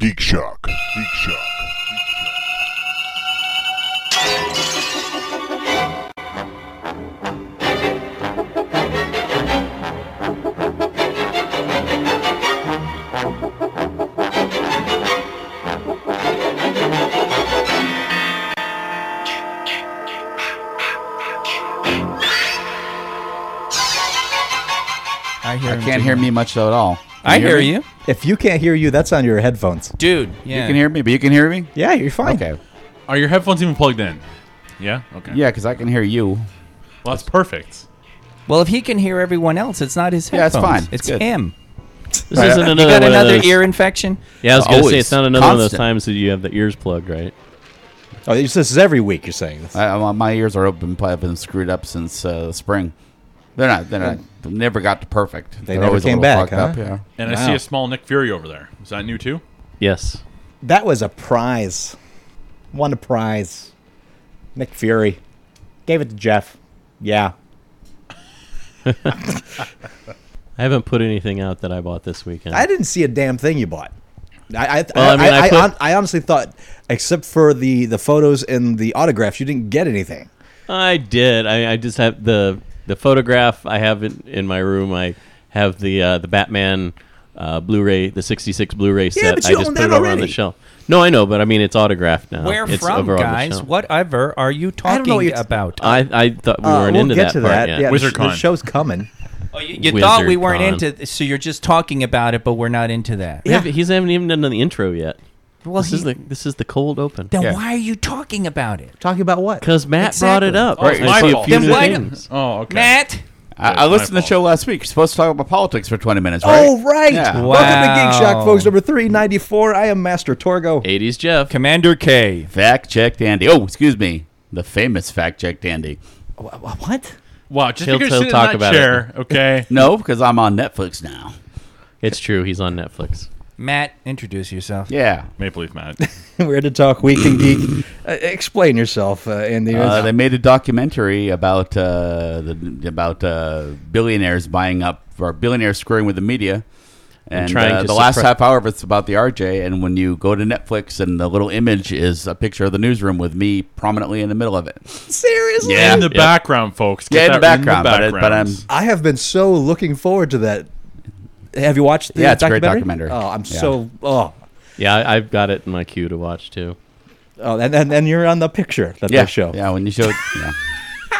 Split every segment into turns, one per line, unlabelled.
Geek Shock. Geek Shock.
I hear.
I can't hear me much though at all. Can
I hear you,
If you can't hear you, that's on your headphones.
dude.
You can hear me, but you can hear me.
Yeah, you're fine.
Okay.
Are your headphones even plugged in? Yeah. Okay.
Yeah, because I can hear you.
Well, that's perfect.
Well, if he can hear everyone else, it's not his
Yeah,
headphones.
it's fine. It's
It's,
good.
him.
This isn't another
You got
one of
another
those-
ear infection.
Yeah, I was gonna say
Always.
it's not another one of those
Constant.
times that you have the ears plugged, right?
Oh, this this is every week. You're saying this.
I, I- my ears are open. I've been screwed up since uh, spring. They're not. They're not. They never got to perfect. They
never came back, huh?
Yeah.
And
Wow.
I see a small Nick Fury over there. Is that new too?
Yes.
That was a prize. Won a prize. Nick Fury gave it to Jeff. Yeah.
I haven't put anything out that I bought this weekend.
I didn't see a damn thing you bought. I I,
Well,
I,
I mean,
I,
I
I,
put-
hon- I honestly thought, except for the the photos and the autographs, you didn't get anything.
I did. I, I just have the the photograph I have in, in my room. I have the uh, the Batman uh, Blu-ray, the '66 Blu-ray set.
but
I
you
just
own
put
that
it over on the
already.
shelf. No, I know, but I mean it's autographed now.
Where
It's
from,
over on the
guys?
shelf.
Whatever are you
I don't
talking
know what you're t-
about?
I, I thought we
Uh,
weren't
we'll
into
get
that
to
part
that.
yet.
Yeah, the sh-
WizardCon.
the show's coming.
Oh, you you thought we
Wizard
weren't
con.
into, so you're just talking about it, but we're not into that.
We haven't- He's haven't even done the intro yet.
Well,
this is
he-
the this is the cold open.
Then why are you talking about it?
Talking about what?
Because Matt brought
Exactly.
it up.
Oh, it's
I
my
see a
fault.
few
Then
new
why do-
things.
Oh, okay.
Matt,
I, I
That's my
listened to the
fault.
show last week. You're supposed to talk about politics for 20 minutes, right?
Oh right!
Yeah.
Welcome to Geek Shock,
Wow.
folks. Number three ninety four. I am Master Torgo.
80s Jeff.
Commander K.
Fact checked Andy. Oh, excuse me. The famous fact checked Andy.
What?
Wow. Just
He'll-
because
he'll
you sit
talk
in that
about
chair, okay?
No, because I'm on Netflix now.
It's true. He's on Netflix.
Matt, introduce yourself.
Yeah.
Maple Leaf Matt.
We're to talk week and geek. Uh, explain yourself, uh, Andy.
Uh, they made a documentary about uh, the, about uh, billionaires buying up or billionaires screwing with the media. And
trying
uh,
to
the last
suppress-
half hour of it's about the RJ. And when you go to Netflix, and the little image is a picture of the newsroom with me prominently in the middle of it.
Seriously?
Yeah.
In the
Yep.
background, folks. Get
Yeah, in the
that
background, but it- but I'm-
I have been so looking forward to that. Have you watched the
Yeah, it's a great
documentary?
documentary.
Oh, I'm
Yeah.
so oh.
Yeah, I, I've got it in my queue to watch too.
Oh, and, and and you're on the picture that
Yeah,
they show.
Yeah, when you show, yeah.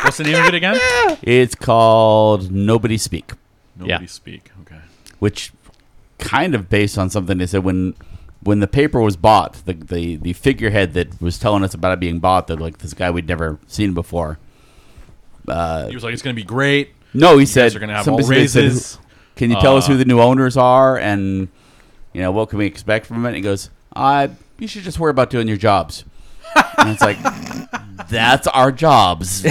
What's the name of it again?
it's called Nobody Speak.
Nobody
Yeah.
speak. Okay.
which kind of based on something they said when when the paper was bought, the, the the figurehead that was telling us about it being bought, that like this guy we'd never seen before.
He was like, "It's gonna be great."
No, he
guys
said
are gonna have
somebody
all
said, "Who-
raises."
Can you tell us
Uh,
who the new owners are and you know what can we expect from it? And he goes, "I you should just worry about doing your jobs." and it's like that's our jobs.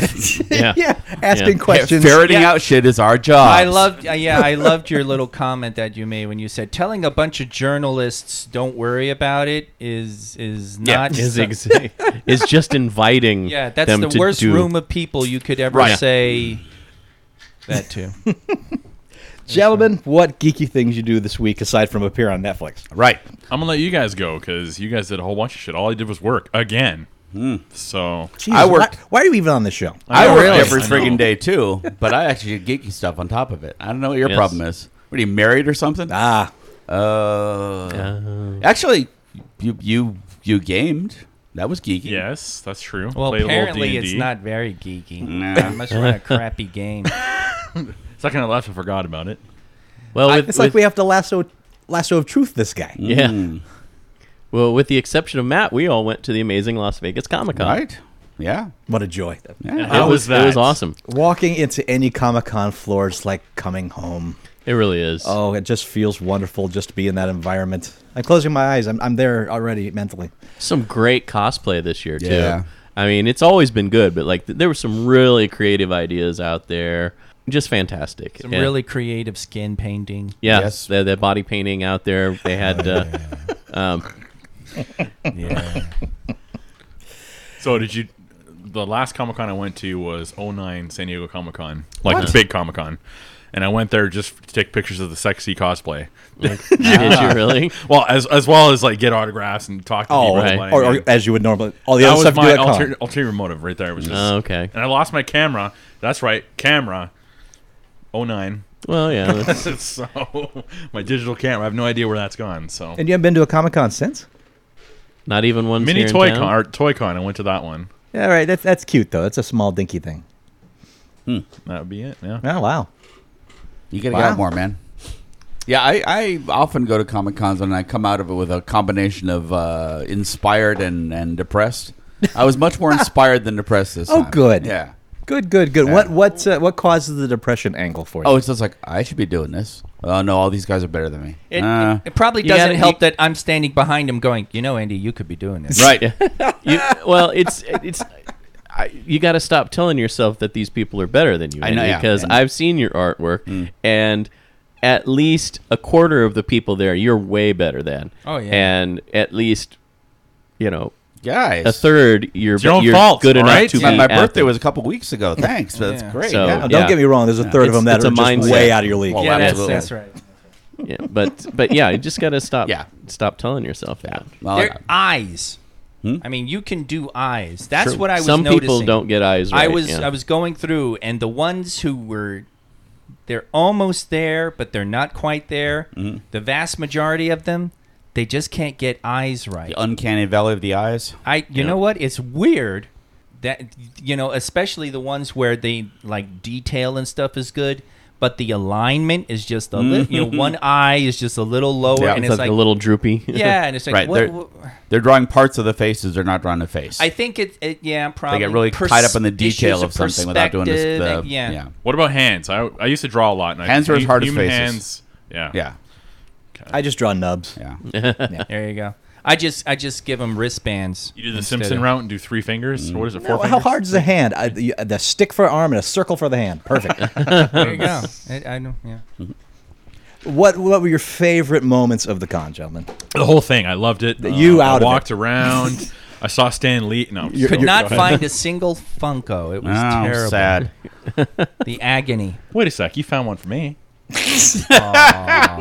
Yeah.
Yeah, asking
Yeah.
questions.
Ferreting
Yeah.
out shit is our job.
I loved, uh, yeah, I loved your little comment that you made when you said telling a bunch of journalists don't worry about it is is not
is
so-
ex- is just inviting.
yeah, that's
them
the
to
worst
do-
room of people you could ever
Right.
say that to.
Gentlemen, what geeky things you do this week aside from appear on Netflix?
right.
I'm gonna let you guys go because you guys did a whole bunch of shit. All I did was work again. So
Jesus,
worked-
Why, why are you even on the show?
Hmm. I work
really?
every
I know.
friggin' day too, but I actually get geeky stuff on top of it. I don't know what your
Yes.
problem is. What are you married or something?
Ah,
Uh,
Uh,
actually, you you you gamed. That was geeky.
yes, that's true.
Well,
Played a little
apparently it's
D&D.
not very geeky.
Nah.
I must run a crappy game.
Second I left, I forgot about it.
well, with,
it's like
with-
we have to lasso lasso of truth this guy.
yeah.
Mm.
Well, with the exception of Matt, we all went to the amazing Las Vegas Comic Con.
Right. Yeah.
What a joy.
Yeah.
How
it was,
was that?
It was awesome.
Walking into any Comic Con floor is like coming home.
It really is.
Oh, it just feels wonderful just to be in that environment. I'm closing my eyes. I'm, I'm there already mentally.
Some great cosplay this year too.
Yeah.
I mean, it's always been good, but like th- there were some really creative ideas out there. Just fantastic.
Some
And-
really creative skin painting.
Yeah,
Yes.
yes. the, the body painting out there. They had uh, um,
So did you? oh The last Comic Con I went to was 09 San Diego Comic Con, like the big Comic Con, and I went there just to take pictures of the sexy cosplay.
Did you really?
Well, as as well as like get autographs and talk to
Oh,
people.
Right.
about it.
or, or
Yeah.
as you would normally. All the
that
other
was
stuff you do
my
at con.
alter, ulterior motive right there. It was just,
Oh, okay.
and I lost my camera. That's right, camera. 09.
Well, yeah. that's-
so my digital camera. I have no idea where that's gone. So
And you haven't been to a Comic Con since?
Not even one
mini
here in
toy
town?
con or toy con. I went to that one.
Yeah, all right. That's that's cute though. That's a small dinky thing.
That would be it. Yeah.
Oh wow.
You gotta
Wow.
get out more, man. Yeah, I, I often go to Comic Cons and I come out of it with a combination of uh, inspired and, and depressed. I was much more inspired than depressed this
Oh,
time.
good.
Yeah.
Good, good, good. What what uh, what causes the depression angle for you?
Oh, it's just like I should be doing this. Oh no, all these guys are better than me.
It,
Uh,
it probably
You
doesn't
gotta-
help
you-
that I'm standing behind him, going, "You know, Andy, you could be doing this."
right.
You, well, it's it's I, you got to stop telling yourself that these people are better than you.
I know,
Andy,
yeah,
because
and- Hmm.
I've seen your artwork, and at least a quarter of the people there, you're way better than.
Oh, yeah.
and at least you know
Guys.
a third, you're
your own
you're
fault,
good enough
alright?
to
my,
be
my
at
birthday
them.
was a couple weeks ago. Thanks. That's
Yeah.
great.
So-
yeah.
No, don't
yeah.
get me wrong. There's a third of
It's-
them that
it's
are
a
just
mindset.
way out of your league.
Well,
Yeah, that's,
absolutely.
that's right.
Yeah, but but yeah, you just got to stop.
Yeah.
stop telling yourself that.
Well,
Their eyes. I mean, you can do eyes. That's
True.
what I was
Hmm? Some
noticing.
people don't get eyes. Right.
I was
yeah.
I was going through, and the ones who were they're almost there, but they're not quite there.
Mm-hmm.
The vast majority of them, they just can't get eyes right.
the uncanny valley of the eyes.
I you know what? It's weird that you know, especially the ones where they like detail and stuff is good, but the alignment is just a little. You know, one eye is just a little lower,
Mm-hmm. Yeah,
and
it's
it's,
like,
like
a little droopy.
yeah, and it's like
Right,
what,
they're-
what-
They're drawing parts of the faces. They're not drawing the face.
I think it, it yeah, probably
really tied up in the detail
issues
of something without doing this-
perspective,
the-
yeah.
yeah.
What about hands? I, I used to draw a lot. And I-
Hands are as
hu-
hard as
human
faces.
Hands. Yeah.
yeah.
I just draw nubs.
Yeah.
There you go. I just I just give them wristbands.
You do the
instead
Simpson
of-
route and do three fingers.
Mm.
What is it? Four
Well,
fingers.
how hard is the hand? I, you- the stick for arm and a circle for the hand. Perfect.
There you go. I, I know. Yeah.
what what were your favorite moments of the con, gentlemen?
The whole thing. I loved it.
you
I
out of it.
walked around. I saw Stan Lee. No, I'm just
Could
joking.
not find a single Funko. It was
Oh,
terrible.
sad.
The agony.
Wait a sec. You found one for me.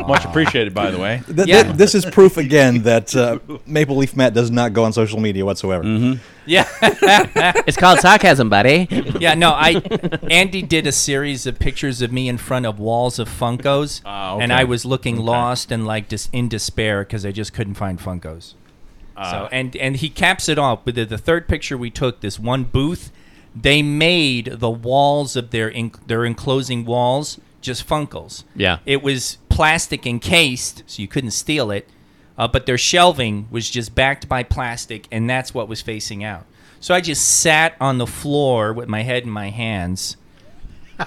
Much appreciated, by the way.
Th- th-
Yeah.
this is proof again that uh, Maple Leaf Matt does not go on social media whatsoever.
Mm-hmm.
Yeah.
it's called sarcasm, buddy.
Yeah, no, I Andy did a series of pictures of me in front of walls of Funkos,
Ah, okay.
and I was looking lost and like dis- in despair because I just couldn't find Funkos. so and and he caps it off with the, the third picture we took. This one booth, they made the walls of their en- their enclosing walls just Funkos.
Yeah.
it was plastic encased, so you couldn't steal it. Uh, but their shelving was just backed by plastic, and that's what was facing out. So I just sat on the floor with my head in my hands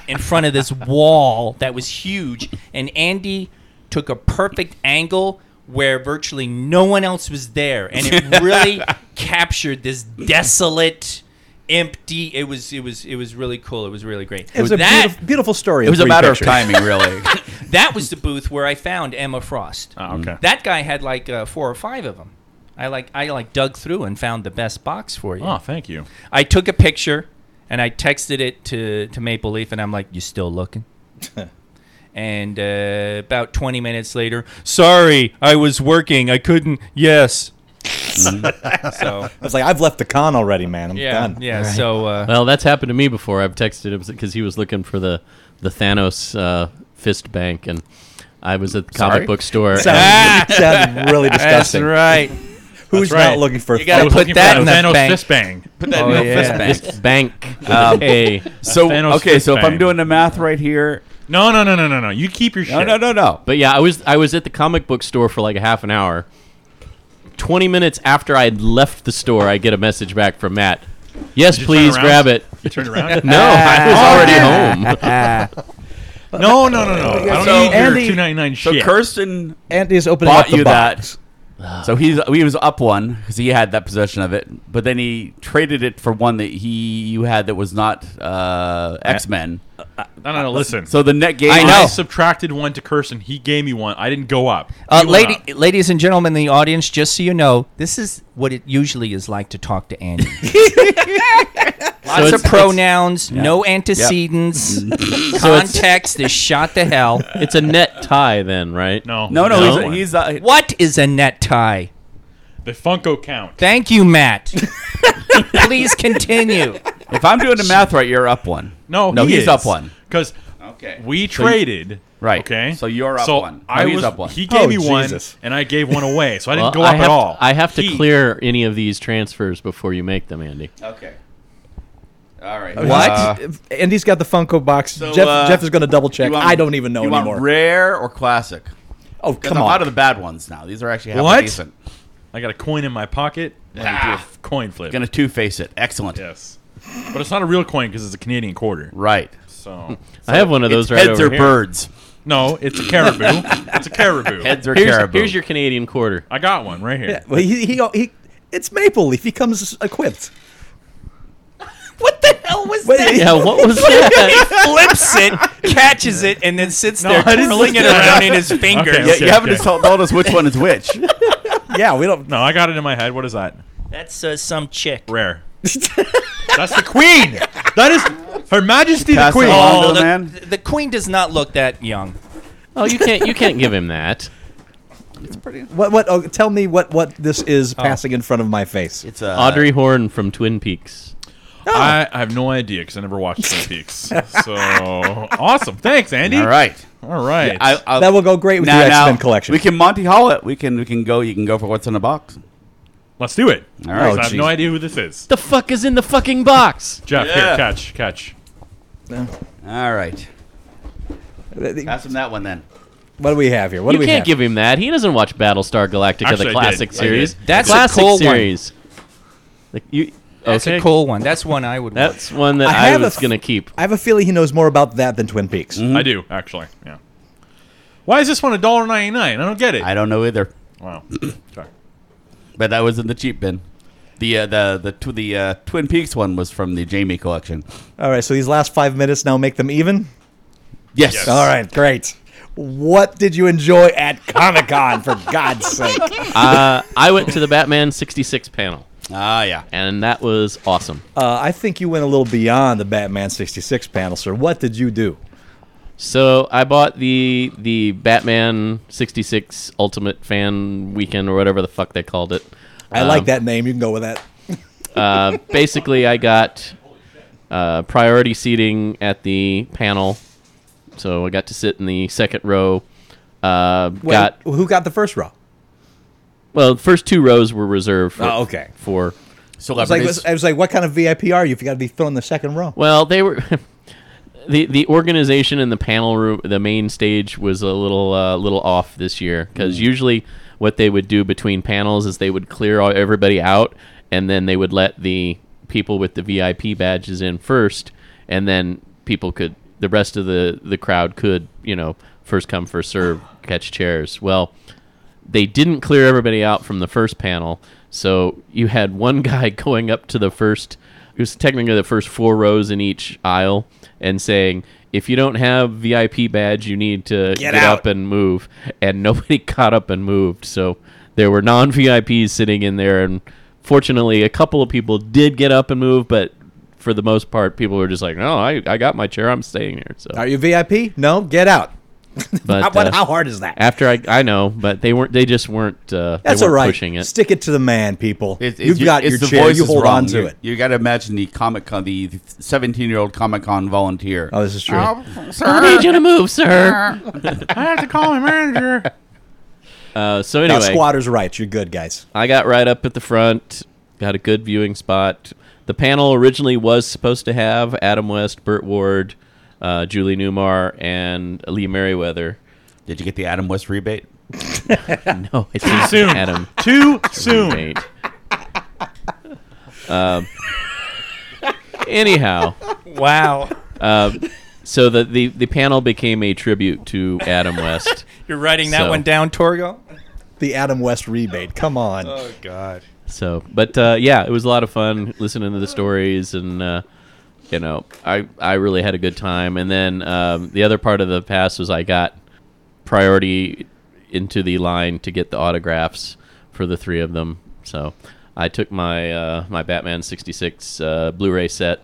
in front of this wall that was huge, and Andy took a perfect angle where virtually no one else was there, and it really captured this desolate, empty. It was it was it was really cool. It was really great.
It was a
that
beautiful, beautiful story.
It was a matter of timing, really.
that was the booth where I found Emma Frost.
Ah, okay.
That guy had like uh, four or five of them. I like I like dug through and found the best box for you.
Mm.
Oh, thank you.
I took a picture and I texted it to, to Maple Leaf, and I'm like, "You still looking?" and uh, about 20 minutes later, sorry, I was working, I couldn't. Yes.
Mm-hmm.
so
It's like I've left the con already, man. I'm
yeah,
done.
yeah. So uh,
Well, that's happened to me before. I've texted him because he was looking for the the Thanos uh, fist bank, and I was at the comic
Sorry?
book store. and-
Sounded, sounded really
that's
disgusting.
right.
Who's
That's right.
not looking for?
You gotta
I was
put
looking for
that
a
in the
Thanos
bank.
fist bang.
Put that
Oh,
in the
yeah.
fist bank.
Fist bank. with
Um,
a K.
So
Thanos
okay,
fist
so if I'm
bang.
doing the math right here,
No, no, no, no, no, no. You keep your shit.
no, no, no, no.
But yeah, I was I was at the comic book store for like a half an hour. Twenty minutes after I had left the store, I get a message back from Matt. Yes,
Did you
please
turn around?
grab it.
You turned around.
No,
Ah.
I
Oh,
Oh,
was already home.
no, no, no, no. I don't
So-
need
Andy-
your two ninety nine
So
shit.
Kirsten
Andy's opening up
bought
the
you
box.
that. So he's he was up one because he had that possession of it, but then he traded it for one that he you had that was not uh, X Men.
No, no, no. Listen.
So the net gain.
I know.
I subtracted one to Kirsten. He gave me one. I didn't go up.
Uh,
He went
lady,
up.
ladies and gentlemen in the audience, just so you know, this is what it usually is like to talk to Andy. Lots of
it's-
pronouns, no antecedents, context is shot to hell.
It's a net tie then, right?
No.
No, no,
No.
he's, he's uh,
What is a net tie?
The Funko count.
Thank you, Matt. Please continue.
if I'm doing the math right, you're up one.
No,
no,
he
he's
is.
up one.
Because
Okay.
we traded.
Right.
Okay.
So you're up
So
one. No,
I
he's
was,
up one.
He gave
Oh,
me
Jesus.
one, and I gave one away. So I
Well,
didn't go
I
up
have,
at all.
I have to
He-
clear any of these transfers before you make them, Andy.
Okay. All right.
What?
Andy's got the Funko box.
Uh, So,
Jeff,
uh,
Jeff is going to double check.
you want-
I don't even know
you
anymore.
Want rare or classic? 'Cause
oh, come
I'm
on.
out of the bad ones now. These are actually halfway
What?
decent.
I got a coin in my pocket. Let me do a
Ah.
f- coin flip.
Gonna two face it. Excellent.
yes. But it's not a real coin because it's a Canadian quarter.
Right.
So
I have one of those
It's
right
heads
over
or
here.
birds.
no, it's a caribou. it's a caribou.
Heads or
Here's,
caribou.
here's your Canadian quarter.
I got one right here.
Yeah, well, he, he, oh, he, it's Maple Leaf. He comes equipped.
What the hell was
Wait,
that?
Yeah, what was that?
Flips it, catches it, and then sits there
I didn't
twirling it
see that.
around in his fingers.
Okay,
Yeah,
okay.
you haven't just told, told us which one is which.
Yeah, we don't.
No, I got it in my head. What is that?
That's uh, some chick.
Rare. That's the queen. That is Her Majesty the
Pass it
Queen.
along to the
Oh, the,
man.
the queen does not look that young.
oh, you can't you can't give him that.
What? What? Oh, tell me what? What this is passing in front of my face?
Oh. It's uh,
Audrey Horn from Twin Peaks.
I, I have no idea because I never watched Twin Peaks. So awesome. Thanks, Andy.
All right.
All right.
I, I'll,
that will go great with
now,
your
now,
X Men collection.
We can Monty Hall it. We can we can go. You can go for what's in the box.
Let's do it.
All right. Oh,
I have
geez.
no idea who this is.
The fuck is in the fucking box?
Jeff,
Yeah.
here, catch, catch.
All right.
Uh,
Pass him that one then.
what do we have here? What
you
do we
can't
have?
give him that. He doesn't watch Battlestar Galactica,
Actually,
the
I
classic
did. I
series.
did.
That's a
the classic
cool one.
series. Like you,
That's
okay.
a cool one. That's one I would. want.
That's one that
I
I,
have a
was
f-
gonna keep.
I have a feeling he knows more about that than Twin Peaks.
Mm.
Mm-hmm.
I do, actually. Yeah. Why is this one a dollar ninety nine? I don't get it.
I don't know either,
wow. Sorry.
but that was in the cheap bin. The uh, the the tw- the uh, Twin Peaks one was from the Jamie collection.
All right, so these last five minutes now make them even.
Yes.
Yes.
All right, great. What did you enjoy at Comic Con? For God's sake,
Uh, I went to the Batman '66 panel,
Ah, yeah.
and that was awesome.
uh, I think you went a little beyond the Batman '66 panel, sir. What did you do?
So I bought the the Batman '66 Ultimate Fan Weekend or whatever the fuck they called it.
I
Um,
like that name. You can go with that.
Uh, basically, I got uh, priority seating at the panel, so I got to sit in the second row. Uh, got
Wait, who got the first row?
well, the first two rows were reserved. For,
Oh, okay.
For
I was, like,
Celebrities.
I was like, what kind of VIP are you if you got to be thrown in the second row?
well, they were. The, the organization in the panel room, the main stage was a little uh, little off this year because usually what they would do between panels is they would clear all, everybody out and then they would let the people with the VIP badges in first and then people could the rest of the the crowd could you know first come first serve catch chairs. Well, they didn't clear everybody out from the first panel. So you had one guy going up to the first, who's technically the first four rows in each aisle, and saying, if you don't have VIP badge, you need to get,
out."
up and move. And nobody got up and moved. So there were non VIPs sitting in there. And fortunately, a couple of people did get up and move, but for the most part, people were just like, no, I, I got my chair. I'm staying here. So,
Are you VIP? No, get out.
but,
how, what,
uh,
how hard is that?
after I, I know, but they weren't. They just weren't. Uh,
That's
they
all
weren't
right.
Pushing it.
Stick it to the man, people.
It's- it's-
You've got
it's
your
the
chair.
voice
You
is
hold
wrong.
on to
You-
it.
You got to imagine the comic con, the seventeen-year-old Comic Con volunteer.
Oh, this is true.
I need you to move, sir.
I have to call my manager.
Uh, so
now,
anyway,
squatters' rights. You're good, guys.
I got right up at the front, got a good viewing spot. The panel originally was supposed to have Adam West, Burt Ward, uh, Julie Newmar, and Lee Merriweather.
Did you get the Adam West rebate?
No, it's not
Soon.
Adam.
Too soon.
Wait. um, anyhow,
Wow.
so the, the the panel became a tribute to Adam West.
You're writing that
So-
one down, Torgo?
The Adam West rebate. Come on.
God.
So, but uh, yeah, it was a lot of fun listening to the stories and uh, you know, I I really had a good time. And then um, the other part of the pass was I got priority into the line to get the autographs for the three of them. So I took my uh, my Batman '66 uh, Blu-ray set,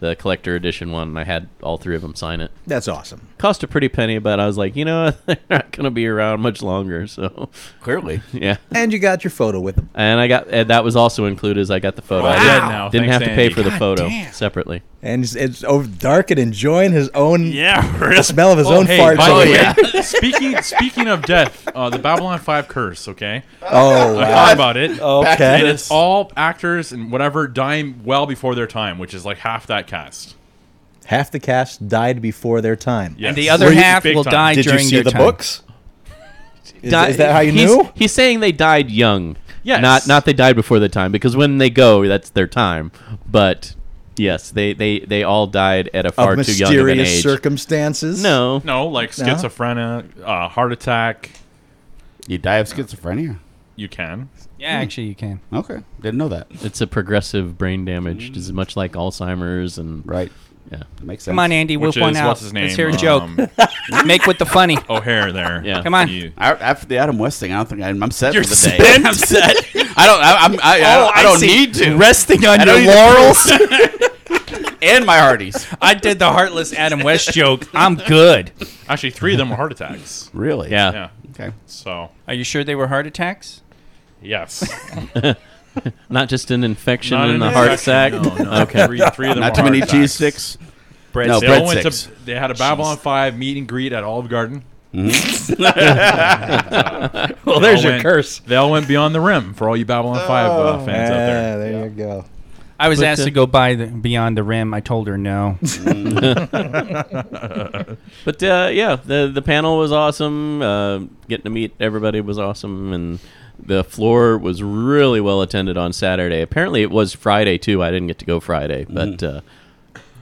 the collector edition one, and I had all three of them sign it.
That's awesome.
Cost a pretty penny, but I was like, you know, they're not gonna be around much longer. So
Clearly.
yeah.
And you got your photo with him.
And I got and that was also included as I got the photo. I
Wow.
didn't,
Dead now.
didn't have
Thanks,
to pay
Andy.
for the
God
photo
damn.
separately.
And it's, it's over dark and enjoying his own
Yeah, really.
smell of his
Oh,
own
hey,
farts. Oh,
by
Oh,
the
over
way,
here.
speaking speaking of death, uh, the Babylon Five curse. Okay,
Oh,
I
wow.
thought about it.
Okay.
and it's all actors and whatever dying well before their time, which is like half that cast.
Half the cast died before their time.
Yes.
And the other
Big
half will
time.
die
Did you
during
see
their
the
time.
books? Is,
Di-
is that how you
he's,
knew?
He's saying they died young.
Yes.
Not not they died before their time because when they go, that's their time. But yes, they they they all died at a far
Of
too young of an
mysterious
age.
circumstances?
no.
No, like
No.
schizophrenia, uh, heart attack.
You die of schizophrenia.
You can.
Yeah, actually, you can.
Okay. Didn't know that.
It's a progressive brain damage, just as much like Alzheimer's and
Right.
yeah.
Makes sense.
Come on, Andy, whip
Which
one
is
out.
what's his name?
Let's hear a joke.
Um, Oh,
Make with the funny.
O'Hare there.
Yeah.
Come on.
You-
I, after the Adam West thing, I don't think I'm, I'm set
You're
for the day.
spent?
I'm set. I don't. I, I'm. I, I
Oh,
don't,
I
I don't
see.
need to.
Resting on
I don't
your
need to
laurels.
and my Hardee's.
I did the heartless Adam West joke. I'm good.
Actually, three of them were heart attacks.
Really?
Yeah.
Yeah.
Okay.
So
Are you sure they were heart attacks?
yes,
Not just an infection
Not
in
an
the heart sack.
infection, No, no.
Okay.
Three, three of them
Not
were
too
heart
many cheese
attacks.
sticks.
Bread
No,
They
bread
all went
sticks.
to. They had a Babylon Five meet and greet at Olive Garden.
Mm-hmm.
Well,
They all went- They all went beyond the rim for all you Babylon Five uh, fans out there.
Ah, there you go.
I was
But,
asked
uh,
to go by the, beyond the rim. I told her no.
But uh, yeah, the the panel was awesome. Uh, getting to meet everybody was awesome, and the floor was really well attended on Saturday. Apparently, it was Friday too. I didn't get to go Friday, but uh,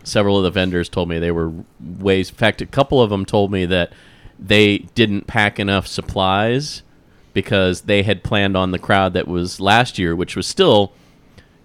several of the vendors told me they were ways. In fact, a couple of them told me that they didn't pack enough supplies because they had planned on the crowd that was last year, which was still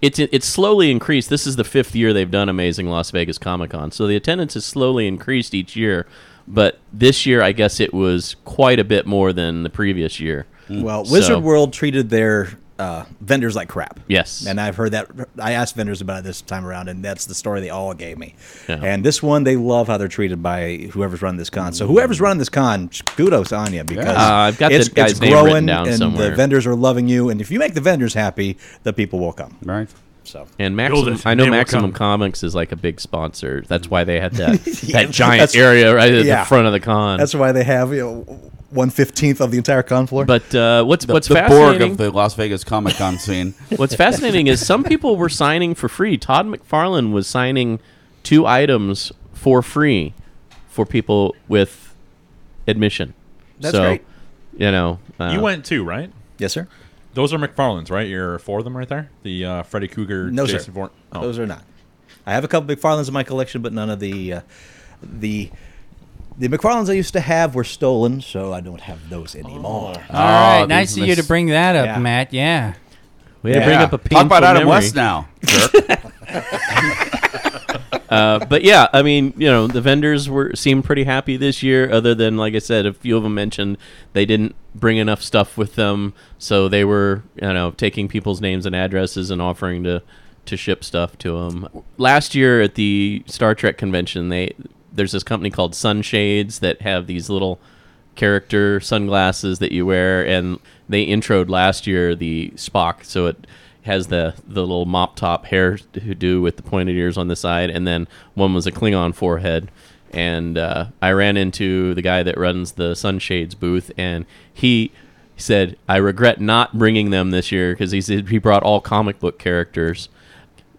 it's it's slowly increased. This is the fifth year they've done Amazing Las Vegas Comic Con, so the attendance has slowly increased each year. But this year, I guess it was quite a bit more than the previous year.
Well, Wizard
Mm. So-
World treated their uh, vendors like crap.
Yes.
And I've heard that. I asked vendors about it this time around, and that's the story they all gave me.
Yeah.
And this one, they love how they're treated by whoever's running this con. So whoever's running this con, kudos on you because
Uh, I've got the
it's,
guy's
it's
name written
growing,
down
and
somewhere.
the vendors are loving you. And if you make the vendors happy, the people will come.
Right.
So
And maximum,
it.
I know
They will
Maximum
come.
Comics is like a big sponsor. That's why they had that that
that's-
giant area right at
yeah.
the front of the con.
that's why they have you know one fifteenth of the entire con floor.
but uh, what's what's
the Borg
fascinating?
of the Las Vegas Comic Con scene.
What's fascinating is some people were signing for free. Todd McFarlane was signing two items for free for people with admission.
That's
so,
great.
You know, uh,
You went too, right?
yes, sir.
Those are McFarlane's, right? You're four of them right there. The uh, Freddy Cougar,
No, sir.
Jason Voorhees- Oh.
Those are not. I have a couple McFarlanes in my collection, but none of the uh, the the McFarlanes I used to have were stolen, so I don't have those
All
anymore.
right,
Ah,
nice
these
of you to
miss-
bring that up,
Yeah.
Matt. Yeah.
We had to bring
Yeah.
up a
Talk
painful
about Adam
memory.
West now. Jerk.
Uh, but yeah, I mean, you know, the vendors were seemed pretty happy this year. Other than, like I said, a few of them mentioned they didn't bring enough stuff with them, so they were, you know, taking people's names and addresses and offering to to ship stuff to them. Last year at the Star Trek convention, they there's this company called Sunshades that have these little character sunglasses that you wear, and they introed last year the Spock, so it has the the little mop top hair do with the pointed ears on the side, and then one was a Klingon forehead. And uh, I ran into the guy that runs the Sunshades booth, and he said, "I regret not bringing them this year because he said he brought all comic book characters."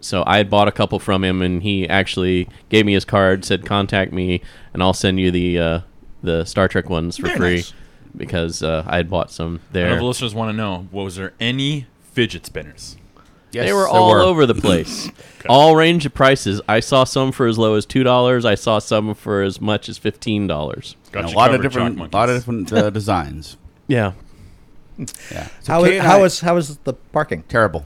So I had bought a couple from him, and he actually gave me his card, said, "Contact me, and I'll send you the uh, the Star Trek ones for free." Because uh, I had bought some
I know
there.
the listeners want to know: Was there any fidget spinners?
Yes,
they were
there
all
were.
over the place, all range of prices. I saw some for as low as two dollars. I saw some for as much as fifteen dollars.
Got
And a
you
lot of
covered,
different,
Chalk
lot of
Monkeys.
different uh, designs.
Yeah,
Yeah. So
How
Kate
is,
and
how
I-
is how is the parking?
terrible?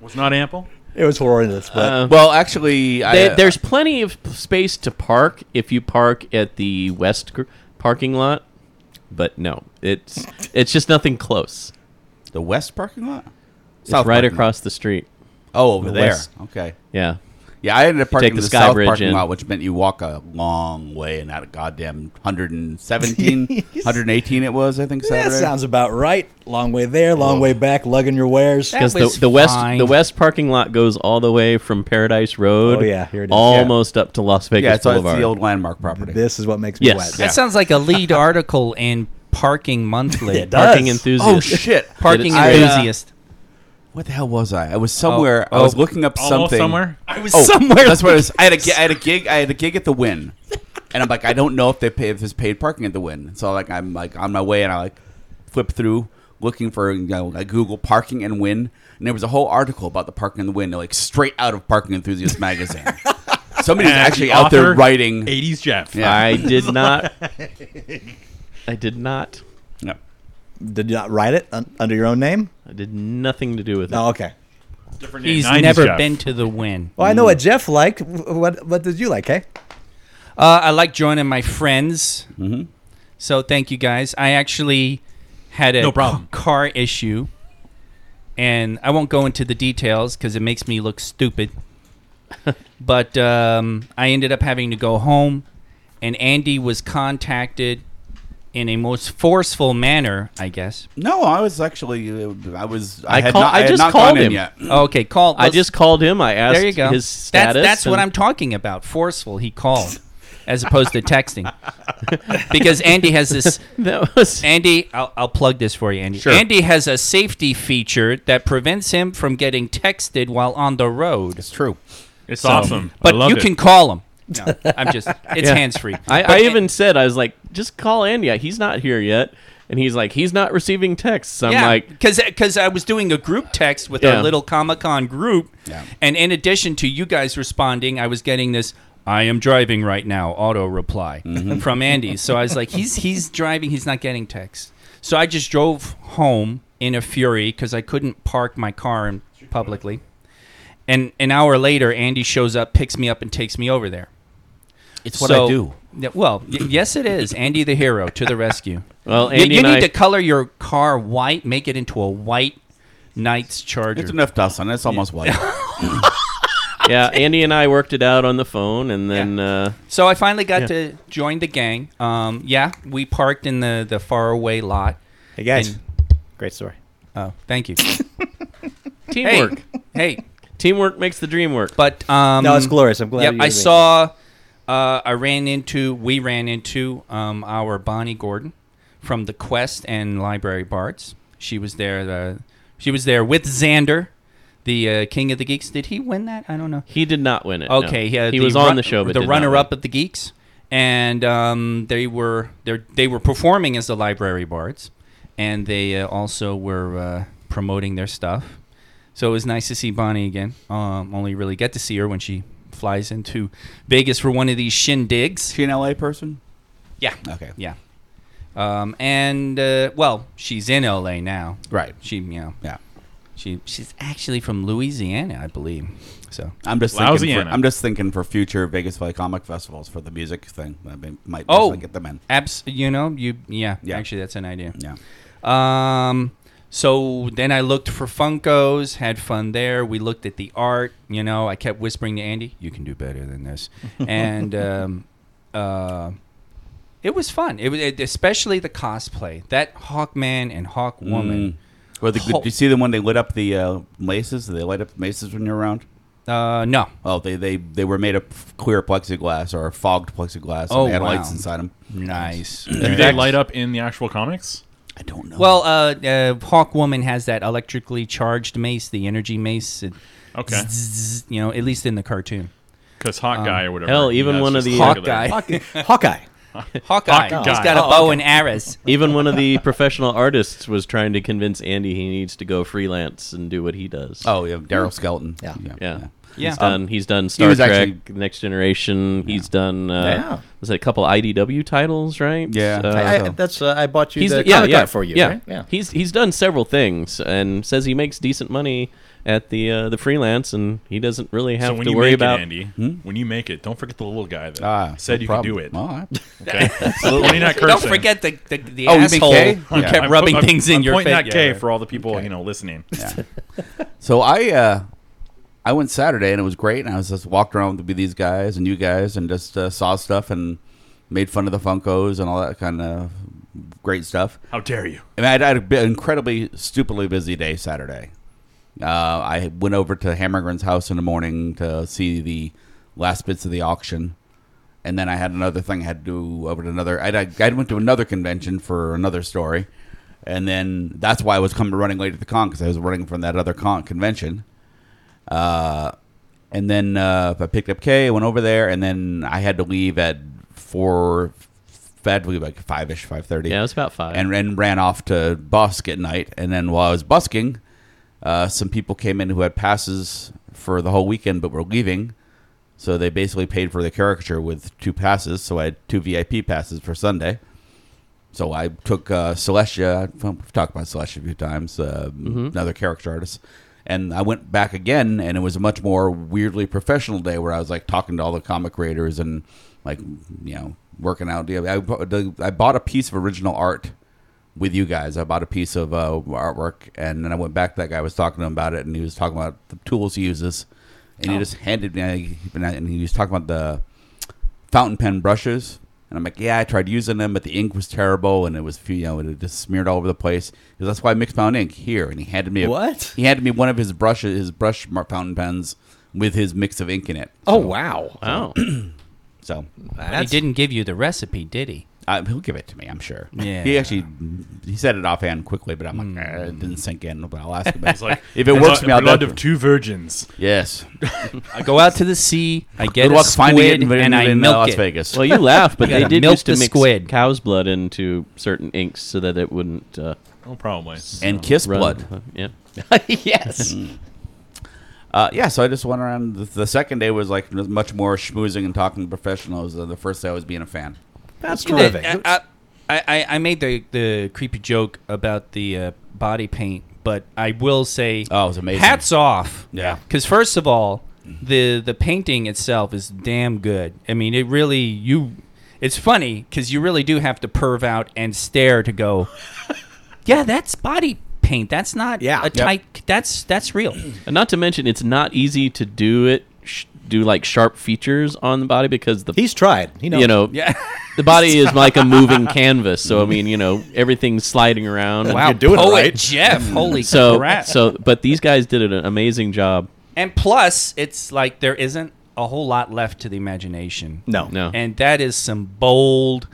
Was not ample.
It was horrendous, but
Uh,
well, actually, I, uh,
There- there's plenty of p- space to park if you park at the west gr- parking lot, but no, it's it's just nothing close.
uh, the west parking lot.
It's right
parking lot.
across the street.
Oh, over
the
there.
west.
Okay.
Yeah,
Yeah, I ended up parking
take
in the,
the sky
south
bridge
parking
in.
lot, which meant you walk a long way and out a goddamn 117,
Jeez.
118 it was, I think,
that
Saturday.
sounds about right. Long way there, long
Oh.
way back, lugging your wares.
That
because the
was
the west
fine.
the west parking lot goes all the way from Paradise Road.
Oh, yeah, here it is.
almost up to Las Vegas
yeah, so it's
Boulevard.
the old landmark property.
This is what makes me
Yes.
wet.
That sounds like a lead article in Parking Monthly.
It does.
parking
Yes.
enthusiast.
oh, shit.
Parking
I, uh,
enthusiast.
what the hell was I? I was somewhere.
Oh,
I was
oh,
looking up
Almost
something.
somewhere.
I was
Oh, That's what I was. I had a gi- I had a gig. I had a gig at the Win, and I'm like, I don't know if they pay if there's paid parking at the Win. So like, I'm like on my way, and I like flip through looking for you know, I Google parking and Win, and there was a whole article about the parking and the Win, like straight out of Parking Enthusiast magazine. Somebody's
And
actually
the
out there
author,
writing.
80s Jeff.
Yeah.
I did not. I did not.
No.
Did you not write it un- under your own name?
I did nothing to do with it.
Oh, okay.
Different name,
He's
90s
never
Jeff.
been to the win.
Well, I know what Jeff liked. Wh- What What did you like? Hey,
Uh, I like joining my friends. Mm-hmm. So thank you guys. I actually had a
No problem.
ca- car issue, and I won't go into the details because it makes me look stupid. but um, I ended up having to go home, and Andy was contacted in a most forceful manner, I guess.
No, I was actually. uh, I was. I,
I
had
call-
not.
I
I, had
just
not
called
gone in
him.
yet.
Okay, call.
I just called him. I asked
there you go.
his status.
That's, that's what
and-
I'm talking about. Forceful. He called, as opposed to texting, because Andy has this.
That was
Andy, I'll, I'll plug this for you, Andy.
Sure.
Andy has a safety feature that prevents him from getting texted while on the road.
It's true.
It's
So-
awesome. I
But
loved
you
it.
can call him. No, I'm just. It's
Yeah.
hands free.
I, I even said I was like, just call Andy. He's not here yet, and he's like, he's not receiving texts. I'm
yeah,
like,
because I was doing a group text with
Yeah.
our little Comic Con group,
Yeah.
and in addition to you guys responding, I was getting this. I am driving right now. Auto reply
Mm-hmm.
from Andy. So I was like, he's he's driving. He's not getting texts. So I just drove home in a fury because I couldn't park my car in- publicly. And an hour later, Andy shows up, picks me up, and takes me over there.
It's
So- Yeah, well, y- yes, it is. Andy the hero to the rescue.
well,
You-
Andy
you
and
need
I-
to color your car white, make it into a white Knights Charger.
It's enough dust on it. It's almost white.
yeah, Andy and I worked it out on the phone, and then uh,
so I finally got
Yeah.
to join the gang. Um, yeah, we parked in the the faraway lot.
hey guys,
And-
great story.
Oh, thank you. hey,
teamwork.
hey,
Teamwork makes the dream work.
but um,
No, it's glorious. I'm glad.
Yep,
you
I
made it.
saw. Uh, I ran into. We ran into um, our Bonnie Gordon from the Quest and Library Bards. She was there. Uh, she was there with Xander, the uh, King of the Geeks. Did he win that? I don't know.
He did not win it. no.
Okay, yeah,
he was on
run-
the show, but
the
did not
runner-up
win.
of the Geeks, and um, they were they they were performing as the Library Bards, and they uh, also were uh, promoting their stuff. So it was nice to see Bonnie again. Um, only really get to see her when she flies into Vegas for one of these shindigs.
she an LA person?
Yeah,
Okay.
yeah. Um, and uh, well, she's in L.A. now.
Right.
She, you know,
Yeah.
she she's actually from Louisiana, I believe. So
I'm just
Lousy
thinking for,
Anna.
I'm just thinking for future Vegas Valley Comic Festivals for the music thing. I mean, might
Oh.
definitely get them in.
Abs- you know, you yeah,
Yeah.
Actually, that's an idea.
Yeah.
Um, so then I looked for Funkos, had fun there. We looked at the art. You know, I kept whispering to Andy, "You can do better than this," and um, uh, it was fun. It was it, especially the cosplay that Hawkman and
Mm.
Hawkwoman.
Well, the,
Ho-
did you see them when they lit up the uh, maces? Did they light up the maces when you're around?
Uh, no,
Oh, they, they they were made of clear plexiglass or fogged plexiglass.
Oh,
and they had
wow.
lights inside them.
nice.
Do they light up in the actual comics?
I don't know.
Well, uh, uh, Hawkwoman has that electrically charged mace, the energy mace. It,
Okay.
zzz, you know, at least in the cartoon.
Because Hot
uh,
Guy or whatever.
hell, even
That's
one of
just
the- uh,
sick of that.
Hawkeye.
Hawkeye. Hawkeye.
Hawkeye.
Hawkeye.
He's got a
Oh,
bow and arrows.
Even one of the professional artists was trying to convince Andy he needs to go freelance and do what he does.
oh yeah, Oh, Daryl Skelton.
Yeah.
Yeah.
Yeah.
He's done. He's done Star
was
Trek,
actually-
Next Generation. He's done. Uh,
Yeah.
Was it a couple IDW titles, right?
Yeah.
Uh,
I-
I, that's uh, I bought you
he's
the
yeah,
comic
yeah,
art for you.
Yeah.
right? yeah.
He's he's done several things and says he makes decent money at the uh, the freelance and he doesn't really
So
have
when
to
you
worry
make
about
it, Andy, when you make it, don't forget the little guy that
Hmm? Ah,
said
no
you
problem.
could do it.
All right.
Okay, Absolutely not cursing.
Don't forget the the, the
Oh, you mean
asshole
K?
who
Yeah.
kept
I'm-
rubbing
I'm-
things in
I'm
your face.
pointing at K
Yeah.
for all the people you know listening.
So I uh, I went Saturday and it was great, and I was just walked around with these guys and you guys, and just uh, saw stuff and made fun of the Funkos and all that kind of great stuff.
How dare you?
I mean, I had an incredibly stupidly busy day Saturday. Uh, I went over to Hammergren's house in the morning to see the last bits of the auction, and then I had another thing I had to do over to another. I I went to another convention for another story, and then that's why I was coming running late to the con because I was running from that other con convention. Uh, and then uh, I picked up Kay, went over there, and then I had to leave at four. I had to leave like five ish, five thirty
yeah, it was about five.
and, and ran off to busk at night. And then while I was busking, uh, some people came in who had passes for the whole weekend but were leaving. So they basically paid for the caricature with two passes. So I had two VIP passes for Sunday. So I took uh, Celestia. We've talked about Celestia a few times. Uh, Another character artist, and I went back again, and it was a much more weirdly professional day where I was like talking to all the comic creators and like you know working out. Yeah, I, bu- the- I bought a piece of original art with you guys. I bought a piece of uh, artwork, and then I went back. to That guy I was talking to him about it, and he was talking about the tools he uses, and he just handed me. And he was talking about the fountain pen brushes. And I'm like, yeah, I tried using them, but the ink was terrible, and it was you know it just smeared all over the place. Because that's why I mixed my own ink here. And he handed me a,
What?
He handed me one of his brushes, his brush mar- fountain pens with his mix of ink in it.
Oh wow.
wow.
So
But He didn't give you the recipe, did he?
I, he'll give it to me, I'm sure.
Yeah. Hmm.
He actually he said it offhand quickly, but I'm like, "Eh, it didn't sink in. But I'll ask him.
It's like
if it
the
works
blood-
for me, I'll
blood
do it.
of two virgins.
yes.
I go out to the sea, I get
Good
a
luck finding
squid,
it in,
and uh, I
in
milk
Las
it.
Vegas.
Well, you laugh, but
You
they
gotta
did
milk
used to
the
mix
squid.
cow's blood into certain inks so that it wouldn't uh,
No problem.
and kiss
run. Uh,
blood.
Yeah.
Mm-hmm.
yes.
Uh, yeah, so I just went around. The, the second day was like much more schmoozing and talking to professionals than the first day I was being a fan.
That's
You know,
terrific.
I, I, I- I made the, the creepy joke about the uh, body paint, but I will say,
Oh, it was amazing.
hats off.
Yeah.
Because first of all, the the painting itself is damn good. I mean, it really you. It's funny because you really do have to perv out and stare to go. yeah, that's body paint. That's not
Yeah.
a
Yep.
tight. That's that's real.
And not to mention, it's not easy to do it, sh- do like sharp features on the body because the
He's tried. He knows.
you know
Yeah.
the body is like a moving canvas. So I mean, you know, everything's sliding around.
Wow,
doing it
poet
right.
Jeff. Holy
So
crap!
so, but these guys did an amazing job.
and plus, it's like there isn't a whole lot left to the imagination.
No.
No.
And that is some bold,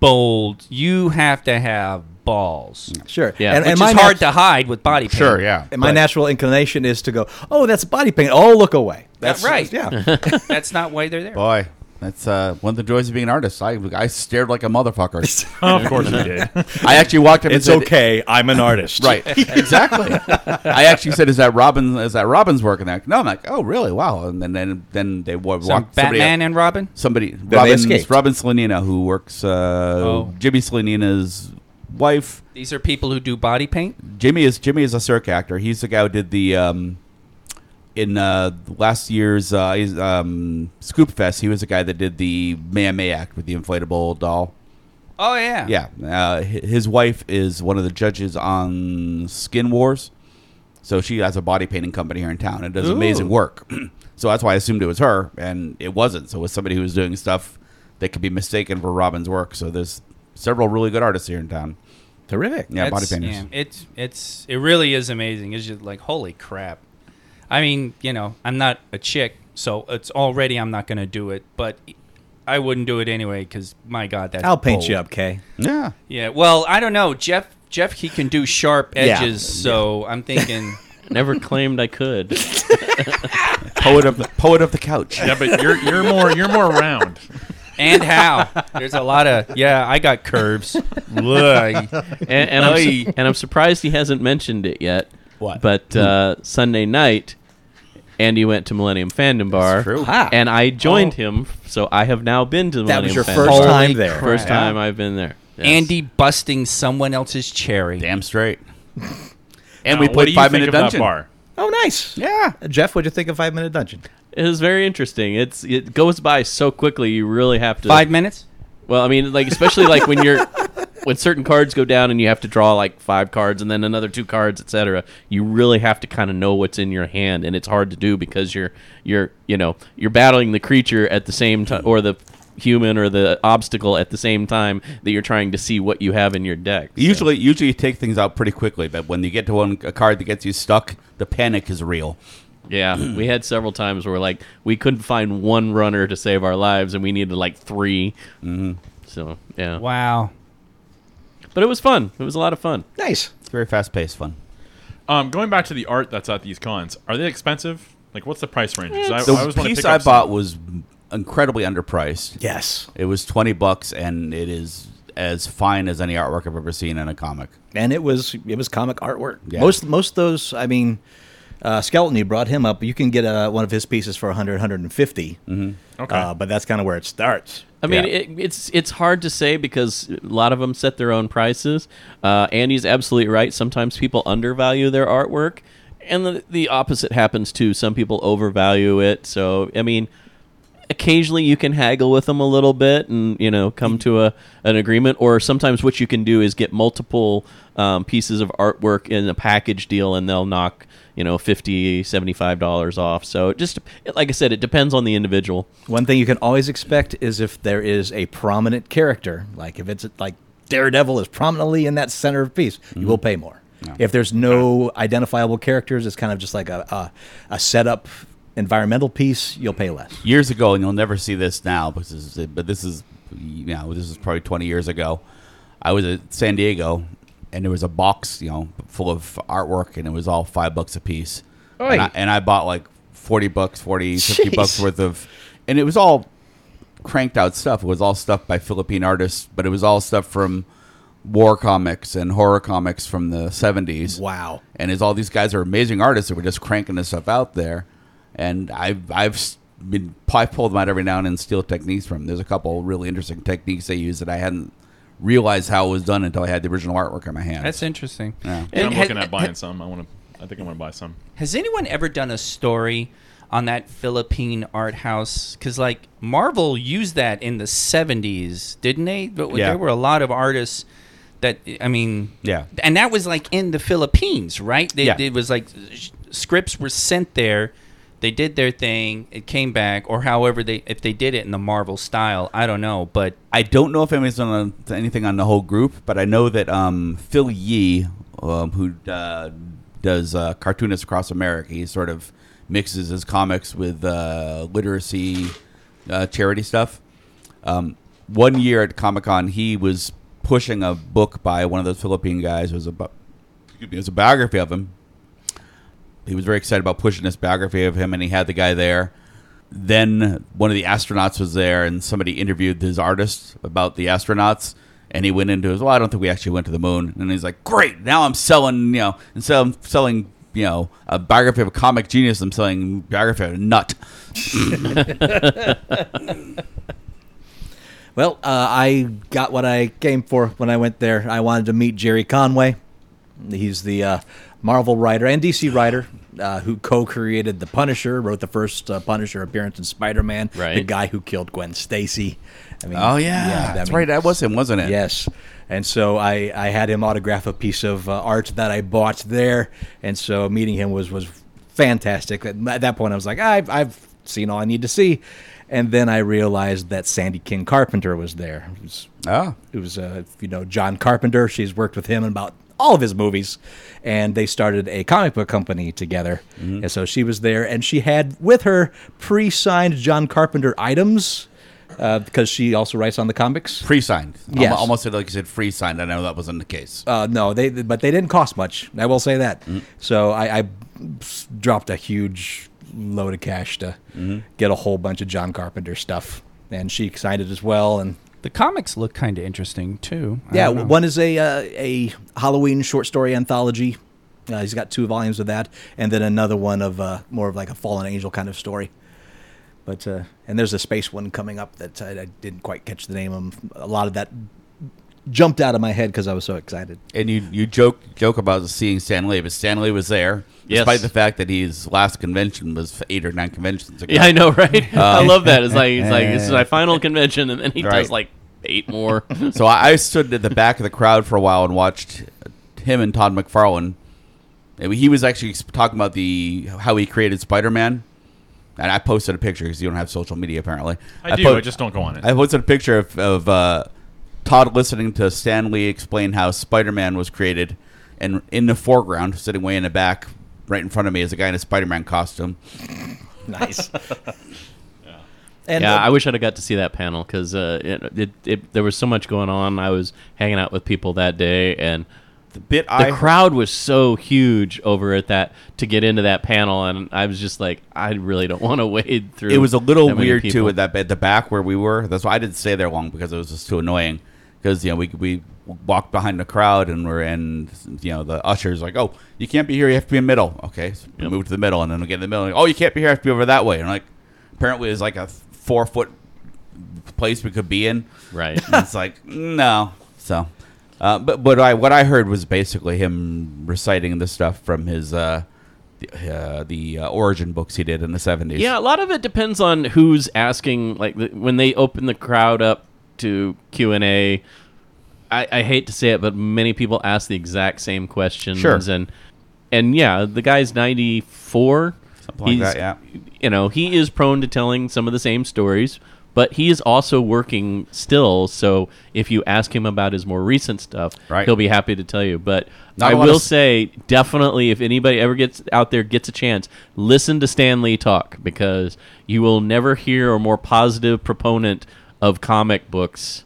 bold. You have to have balls,
Sure.
Yeah.
And,
which
and
is
my
hard
nat-
to hide with body paint.
Sure, yeah.
And my
but-
natural inclination is to go, oh, that's body paint. Oh, look away. That's
right.
Yeah.
That's not why they're there.
Boy, that's uh, one of the joys of being an artist. I, I stared like a motherfucker.
Oh, of course you did.
I actually walked up and
it's
said,
okay. I'm an artist.
Right, exactly. I actually said, "Is that Robin? Is that Robin's working there?" No, I'm like, "Oh, really? Wow!" And then then, then they wa-
Some
walked somebody
Batman
up-
and Robin.
somebody
they
Robin
escaped.
Robin Salinina, who works uh,
Oh.
Jimmy Salinina's wife.
These are people who do body paint.
Jimmy is Jimmy is a circ actor. He's the guy who did the um, in uh, last year's uh, he's, um, Scoop Fest. He was the guy that did the May I May act with the inflatable doll.
Oh yeah.
Yeah, uh, hi- his wife is one of the judges on Skin Wars, so she has a body painting company here in town and does amazing
Ooh.
work. so that's why I assumed it was her, and it wasn't. So it was somebody who was doing stuff that could be mistaken for Robin's work. So there's several really good artists here in town.
Terrific.
Yeah, body
That's-
painters.
yeah, it's it's it really is amazing. It's just like holy crap. I mean, you know, I'm not a chick, so it's already I'm not going to do it, but I wouldldn't do it anyway because my God, that's
I'll paint
bold.
you up, Kay.
yeah.
Yeah. Well, I don't know, Jeff. Jeff, he can do sharp
Yeah.
edges, so I'm thinking.
Never claimed I could.
poet of the poet of the couch.
Yeah, but you're you're more you're more round.
and how? There's a lot of yeah. I got curves. Look.
and, and, I'm, su- and I'm surprised he hasn't mentioned it yet.
What?
But uh, Sunday night, and you went to Millennium Fandom Bar.
true.
Ah.
And I joined him, so I have now been to
That was
Millennium
your
Fandom
first
Bar.
time
Holy
there.
crap.
First time I've been there. Yes.
Andy busting someone else's cherry.
Damn straight. and
Now,
we
what do
played
you
five
think
minute
of that
dungeon.
bar?
Oh, nice.
Yeah.
Jeff, what'd you think of Five Minute Dungeon?
It was very interesting. It's it goes by so quickly. You really have to.
Five minutes.
Well, I mean, like especially like when you're when certain cards go down and you have to draw like five cards and then another two cards, etc. You really have to kind of know what's in your hand, and it's hard to do because you're you're you know you're battling the creature at the same time or the human or the obstacle at the same time that you're trying to see what you have in your deck. So-
Usually, usually you take things out pretty quickly, but when you get to one a card that gets you stuck, the panic is real.
yeah, we had several times where like we couldn't find one runner to save our lives, and we needed like 3 So yeah,
Wow.
but it was fun. It was a lot of fun.
Nice.
It's very fast paced fun.
Um, going back to the art that's at these cons, are they expensive? Like, what's the price range? 'Cause I,
The
I always wanna
piece
pick
I
up some-
bought was incredibly underpriced.
Yes.
It was twenty bucks, and it is as fine as any artwork I've ever seen in a comic.
And it was it was comic artwork.
Yeah.
Most most of those, I mean, uh, Skeleton, you brought him up. You can get uh, one of his pieces for 100, 150. Mm-hmm.
Okay.
Uh, but that's kind of where it starts.
I mean,
Yeah.
it, it's it's hard to say because a lot of them set their own prices. Uh, Andy's absolutely right. Sometimes people undervalue their artwork, and the, the opposite happens too. Some people overvalue it. So, I mean, occasionally you can haggle with them a little bit and you know come to a an agreement. Or sometimes what you can do is get multiple um, pieces of artwork in a package deal, and they'll knock you know 50 75 dollars off so it just like i said it depends on the individual
One thing you can always expect is if there is a prominent character, like if it's like Daredevil is prominently in that center of piece, you will pay more. If there's no identifiable characters, it's kind of just like a, a, a setup environmental piece, you'll pay less.
years ago, and you'll never see this now, but this is, but this is you know this is probably 20 years ago. I was at San Diego, and there was a box you know full of artwork, and it was all five bucks a piece, and I, and I bought like 40 bucks, 40, 50
Jeez.
bucks worth of, and it was all cranked out stuff. It was all stuff by Philippine artists, but it was all stuff from war comics and horror comics from the 70s
Wow.
and as all these guys are amazing artists that were just cranking this stuff out there and i've i've s- been i pulled them out every now and then and steal techniques from them. there's a couple really interesting techniques they use that i hadn't realized how it was done until i had the original artwork in my hand
That's interesting.
Yeah.
And I'm
ha-
looking at buying some. I want to. I think I want to buy some.
Has anyone ever done a story on that Philippine art house? Because like Marvel used that in the '70s, didn't they? But
Yeah.
there were a lot of artists that I mean,
Yeah.
and that was like in the Philippines, right? They,
Yeah.
it was like s- scripts were sent there. They did their thing. It came back, or however they if they did it in the Marvel style, I don't know. But
I don't know if anybody's done on- anything on the whole group, but I know that um, Phil Yee, um, who uh, does uh, cartoonists across America, he sort of mixes his comics with uh, literacy uh, charity stuff. Um, one year at Comic Con, he was pushing a book by one of those Philippine guys. It was a, bu- excuse me, it was a biography of him. He was very excited about pushing this biography of him, and he had the guy there then one of the astronauts was there and somebody interviewed his artist about the astronauts and he went into his well i don't think we actually went to the moon and he's like great now i'm selling you know instead of selling you know a biography of a comic genius i'm selling biography of a nut
Well, uh, I got what I came for when I went there. I wanted to meet Jerry Conway. He's the uh, Marvel writer and DC writer uh, who co-created The Punisher, wrote the first uh, Punisher appearance in Spider-Man, the
Right.
guy who killed Gwen Stacy. I mean,
oh yeah,
I
that's
mean,
right that was him wasn't it
Yes. And so I, I had him autograph a piece of uh, art that I bought there. And so meeting him was, was fantastic. At at that point, I was like, I've, I've seen all I need to see. And then I realized that Sandy King Carpenter was there. It was,
oh
it was uh, you know, John Carpenter. She's worked with him in about all of his movies. And they started a comic book company together. And so she was there. And she had with her pre signed John Carpenter items. Uh, because she also writes on the comics.
pre-signed Almo-
Yes.
almost said like you said free-signed i know that wasn't the case
Uh, no, they but they didn't cost much. I will say that.
Mm-hmm.
So I, I s- dropped a huge load of cash to
Mm-hmm.
get a whole bunch of John Carpenter stuff, and she signed it as well. And
the comics look kind of interesting too. I
yeah,
don't know.
one is a uh, a Halloween short story anthology Uh, he's got two volumes of that, and then another one of uh, more of like a fallen angel kind of story. But uh, and there's a space one coming up that I, I didn't quite catch the name of. A lot of that jumped out of my head because I was so excited.
And you you joke joke about seeing Stanley, but Stanley was there,
Yes.
despite the fact that his last convention was eight or nine conventions ago.
Yeah, I know, right? I love that. It's like it's like this is my final convention, and then he
Right.
does like eight more.
So I, I stood at the back of the crowd for a while and watched him and Todd McFarlane. And he was actually sp- talking about the how he created Spider Man. And I posted a picture because you don't have social media apparently.
I do.
po-
I just don't go on it.
I posted a picture of, of uh, Todd listening to Stan Lee explain how Spider Man was created. And in the foreground, sitting way in the back, right in front of me, is a guy in a Spider Man costume.
Nice. And
yeah,
uh,
I wish I'd have got to see that panel because uh, it, it, it there was so much going on. I was hanging out with people that day, and
The bit
the
I
crowd was so huge over at that to get into that panel, and I was just like, I really don't want to wade through.
It was a little
that many
weird
people.
too at that at the back where we were. That's why I didn't stay there long because it was just too annoying. Because you know we we walked behind the crowd and we're and you know the ushers like oh you can't be here you have to be in the middle okay so we
Yep.
move to the middle and then we get in the middle like, oh you can't be here you have to be over that way and like apparently it's like a four foot place we could be in
right.
and it's like no so uh, but but I what I heard was basically him reciting the stuff from his uh, the, uh, the uh, origin books he did in the seventies
Yeah, a lot of it depends on who's asking. Like th- when they open the crowd up to Q and A, I, I hate to say it, but many people ask the exact same questions.
Sure.
And and yeah, the guy's ninety four.
Something like that, yeah.
You know, he is prone to telling some of the same stories, but he is also working still. So if you ask him about his more recent stuff,
Right.
he'll be happy to tell you. But
Not
I
a lot
will
of-
say, definitely, if anybody ever gets out there gets a chance, listen to Stan Lee talk because you will never hear a more positive proponent of comic books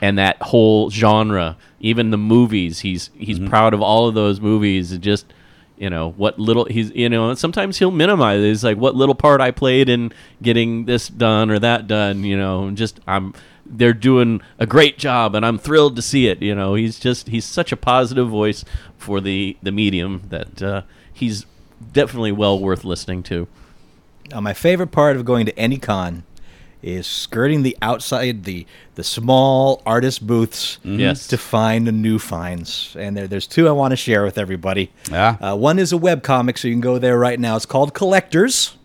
and that whole genre. Even the movies, he's he's proud of all of those movies. It Just you know what little he's you know. And sometimes he'll minimize. It. It's like what little part I played in getting this done or that done. You know, and just I'm they're doing a great job, and I'm thrilled to see it. You know, he's just he's such a positive voice for the the medium that uh, he's definitely well worth listening to.
Now, my favorite part of going to any con is skirting the outside the the small artist booths
Yes.
to find the new finds. And there, there's two I want to share with everybody.
Yeah.
Uh, one is a webcomic, so you can go there right now. It's called Collectors,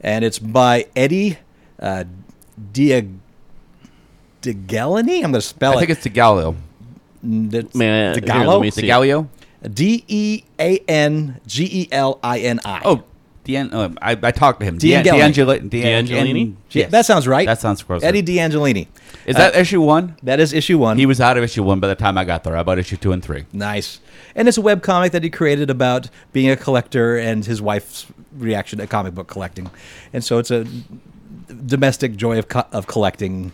and it's by Eddie uh, Dia. DeGallany? I'm going to spell
I think
it.
it's DeGallo.
It's
Man, here,
DeGallo?
let me see.
DeGallio?
D E A N G E L I N I.
Oh, D'An- oh, I, I talked to him.
D'Angelo.
D'Angelo-
D'Angelini?
Yeah, that sounds right.
That sounds closer.
Eddie D'Angelini.
Is that issue one?
That is issue one.
He was out of issue one by the time I got there. I bought issue two and three.
nice. And it's a webcomic that he created about being a collector and his wife's reaction to comic book collecting. And so it's a domestic joy of, co- of collecting.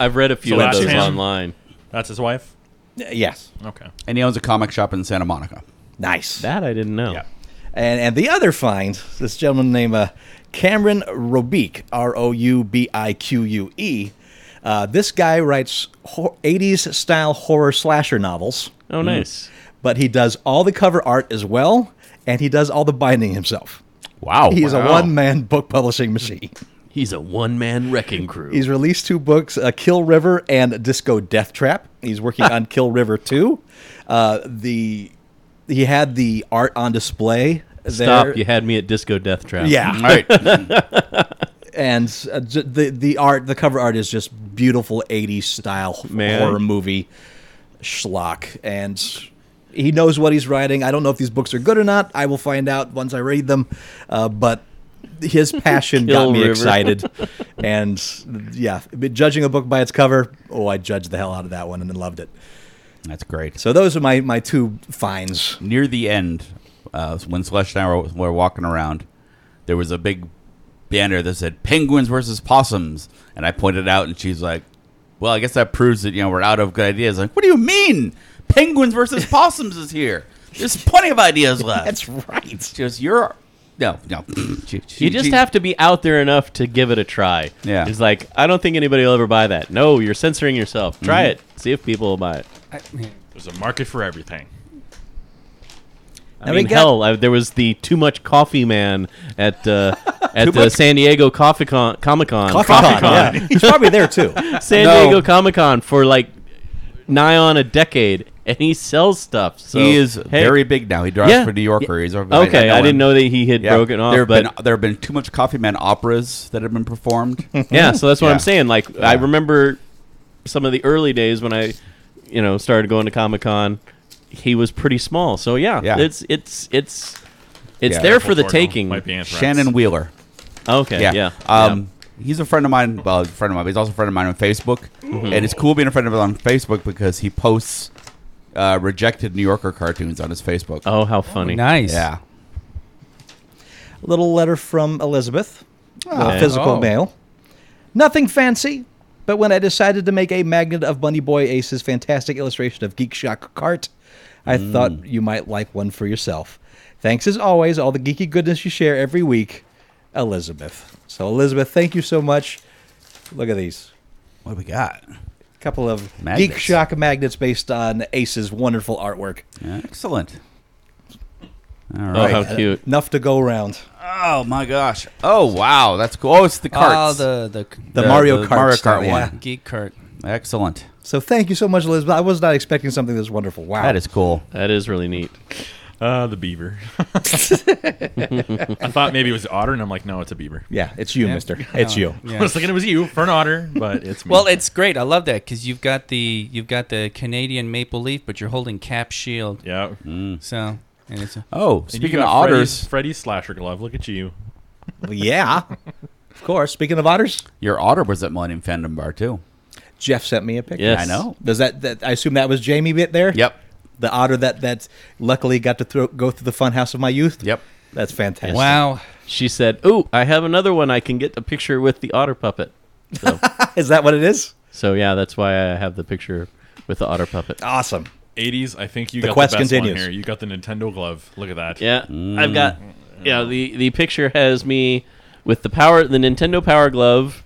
I've read a few
So
of
that's
those
him.
online.
That's his wife.
Yes.
Okay.
And he owns a comic shop in Santa Monica.
Nice.
That I didn't know.
Yeah.
And and the other find, this gentleman named uh, Cameron Robique, R O U B I Q U E. Uh, this guy writes hor- 80s style horror slasher novels,
Oh, nice.
but he does all the cover art as well, and he does all the binding himself.
Wow.
He is a
Wow.
one man book publishing machine.
He's a one man wrecking crew.
He's released two books, uh, Kill River and Disco Death Trap. He's working on Kill River 2. Uh, the He had the art on display.
Stop!
there.
You had me at Disco Death Trap.
Yeah.
All right.
and uh, j- the the art, the cover art is just beautiful '80s style
Man.
horror movie schlock, and he knows what he's writing. I don't know if these books are good or not. I will find out once I read them, uh, but his passion got
Kill
me
River.
excited, and yeah, but judging a book by its cover, oh, I judged the hell out of that one and then loved it.
That's great.
So those are my my two finds.
near the end, uh, when Celeste and I were, were walking around, there was a big banner that said "Penguins versus Possums," and I pointed out, and she's like, "Well, I guess that proves that you know we're out of good ideas." Like, what do you mean? Penguins versus possums is here. There's plenty of ideas left.
That's right.
She goes, "You're no, no." She- she-
You just
she-
have to be out there enough to give it a try.
Yeah.
It's like, I don't think anybody will ever buy that. No, you're censoring yourself. Try
Mm-hmm.
it. See if people will buy it.
There's a market for everything.
I
Now we
mean,
got-
hell, I, there was the too much coffee man at uh, at the San Diego Coffee Con, Comic Con.
Coffee Con, yeah. He's probably there too.
San
No.
Diego Comic Con for like nigh on a decade, and he sells stuff. So
he is
hey.
very big now. He drives
Yeah.
for New Yorker. He's over-
Okay, I, didn't
him.
know that he had
Yeah.
broken off,
There have
but
been, there have been too much Coffee Man operas that have been performed.
yeah, so that's what
Yeah.
I'm saying. Like I
Yeah.
remember some of the early days when I, you know, started going to Comic Con. He was pretty small, so yeah,
Yeah.
it's it's it's it's
Yeah.
there for the
Torgo
taking.
Might be anthrax.
Shannon Wheeler.
Okay, yeah,
Yeah. Um, He's a friend of mine. Well, a friend of mine. But he's also a friend of mine on Facebook.
Mm-hmm.
And it's cool being a friend of him on Facebook because he posts uh, rejected New Yorker cartoons on his Facebook.
oh, how funny!
Nice.
Yeah.
little letter from Elizabeth, the
Oh.
physical
Oh.
mail. Nothing fancy, but when I decided to make a magnet of Bunny Boy Ace's fantastic illustration of Geek Shock Cart, I thought you might like one for yourself. Thanks as always, all the geeky goodness you share every week, Elizabeth. So Elizabeth, thank you so much. Look at these.
What do we got?
A couple of Geek
Magnets.
Shock magnets based on Ace's wonderful artwork.
Excellent. All
oh,
right.
how cute!
Enough to go around.
Oh, my gosh. Oh wow, that's cool. Oh, it's the
Oh,
carts.
the the
The Mario Kart
Mario
stuff,
Kart
yeah.
one.
geek cart.
Excellent.
So thank you so much, Elizabeth. I was not expecting something this wonderful. Wow.
That is cool.
That is really neat.
Uh, the beaver. I thought maybe it was otter, and I'm like, no, it's a beaver.
Yeah, it's you, mister. It's you.
I was thinking it was you for an otter, but it's me.
Well, it's great. I love that because you've got the you've got the Canadian maple leaf, but you're holding Cap Shield.
yeah.
Mm.
So and it's a,
Oh,
And you
speaking of
got
otters,
Freddy's, Freddy's slasher glove. Look at you.
Well, yeah. Of course. Speaking of otters,
your otter was at Millennium Fandom Bar too.
Jeff sent me a picture.
Yes.
I know.
Does that, that I assume that was Jamie bit there?
Yep.
The otter that that luckily got to throw, go through the funhouse of my youth.
Yep.
That's fantastic.
wow.
She said, "Ooh, I have another one. I can get a picture with the otter puppet." So,
Is that what it is?
so yeah, that's why I have the picture with the otter puppet.
Awesome.
80s. I think you
The
got
quest
the best
continues.
one here. You got the Nintendo glove. Look at that.
Yeah, I've
Mm.
got. Yeah, the the picture has me with the power, the Nintendo Power Glove,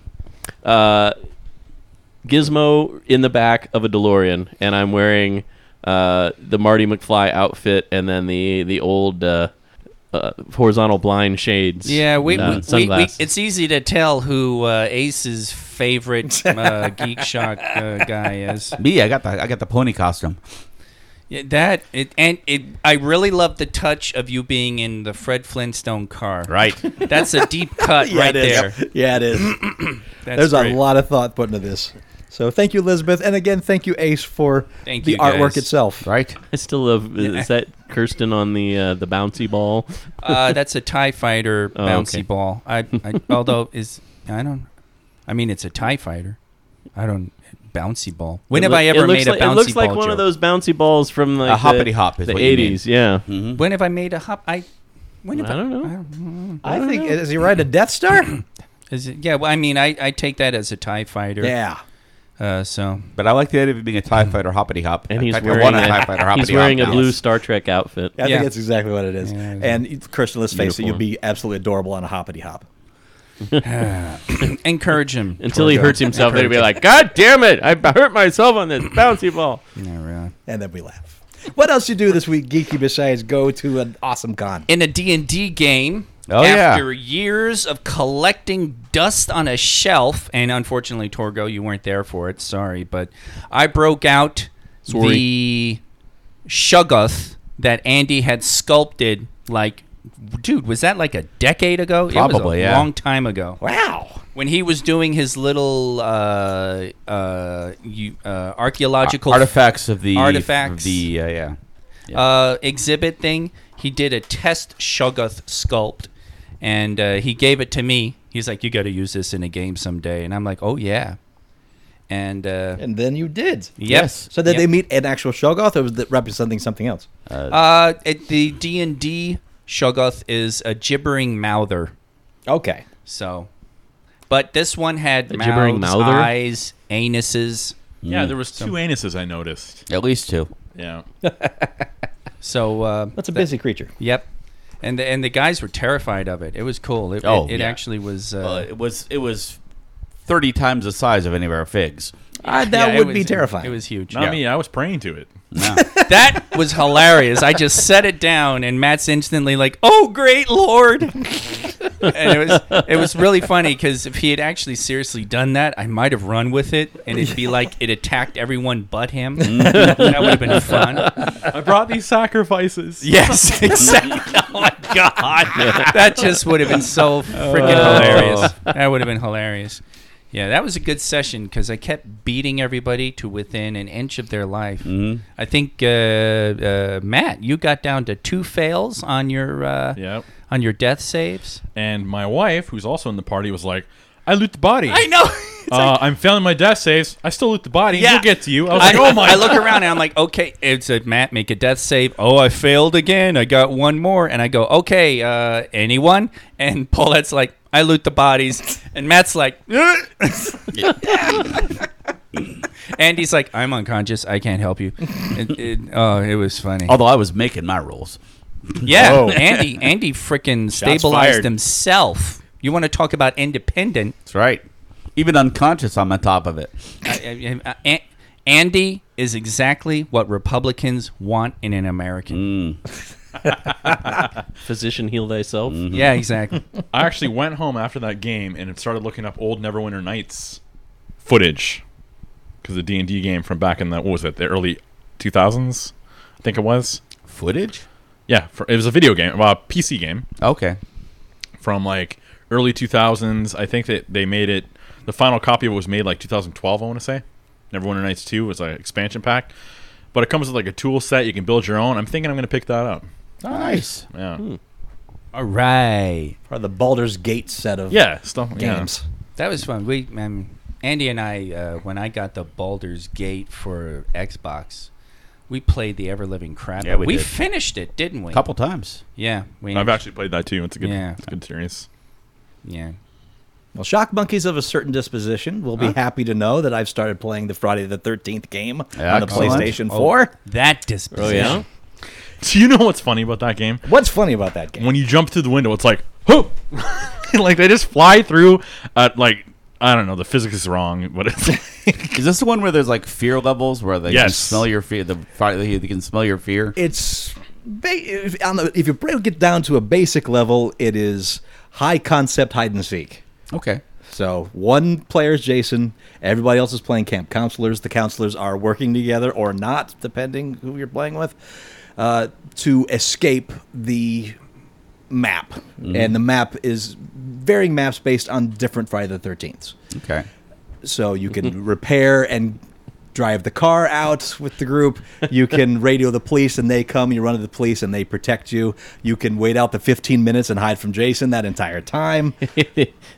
uh, Gizmo in the back of a DeLorean, and I'm wearing uh, the Marty McFly outfit, and then the the old uh, uh, horizontal blind shades.
Yeah, we,
uh,
we, we, we
sunglasses.
it's easy to tell who uh, Ace's favorite uh, Geek Shock uh, guy is.
Me, I got the I got the pony costume.
Yeah, that it, and it. I really love the touch of you being in the Fred Flintstone car.
Right.
That's a deep cut right there.
Yeah, it is.
That's
There's
great.
a lot of thought put into this. So thank you, Elizabeth, and again thank you, Ace, for
Thank
the
you,
artwork
guys.
itself.
right.
I still love. uh, Is that Kirsten on the uh, the bouncy ball?
Uh, that's a Tie Fighter
Oh,
bouncy
okay.
ball. I, I although is I don't. I mean, it's a Tie Fighter. I don't bouncy ball. When
It
have
loo-
I
it
ever
looks
made
like-
a bouncy
It looks like
ball
one
joke?
of those bouncy balls from like
A hoppity hop is
the
what you mean.
eighties. Yeah,
Mm-hmm.
When have I made a hop? I. When have
I don't know.
I think is he right a Death Star?
Is it, yeah, well, I mean, I, I take that as a Tie Fighter.
yeah.
Uh, so
But I like the idea of it being a Tie Fighter hoppity hop.
and
In
he's
fact, I
wearing,
want
a,
TIE Fighter
he's
hoppity-hop
wearing a
now.
blue Star Trek outfit.
I
Yeah.
think that's exactly what it is.
Yeah, it is.
and Kirsten, let's face it, you'll
Uniform.
be absolutely adorable on a hoppity hop.
encourage him
Until he hurts himself, then he'll be like, God damn it, I b- hurt myself on this bouncy ball.
Yeah, right.
and then we laugh. What else you do this week, geeky? Besides go to an awesome con.
in a D&D game
Oh, yeah.
after years of collecting dust on a shelf and unfortunately Torgo you weren't there for it sorry but I broke out
Sorry.
the Shuggoth that Andy had sculpted like dude was that like a decade ago it was a
Probably, yeah.
long time ago
Wow.
when he was doing his little uh, uh, you, uh, archaeological
artifacts of the
Artifacts.
The uh, yeah.
uh, exhibit thing. He did a test Shoggoth sculpt, and uh, he gave it to me. He's like, "You got to use this in a game someday," and I'm like, "Oh yeah," and uh,
And then you did.
yes.
So did
Yep.
they meet an actual Shoggoth, or was that representing something else?
Uh, it, the D and D Shoggoth is a gibbering mouther.
Okay.
So, but this one had
A
mouths,
gibbering mouther?
eyes, anuses.
Yeah, there was two anuses I noticed.
At least two.
Yeah.
So uh,
That's a busy creature.
Yep. And the, and the guys were terrified of it. It was cool. It,
Oh,
it, it
yeah.
actually was. Uh,
Uh, it was it was thirty times the size of any of our figs.
Uh, that
yeah, it
would
was-
be terrifying.
It was huge.
Not
Yeah.
me. I was praying to it.
No.
That was hilarious. I just set it down, and Matt's instantly like, "Oh, great lord!" and it was it was really funny because if he had actually seriously done that, I might have run with it, and it'd be like it attacked everyone but him. that would have been fun.
I brought these sacrifices.
Yes, exactly. Oh my god, Oh, that just would have been so freaking hilarious. That would have been hilarious. Yeah, that was a good session because I kept beating everybody to within an inch of their life.
Mhm.
I think uh, uh, Matt, you got down to two fails on your uh,
Yep.
on your death saves.
And my wife, who's also in the party, was like, "I loot the body.
I know. It's
Uh, I'm failing my death saves. I still loot the body.
Yeah.
We'll get to you." I was
I,
like, "Oh my!"
I look around and I'm like, okay, it's a Matt make a death save. Oh, I failed again. I got one more, and I go, okay, uh, anyone? And Paulette's like, I loot the bodies, and Matt's like, "Ugh." Andy's like, I'm unconscious. I can't help you. It, it- oh, it was funny.
Although I was making my rolls.
Yeah,
Whoa.
Andy. Andy freaking stabilized
fired.
himself. You want to talk about independent?
That's right. Even unconscious, I'm on top of it.
I- I- I- An- Uh, Andy is exactly what Republicans want in an American.
Physician, heal thyself.
Yeah, exactly.
I actually went home after that game and started looking up old Neverwinter Nights footage because the D and D game from back in the what was it the early 2000s, I think it was.
Footage?
Yeah, for, it was a video game, well, a PC game
Okay.
from like early 2000s. I think that they made it. The final copy of it was made like 2012. I want to say. Neverwinter Nights 2 was an expansion pack, but it comes with like a tool set. You can build your own. I'm thinking I'm going to pick that up.
Nice.
Yeah.
Hmm.
All right,
Part of the Baldur's Gate set of
Yeah. Stuff.
games.
that was fun. We, um, Andy and I, uh, when I got the Baldur's Gate for Xbox, we played the ever living crap.
Yeah, we did.
finished it, didn't we?
A couple times.
Yeah, we.
Yeah. I've actually played that too. It's a good,
Yeah.
it's a good series.
Yeah.
Well, shock monkeys of a certain disposition will be happy to know that I've started playing the Friday the Thirteenth game on the
Excellent.
PlayStation
Oh,
Four.
that disposition.
Oh, yeah?
Do you know what's funny about that game?
What's funny about that game?
When you jump through the window, it's like, whoop! like they just fly through at like I don't know, the physics is wrong, but it's
Is this the one where there's like fear levels where they can
Yes.
smell your fear? The they can smell your fear.
it's ba- if, on the, if you break it down to a basic level, it is high concept hide and seek.
Okay.
So one player is Jason. Everybody else is playing camp counselors. The counselors are working together or not, depending who you're playing with, uh, to escape the map. And the map is varying maps based on different Friday the 13th.
Okay.
So you can repair and drive the car out with the group. You can radio the police and they come. You run to the police and they protect you. You can wait out the 15 minutes and hide from Jason that entire time.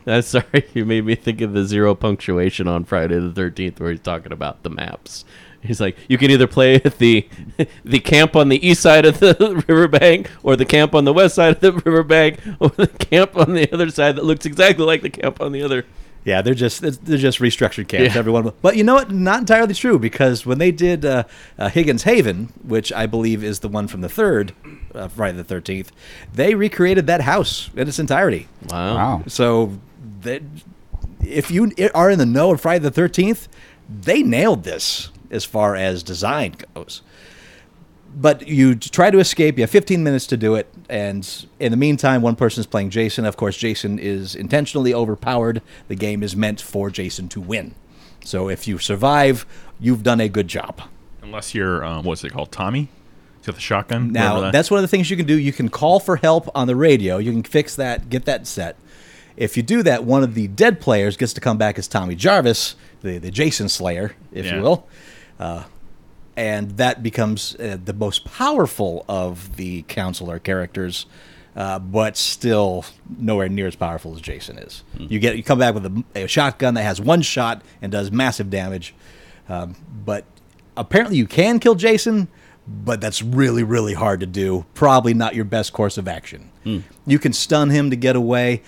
That's sorry. You made me think of the zero punctuation on Friday the Thirteenth, where he's talking about the maps. He's like, you can either play at the the camp on the east side of the riverbank, or the camp on the west side of the riverbank, or the camp on the other side that looks exactly like the camp on the other.
Yeah, they're just it's- they're just restructured camps.
Yeah.
Everyone, but you know what? Not entirely true because when they did uh, uh, Higgins Haven, which I believe is the one from the third uh, Friday the Thirteenth, they recreated that house in its entirety.
Wow.
Wow.
So, that if you i- are in the know of Friday the Thirteenth, they nailed this as far as design goes. But you t- try to escape. You have 15 minutes to do it, and in the meantime, one person's playing Jason. Of course, Jason is intentionally overpowered. The game is meant for Jason to win. So if you survive, you've done a good job.
unless you're um, what's it called, Tommy? He's got the shotgun.
Now,
Remember that?
that's one of the things you can do. You can call for help on the radio. You can fix that, get that set. If you do that, one of the dead players gets to come back as Tommy Jarvis, the, the Jason Slayer, if
Yeah.
you will. Uh, and that becomes uh, the most powerful of the counselor characters, uh, but still nowhere near as powerful as Jason is. You get you come back with a, a shotgun that has one shot and does massive damage, um, but apparently you can kill Jason, but that's really really hard to do. Probably not your best course of action. You can stun him to get away.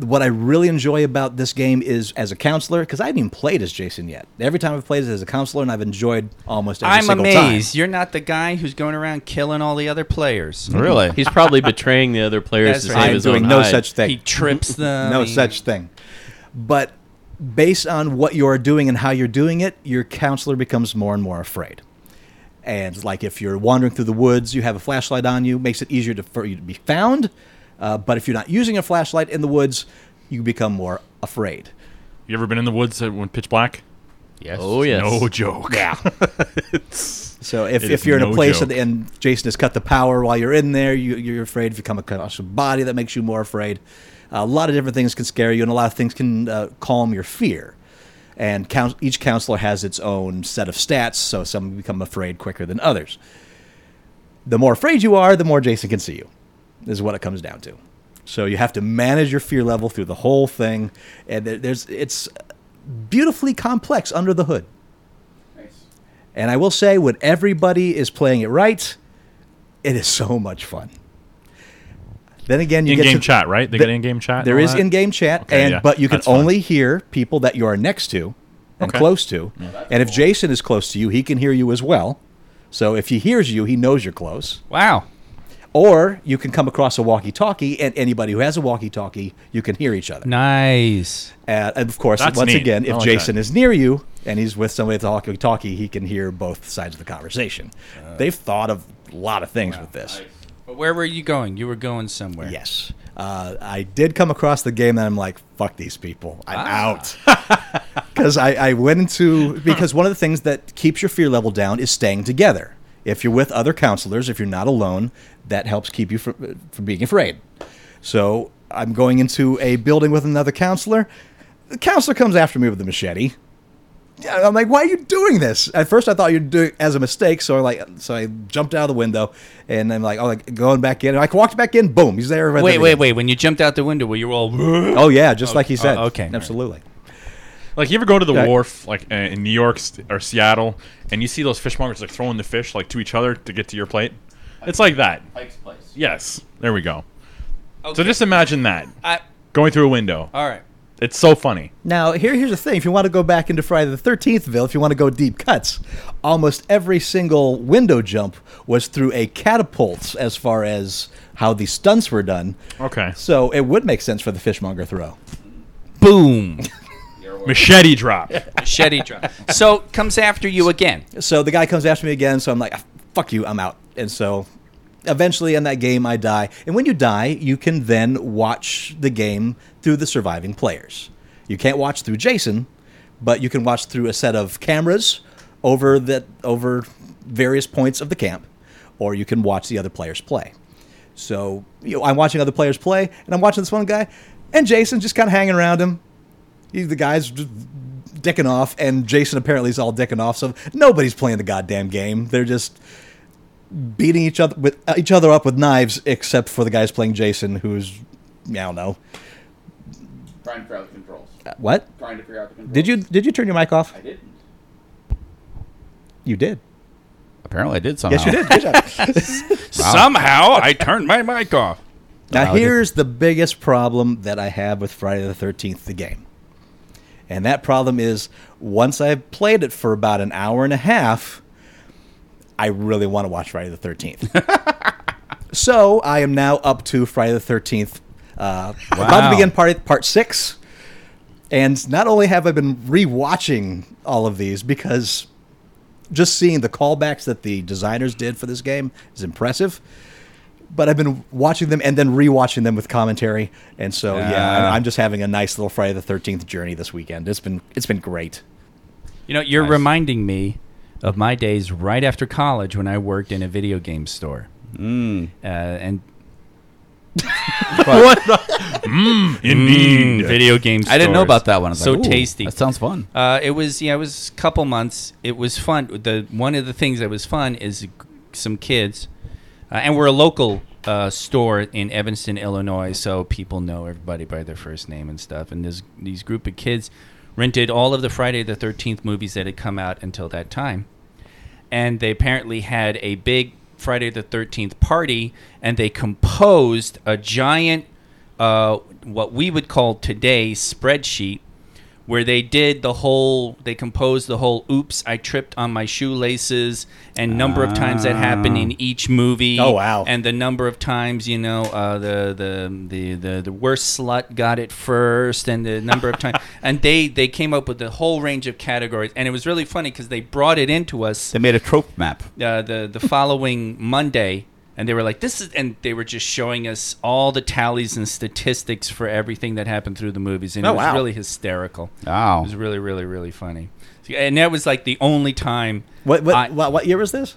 What I really enjoy about this game is as a counselor, because I haven't even played as Jason yet. Every time I've played as a counselor, and I've enjoyed almost every
I'm
single
amazed
time.
you're not the guy who's going around killing all the other players.
Really?
He's probably betraying the other players
That's
to
right.
save
I'm
his own
doing no
hide.
such thing.
He trips them.
no
he-
such thing. But based on what you are doing and how you're doing it, your counselor becomes more and more afraid. And like if you're wandering through the woods, you have a flashlight on you, makes it easier to, for you to be found. Uh, but if you're not using a flashlight in the woods, you become more afraid.
You ever been in the woods at- when pitch black?
Yes.
Oh yes.
No joke. Yeah.
So if,
It
if
is
you're in
no
a place
joke.
and, and Jason has cut the power while you're in there, you, you're afraid. If you come across a body, that makes you more afraid. A lot of different things can scare you, and a lot of things can uh, calm your fear. And coun each counselor has its own set of stats, so some become afraid quicker than others. The more afraid you are, the more Jason can see you, is what it comes down to. So you have to manage your fear level through the whole thing, and there- there's it's beautifully complex under the hood. And I will say, when everybody is playing it right, it is so much fun. Then again, you
In
get
game
to-
chat, right? They
the-
got in game chat.
There is
in
in-game chat,
Okay,
and
yeah,
but you can
that's fun.
only hear people that you are next to and
Okay.
close to. and if Jason is close to you, he can hear you as well. So if he hears you, he knows you're close.
Wow.
Or you can come across a walkie-talkie, and anybody who has a walkie-talkie, you can hear each other.
Nice.
Uh, and of course,
That's
once
neat.
again,
I
if
like
Jason
that.
is near you and he's with somebody at the walkie talkie, he can hear both sides of the conversation. They've thought of a lot of things with this.
But where were you going? You were going somewhere.
Yes. Uh, I did come across the game and I'm like, fuck these people. I'm out. Because I, I went into, because one of the things that keeps your fear level down is staying together. If you're with other counselors, if you're not alone, that helps keep you from, uh, from being afraid. So I'm going into a building with another counselor. The counselor comes after me with a machete. Yeah, I'm like, why are you doing this? At first, I thought you were doing it as a mistake, so I like, so I jumped out of the window, and I'm like, oh, like going back in, and I walked back in, boom, he's there. with
Wait,
everything.
wait, wait. When you jumped out the window, were you all?
Oh yeah, just like he said.
oh, okay.
absolutely.
Like you ever go to the
Yeah.
wharf, like uh, in New York s- or Seattle, and you see those fishmongers like throwing the fish like to each other to get to your plate. It's like that.
Pike's place.
Yes. There we go.
Okay.
So just imagine that
I,
going through a window.
all right.
It's so funny.
Now here, here's the thing: if you want to go back into Friday the Thirteenthville, if you want to go deep cuts, almost every single window jump was through a catapult, as far as how the stunts were done.
Okay.
So it would make sense for the fishmonger throw.
Boom.
Machete drop.
Machete drop. So comes after you again.
So the guy comes after me again, so I'm like, "Ah, fuck you, I'm out. And so eventually in that game, I die. And when you die, you can then watch the game through the surviving players. You can't watch through Jason, but you can watch through a set of cameras over the, over various points of the camp, or you can watch the other players play. So you know, I'm watching other players play, and I'm watching this one guy, and Jason just kind of hanging around him. He, the guy's just dicking off, and Jason apparently is all dicking off. So nobody's playing the goddamn game. They're just beating each other with uh, each other up with knives, except for the guys playing Jason, who's I don't know
Trying to figure out the controls.
what.
Trying to figure out the controls.
Did you did you turn your mic off?
I didn't.
You did. Oh.
Apparently, I did somehow.
Yes, you did. Good job.
Somehow I turned my mic off.
Now,
Wow, dude.
here's the biggest problem that I have with Friday the 13th, the game. And that problem is once I've played it for about an hour and a half, I really want to watch Friday the 13th. so I am now up to Friday the 13th. Uh, About to
Wow.
begin part, part six. And not only have I been rewatching all of these because just seeing the callbacks that the designers did for this game is impressive. But I've been watching them and then rewatching them with commentary, and so yeah, I'm-
Ah.
I'm just having a nice little Friday the Thirteenth journey this weekend. It's been it's been great.
You know, you're reminding me of my days right after college when I worked in a video game store. Mm. Uh, and
Mm.
Indeed.
video game.
I didn't know
stores.
about that one. I was
so
like, "Ooh,
tasty.
That sounds fun.
Uh, it was yeah, it was a couple months. It was fun. The one of the things that was fun is some kids, uh, and we're a local uh, store in Evanston, Illinois, so people know everybody by their first name and stuff. And this these group of kids rented all of the Friday the Thirteenth movies that had come out until that time, and they apparently had a big Friday the Thirteenth party, and they composed a giant. Uh, what we would call today spreadsheet where they did the whole, they composed the whole "Oops, I tripped on my shoelaces" and number of times that happened in each movie.
Ah. Oh, wow.
And the number of times you know uh, the, the the the the worst slut got it first, and the number of times, and they they came up with the whole range of categories, and it was really funny because they brought it into us
They made a trope map.
uh, the the following Monday, and they were like, "This is," and they were just showing us all the tallies and statistics for everything that happened through the movies, and
Oh,
it was
wow.
really hysterical.
Wow.
It was really, really, really funny. So, And that was like the only time.
What what,
I-
what what year was this?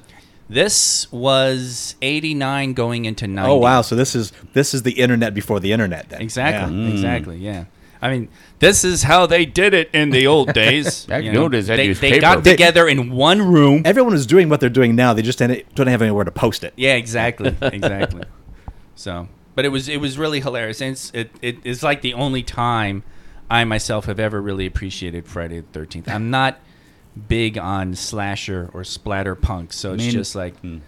This was eighty nine going into ninety.
Oh wow! So this is this is the internet before the internet. Then
Exactly. Exactly. Yeah. Mm. I mean, this is how they did it in the old days.
Back
you
in the old days, they
they,
used
they
paper.
got together in one room.
Everyone is doing what they're doing now. They just didn't- don't have anywhere to post it.
Yeah, exactly, exactly. so, but it was it was really hilarious, and it's, it, it is like the only time I myself have ever really appreciated Friday the Thirteenth. I'm not big on slasher or splatter punk, so it's
mean-
just like,
Hmm.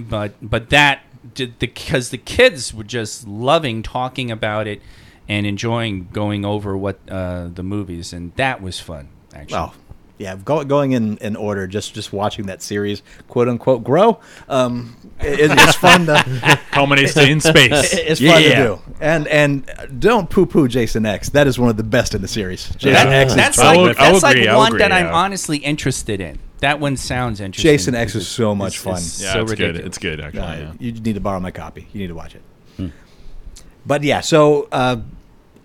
but but that did because the kids were just loving talking about it and enjoying going over what uh, the movies, and that was fun. Actually,
Well, yeah, go, going in, in order, just just watching that series, quote unquote, grow. Um, it, it's fun to
Culminates to in space.
it's fun
Yeah.
to do. And and don't poo poo Jason X. That is one of the best in the series. Jason
Yeah.
X is
that's
I
like,
will- I will
that's like
agree, I will
one
agree,
that I'm
yeah.
honestly interested in. That one sounds interesting.
Jason X
because
is so
it's-
much
it's-
fun.
it's
yeah,
so
it's
ridiculous.
good. It's good actually.
Uh,
yeah.
You need to borrow my copy. You need to watch it. But yeah, so uh,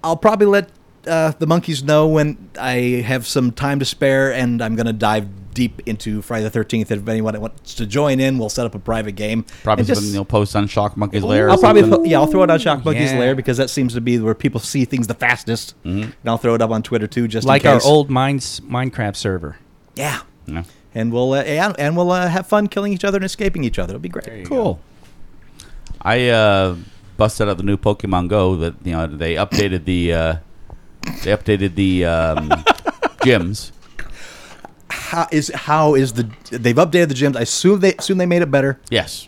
I'll probably let uh, the monkeys know when I have some time to spare, and I'm going to dive deep into Friday the Thirteenth. If anyone wants to join in, we'll set up a private game.
Probably
And just-
something they'll post on Shock Monkey's Lair. or
I'll probably
something.
put- yeah, I'll throw it on Shock Monkey's
yeah.
Lair because that seems to be where people see things the fastest, and I'll throw it up on Twitter too, just
like
in
our
case.
old Mines, Minecraft server.
yeah.
Yeah.
And we'll uh, and, and we'll uh, have fun killing each other and escaping each other. It'll be great.
Cool. I uh, busted out the new Pokemon Go that you know they updated the uh, they updated the um, gyms.
how is how is the they've updated the gyms. I assume they assume they made it better.
Yes.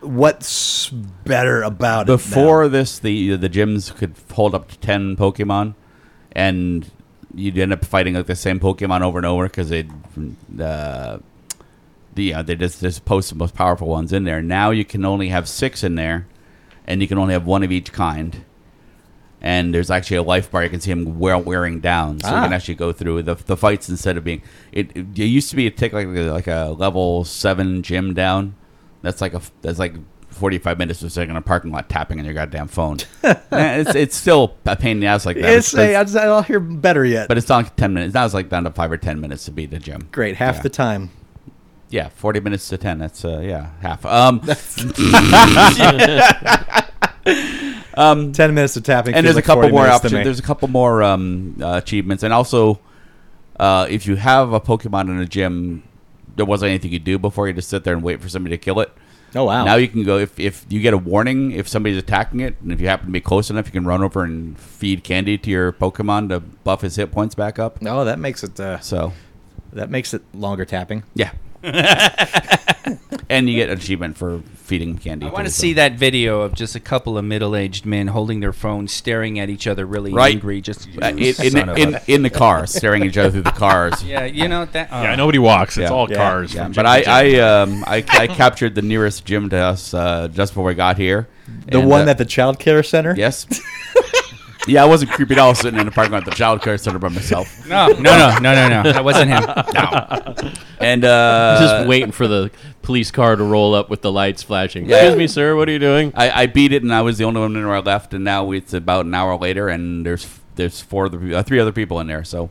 What's better about it? now?
Before this, the the gyms could hold up to ten Pokemon, and you'd end up fighting like the same Pokemon over and over because they, uh, the yeah, they just just post the most powerful ones in there. Now you can only have six in there, and you can only have one of each kind. And there's actually a life bar you can see him wear, wearing down, so you can
Ah.
actually go through the, the fights instead of being. It, it used to be it take like a- like a level seven gym down. That's like a f- that's like forty five minutes of sitting in a parking lot tapping on your goddamn phone. Eh, it's it's still a pain in the ass like that.
it's
but,
a, I'll hear better yet.
but it's not like ten minutes. Now it's like down to five or ten minutes to beat the gym.
great, half
yeah.
the time.
Yeah, forty minutes to ten. That's uh, yeah, half. Um,
Mm-hmm. Ten minutes of tapping,
and
feels
there's
like
a couple
40
more
minutes to me.
options. There's a couple more um, uh, achievements, and also uh, if you have a Pokemon in a gym, there wasn't anything you do before. You just sit there and wait for somebody to kill it.
Oh wow!
Now you can go if, if you get a warning if somebody's attacking it, and if you happen to be close enough, you can run over and feed candy to your Pokemon to buff his hit points back up.
oh, that makes it uh,
So
that makes it longer tapping.
yeah, and you get an achievement for feeding candy.
I want
to
to see that video of just a couple of middle-aged men holding their phones, staring at each other, really
Right.
angry. Just
Uh, in,
Son
in,
of
in,
a-
in the car, staring at each other through the cars.
yeah, you know that. oh.
Yeah, nobody walks. It's
Yeah.
all
Yeah.
cars.
Yeah,
from
but
gym
I
to gym.
I, um, I I captured the nearest gym to us uh, just before we got here.
The
And,
one
uh,
at the child care center.
yes. yeah, I wasn't creepy at all sitting in the parking lot at the child care center by myself.
No, no, no, no, no, no. That wasn't him.
And uh,
Just waiting for the police car to roll up with the lights flashing.
Yeah.
Excuse me, sir. What are you doing?
I, I beat it, and I was the only one in there left. And now it's about an hour later, and there's there's four other, uh, three other people in there. So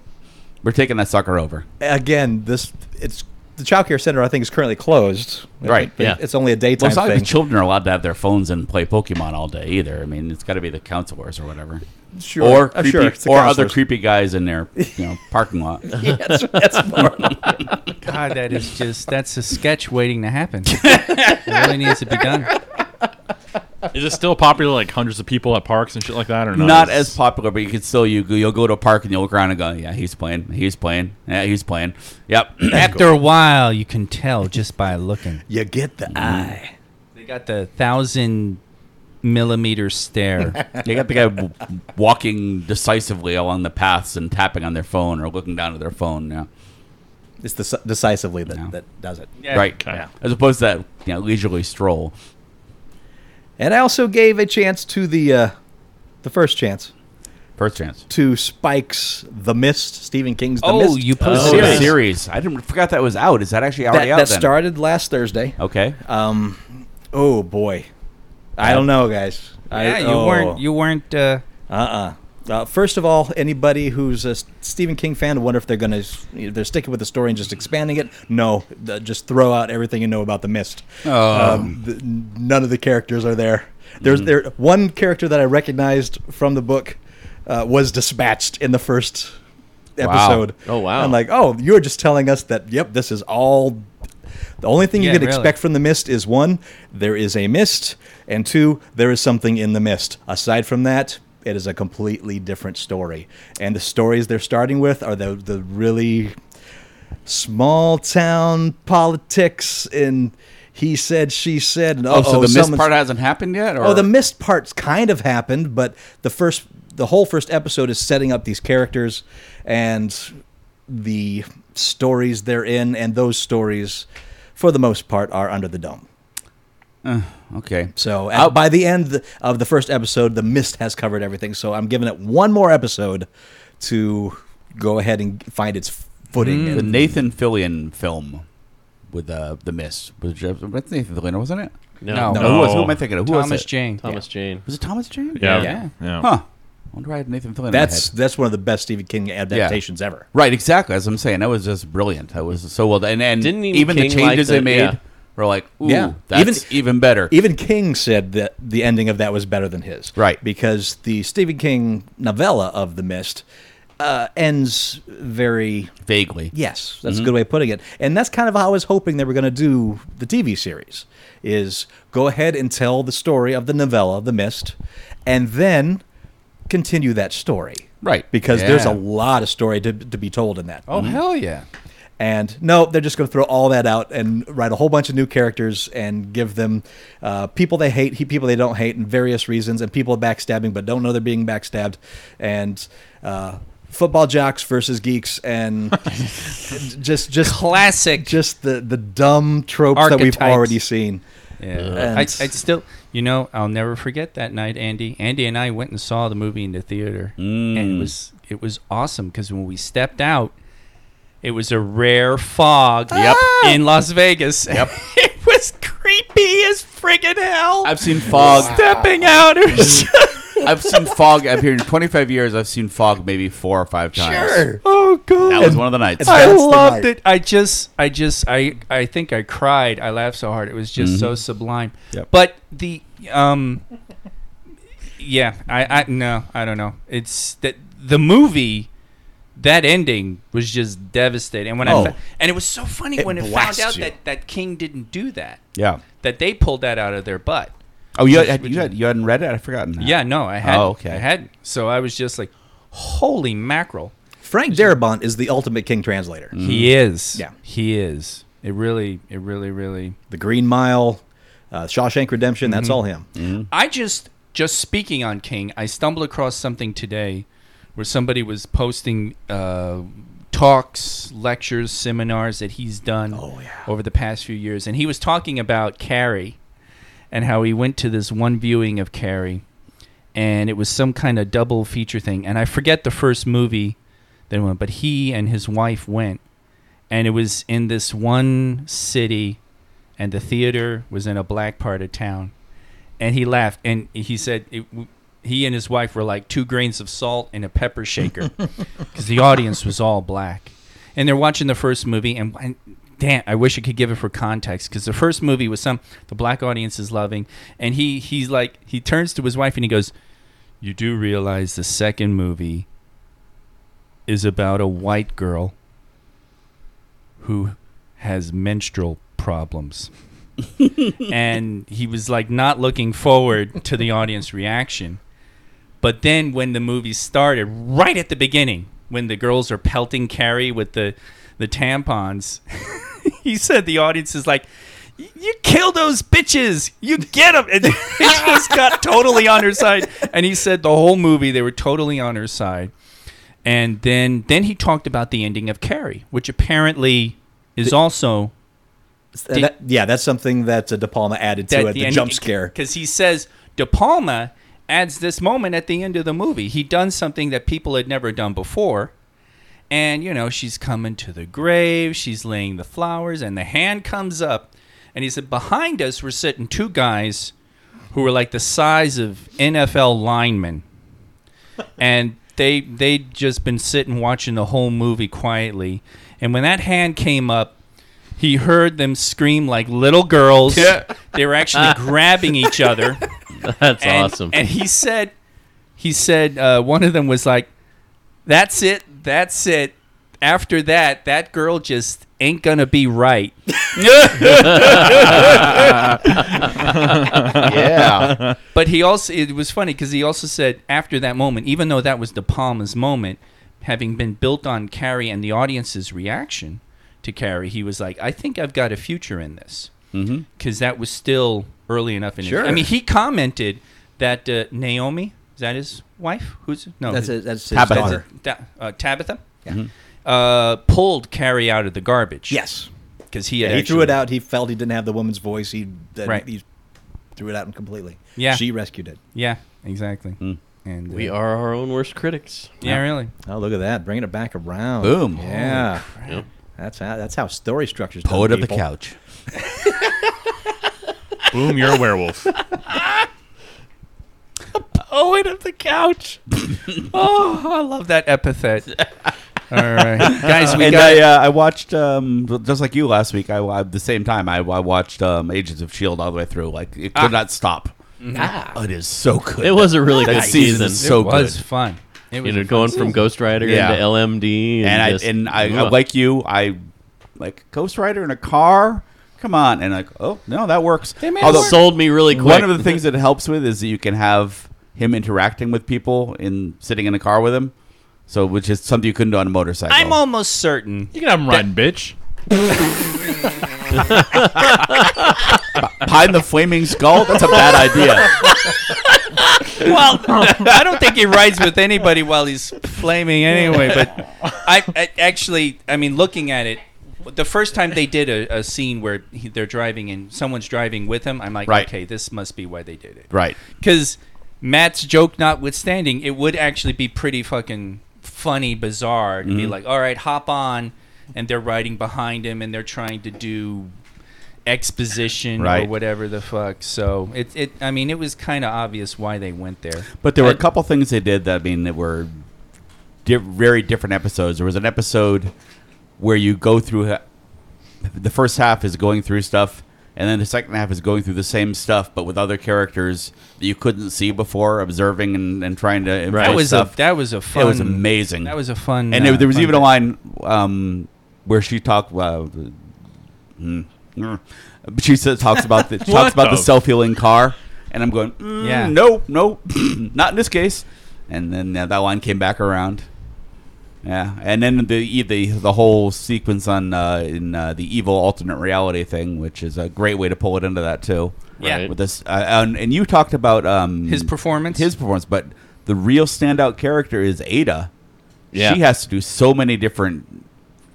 we're taking that sucker over.
Again, this it's the child care center. I think is currently closed.
Right,
But
yeah.
It's only a
Well,
daytime
it's not like
thing.
the children are allowed to have their phones and play Pokemon all day either. I mean, it's got to be the counselors or whatever,
Sure.
or
Uh,
creepy,
sure, it's the
or other
counselors.
creepy guys in their you know parking lot.
That's- that's more-
God, that is just that's a sketch waiting to happen. it really needs to be done.
Is it still popular? Like hundreds of people at parks and shit like that, or not?
not as popular, but you can still you you'll go to a park and you'll look around and go, yeah, he's playing, he's playing, yeah, he's playing. Yep.
After a while, you can tell just by looking.
Mm-hmm.
you get the eye.
They got the thousand millimeter stare.
They got the guy w- walking decisively along the paths and tapping on their phone or looking down at their phone. Yeah,
It's the decisively that,
Yeah.
that does it.
right.
Okay.
As opposed to that you know, leisurely stroll.
And I also gave a chance to the uh, the first chance
First chance.
to Spike's The Mist, Stephen King's The
Oh,
Mist.
you
uh,
posted
Oh,
Series.
the series. I didn't forgot that was out. Is that actually
that,
already out?
that Uh,
then?
started last Thursday.
Okay.
Oh boy, I don't know, guys.
yeah,
I,
you
oh.
weren't. You weren't. Uh,
Uh-uh. Uh, first of all, anybody who's a S- Stephen King fan, I wonder if they're gonna if they're sticking with the story and just expanding it. No, th- just throw out everything you know about the Mist.
Oh.
Um, th- none of the characters are there.
Mm.
There's there one character that I recognized from the book uh, was dispatched in the first episode.
Oh, wow.
I'm like, oh, you're just telling us that. Yep, this is all. The only thing
Yeah,
you can
really.
expect from the mist is one, there is a mist, and two, there is something in the mist. Aside from that, it is a completely different story. And the stories they're starting with are the the really small town politics and he said, she said, and
Oh, so the missed
someone's-
part hasn't happened yet? Or?
Oh, the missed parts kind of happened, but the first, the whole first episode is setting up these characters and the stories they're in, and those stories, for the most part, are under the dome.
Okay.
So at, by the end of the first episode, the mist has covered everything. So I'm giving it one more episode to go ahead and find its footing.
The
And
Mm. Nathan Fillion film with uh, the Mist. Was it, that's Nathan Fillion, wasn't it?
No.
no.
No.
Who, was, who am I thinking of? Who was
Thomas
it?
Jane.
Thomas Jane.
Was it Thomas Jane?
Yeah.
Yeah.
yeah.
Huh. I wonder why I had Nathan Fillion. in my
that's
head.
that's one of the best Stephen King adaptations ever.
right. Exactly. As I'm saying, that was just brilliant. That was so well done. And, and
Didn't even
even the
King like
changes they
the-
made
yeah.
were like, ooh,
Yeah.
that's even,
Even-
even better.
Even King said that the ending of that was better than his.
Right.
Because the Stephen King novella of The Mist uh, ends very.
Vaguely.
Yes,
Mm-hmm.
that's a good way of putting it. And that's kind of how I was hoping they were going to do the TV series is go ahead and tell the story of the novella of The Mist and then continue that story.
Right.
Because there's a
Yeah.
lot of story to, to be told in that.
Oh, hell yeah.
And no, they're just going to throw all that out and write a whole bunch of new characters and give them uh, people they hate, he- people they don't hate, and various reasons, and people backstabbing but don't know they're being backstabbed, and uh, football jocks versus geeks, and just just
Classic.
just the the dumb tropes that we've
Archetypes.
already seen.
Yeah. I, I still, you know, I'll never forget that night, Andy. Andy and I went and saw the movie in the theater, and it was it was awesome because when we stepped out, it was a rare fog. Ah!
Yep.
In Las Vegas. Yep. it was creepy as friggin' hell.
I've seen Fog.
stepping out. It was
I've seen Fog. I've here in 25 years. I've seen Fog maybe four or five times.
oh god.
That was one of the nights.
It's-
I
That's the
loved
night.
it. I just, I just, I, I think I cried. I laughed so hard. It was just
Mm-hmm.
so sublime.
Yep.
But the, um, yeah, I, I, no, I don't know. It's that the movie, that ending was just devastating. And when
Oh.
I, fa- and it was so funny
It
when it found
blasts
out
you.
that that King didn't do that.
Yeah.
That they pulled that out of their butt.
Oh, you,
Which-
had,
which-
you, had, you hadn't read it? I'd forgotten. that.
Yeah, no, I had.
Oh, okay.
I had. So I was just like, holy mackerel.
Frank Darabont is the ultimate King translator.
He is.
Mm-hmm. Yeah.
He is. It really, it really, really.
The Green Mile, uh, Shawshank Redemption. That's all him.
I just just speaking on King, I stumbled across something today where somebody was posting uh, talks, lectures, seminars that he's done over the past few years, and he was talking about Carrie and how he went to this one viewing of Carrie, and it was some kind of double feature thing, and I forget the first movie that went, but he and his wife went, and it was in this one city, and the theater was in a black part of town and he laughed and he said it, w- he and his wife were like two grains of salt in a pepper shaker because the audience was all black and they're watching the first movie and, and damn i wish i could give it for context because the first movie was some the black audience is loving and he he's like he turns to his wife and he goes you do realize the second movie is about a white girl who has menstrual problems and he was like not looking forward to the audience reaction. But then when the movie started, right at the beginning, when the girls are pelting Carrie with the the tampons, he said the audience is like, you kill those bitches. You get them. And he just got totally on her side. And he said the whole movie they were totally on her side. And then then he talked about the ending of Carrie, which apparently is also
And that- yeah, that's something that uh, De Palma added to it. The, jump scare.
because he says De Palma adds this moment at the end of the movie. He done something that people had never done before, and you know she's coming to the grave. She's laying the flowers, and the hand comes up, and he said, "Behind us were sitting two guys who were like the size of NFL linemen, and they they'd just been sitting watching the whole movie quietly. And when that hand came up." He heard them scream like little girls.
Yeah.
They were actually grabbing each other.
That's
and,
awesome.
And he said, he said uh, one of them was like, "That's it. That's it. After that, that girl just ain't gonna be right."
yeah.
But he also it was funny because he also said after that moment, even though that was De Palma's moment, having been built on Carrie and the audience's reaction to Carrie, he was like, "I think I've got a future in this,"
Mm-hmm.
because that was still early enough in. Sure. I mean, he commented that uh, Naomi is that his wife? Who's
Oh,
no?
That's
his-
it. That's his
Tabitha.
daughter.
Ta- uh, Tabitha.
Mm-hmm.
Uh, pulled Carrie out of the garbage.
Yes.
because he
Yeah,
had
he threw it
actually-
out. He felt he didn't have the woman's voice. He that,
Right.
He threw it out completely.
Yeah.
She rescued it.
Yeah, exactly.
Hmm.
And uh,
we are our own worst critics.
Yeah, really.
Oh, look at that! Bringing it back around.
Boom.
Yeah.
Yep.
That's how. That's how story structures. done,
Poet of the
people.
couch.
Boom, you're a werewolf.
Owen of the couch. oh, I love that epithet. All right, guys, we
and
got.
I, uh, I watched um, just like you last week. I at the same time I, I watched um, Agents of Shield all the way through. Like it could
Ah.
not stop. Oh, it is so good.
It was a really
That
good
season
season.
is so
it was
good.
fun. It was
you know,
a fun
going
season.
from Ghost Rider
Yeah.
into LMD, and,
and I
just-
and I, I
Ugh.
like you. I like Ghost Rider in a car. Come on, and like oh no, that works.
They made it
Although
work.
sold me really quick.
one of the things that it helps with is that you can have him interacting with people in sitting in a car with him. So which is something you couldn't do on a motorcycle.
I'm almost certain.
You can have him riding, bitch.
behind the flaming skull. That's a bad idea.
Well, I don't think he rides with anybody while he's flaming anyway. But I, I actually, I mean, looking at it, the first time they did a, a scene where he, they're driving and someone's driving with him, I'm like,
Right.
okay, this must be why they did it.
Right.
because Matt's joke notwithstanding, it would actually be pretty fucking funny, bizarre to be
Mm-hmm.
like, all right, hop on, and they're riding behind him and they're trying to do exposition or
Right.
whatever the fuck. So it, it, I mean, it was kind of obvious why they went there.
But there were a couple things they did that I mean that were di- very different episodes. There was an episode where you go through h- the first half is going through stuff, and then the second half is going through the same stuff, but with other characters that you couldn't see before, observing and, and trying to. influence
That was
stuff.
a, that was a fun.
It was amazing.
That was a fun.
And
uh,
there, there was
fun
even a
bit.
line um, where she talked. Uh, mm, mm. But she said, talks about the talks
What
about the
the-
self healing car, and I'm going, mm,
Yeah.
no, no, not in this case. And then uh, that line came back around. Yeah, and then the e, the the whole sequence on uh, in uh, the evil alternate reality thing, which is a great way to pull it into that too.
Yeah.
Right.
With this, uh, and, and you talked about um,
His performance?
his performance, but the real standout character is Ada
Yeah.
she has to do so many different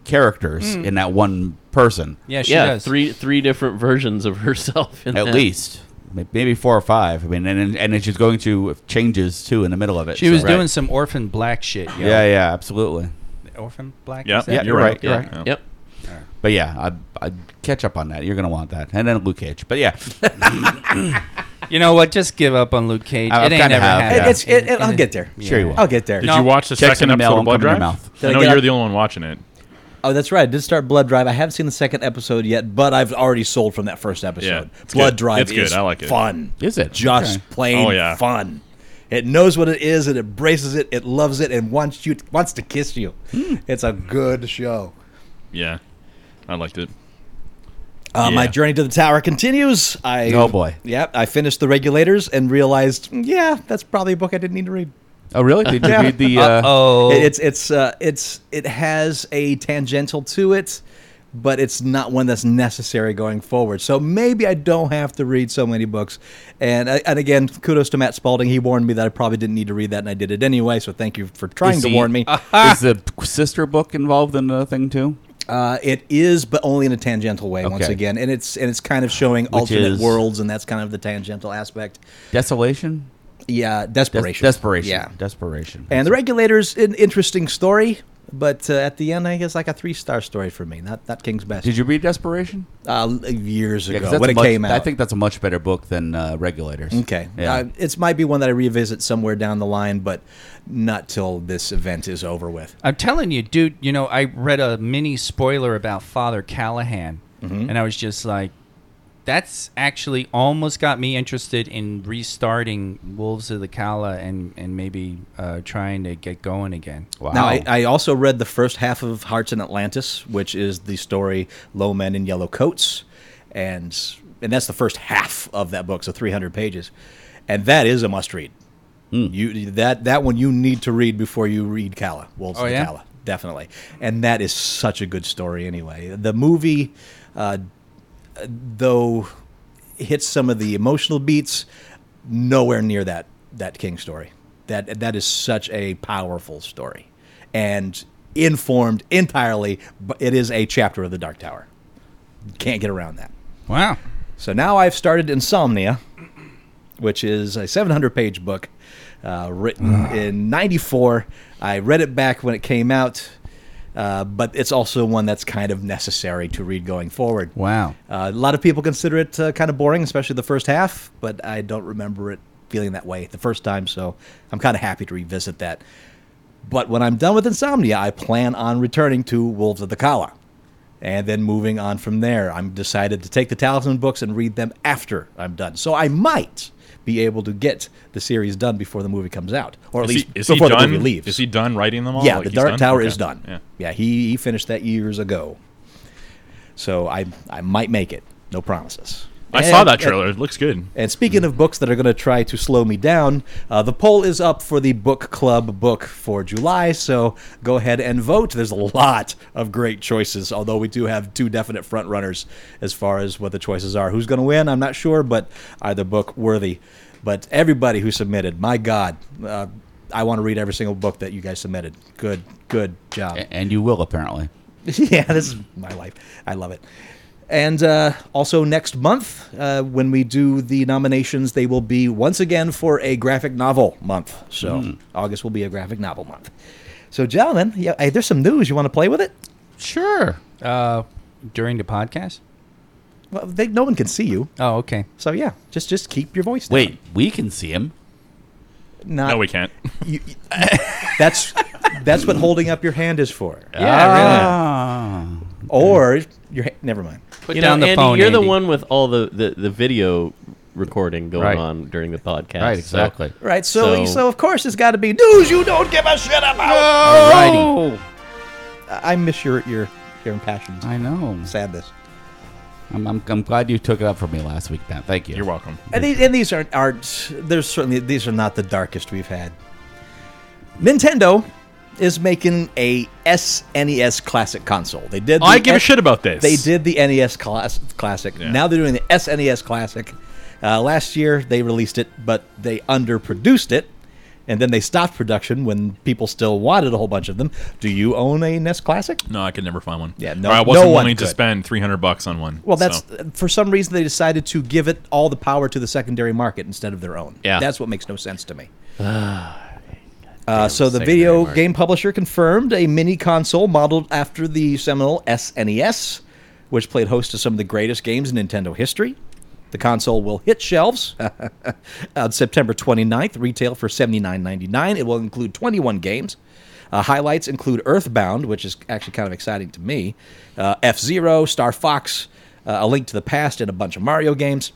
characters in that one person
Yeah, she
yeah,
does.
three three different versions of herself. In
at
that.
least May- maybe four or five i mean and and- and she's going to changes too in the middle of it
She was
so-
doing some orphan black shit. yo.
yeah yeah absolutely
Orphan black.
Yeah,
is that-
you're right,
Yeah.
you're right.
Yep.
but yeah i i catch up on that you're gonna want that and then luke cage but yeah
You know what? Just give up on Luke Cage.
I- I've
it ain't
kinda
never
have,
happened.
yeah.
It's, it, it, I'll get there.
Sure you will.
I'll get there.
Did
No.
you watch the
Checks in
second
the mail,
episode of
I'm coming
Blood
to
Drive?
your mouth.
Did I
I know
get
you're
up?
the only one watching it.
Oh, that's right. I did start Blood Drive. I haven't seen the second episode yet, but I've already sold from that first episode.
it's
Blood
good.
Drive
It's good.
is
I like it.
fun.
Is it?
Just
Okay.
plain
Oh, yeah.
fun. It knows what it is and it embraces it. It loves it and wants you wants to kiss you.
Hmm.
It's a good show.
Yeah, I liked it.
Uh, My
Yeah.
journey to the tower continues. I
Oh, boy.
Yep. I finished the regulators and realized, mm, yeah, that's probably a book I didn't need to read.
oh really did you
Yeah.
read the uh,
Uh oh.
It- it's it's uh, it's it has a tangential to it but it's not one that's necessary going forward. So maybe I don't have to read so many books. And uh, and again, kudos to Matt Spalding. He warned me that I probably didn't need to read that, and I did it anyway. So thank you for trying
Is
to
he- Ah.
warn me.
Is the sister book involved in the thing too?
Uh, it is, but only in a tangential way once
Okay.
again, and it's and it's kind of showing alternate
is-
worlds, and that's kind of the tangential aspect.
Desolation.
Yeah,
Des-
desperation,
desperation.
yeah.
Desperation.
And the regulators, an interesting story, but uh, at the end, I guess like a three star story for me. Not not King's Best.
Did you read Desperation?
uh, years
'cause
ago
that's
when
a
it
much-
came out?
I think that's a much better book than uh, Regulators.
Okay.
Yeah.
Uh, it might be one that I revisit somewhere down the line, but not till this event is over with.
I'm telling you, dude. You know, I read a mini spoiler about Father Callahan,
Mm-hmm.
and I was just like, "That's actually almost got me interested in restarting Wolves of the Cala and and maybe uh, trying to get going again."
wow.
Now, I, I also read the first half of Hearts in Atlantis, which is the story Low Men in Yellow Coats, and and that's the first half of that book, so 300 pages, and that is a must read.
Mm.
You that that one you need to read before you read Kala Wolves
Oh,
of the
yeah?
Kala, definitely, and that is such a good story anyway. The movie, uh, though, hits some of the emotional beats, nowhere near that that King story. That that is such a powerful story, and informed entirely. But it is a chapter of the Dark Tower. Can't get around that.
Wow.
So now I've started Insomnia, which is a 700 page book uh, written in 94. I read it back when it came out, uh, but it's also one that's kind of necessary to read going forward.
wow.
Uh, a lot of people consider it uh, kind of boring, especially the first half, but I don't remember it feeling that way the first time, so I'm kind of happy to revisit that. But when I'm done with Insomnia, I plan on returning to Wolves of the Kala and then moving on from there. I'm decided to take the Talisman books and read them after I'm done. So I might be able to get the series done before the movie comes out, or at
Is
least
he, is he
before the
done?
movie leaves.
Is he done writing them all?
Yeah,
Like,
the
he's
Dark
done?
Tower
Okay.
is done.
Yeah.
he, he finished that years ago. So I I might make it. No promises.
I saw
And-
that trailer. It looks good.
And speaking of books that are going to try to slow me down, uh, the poll is up for the book club book for July. So go ahead and vote. There's a lot of great choices, although we do have two definite front runners as far as what the choices are. Who's going to win? I'm not sure, but either book worthy. But everybody who submitted, my God, uh, I want to read every single book that you guys submitted. Good, good job.
A- And you will apparently.
yeah, this is my life. I love it. And uh, also next month, uh, when we do the nominations, they will be once again for a graphic novel month. So August will be a graphic novel month. So, gentlemen, yeah, hey, there's some news. You want to play with it?
Sure. Uh, during the podcast.
Well, they, no one can see you,
Oh, okay.
so yeah, just just keep your voice. Down.
Wait, we can see him.
not
No, we can't.
you- you- that's that's what holding up your hand is for.
Yeah.
Ah.
Or your ha- never mind.
Put
You know,
down the
Andy,
phone.
you're the
Andy.
one with all the, the, the video recording going
Right.
on during the podcast.
Right,
so-
exactly.
Right. So so,
So-
of course it's got to be news you don't give a shit about.
Oh!
Alrighty.
I miss your your your impassions.
I know.
sadness.
I'm, I'm, I'm glad you took it up for me last week, Matt. Thank you.
You're welcome.
And these, and these aren't aren't there's certainly these are not the darkest we've had. Nintendo is making a SNES classic console. They did. the
Oh, I give a
S-
shit about this.
They did the NES class, classic.
Yeah.
Now they're doing the SNES classic. Uh, last year they released it, but they underproduced it, and then they stopped production when people still wanted a whole bunch of them. Do you own a NES classic?
No, I could never find one.
Yeah, no-
Or I
no
wasn't
one
willing to
could.
spend 300 bucks on one.
Well, that's
so.
for some reason they decided to give it all the power to the secondary market instead of their own.
Yeah.
that's what makes no sense to me. Uh, so the video
market.
game publisher confirmed a mini console modeled after the seminal SNES, which played host to some of the greatest games in Nintendo history. The console will hit shelves on September 29th, retail for $79.99. It will include 21 games. Uh, highlights include Earthbound, which is actually kind of exciting to me, uh, F Zero, Star Fox, uh, A Link to the Past, and a bunch of Mario games.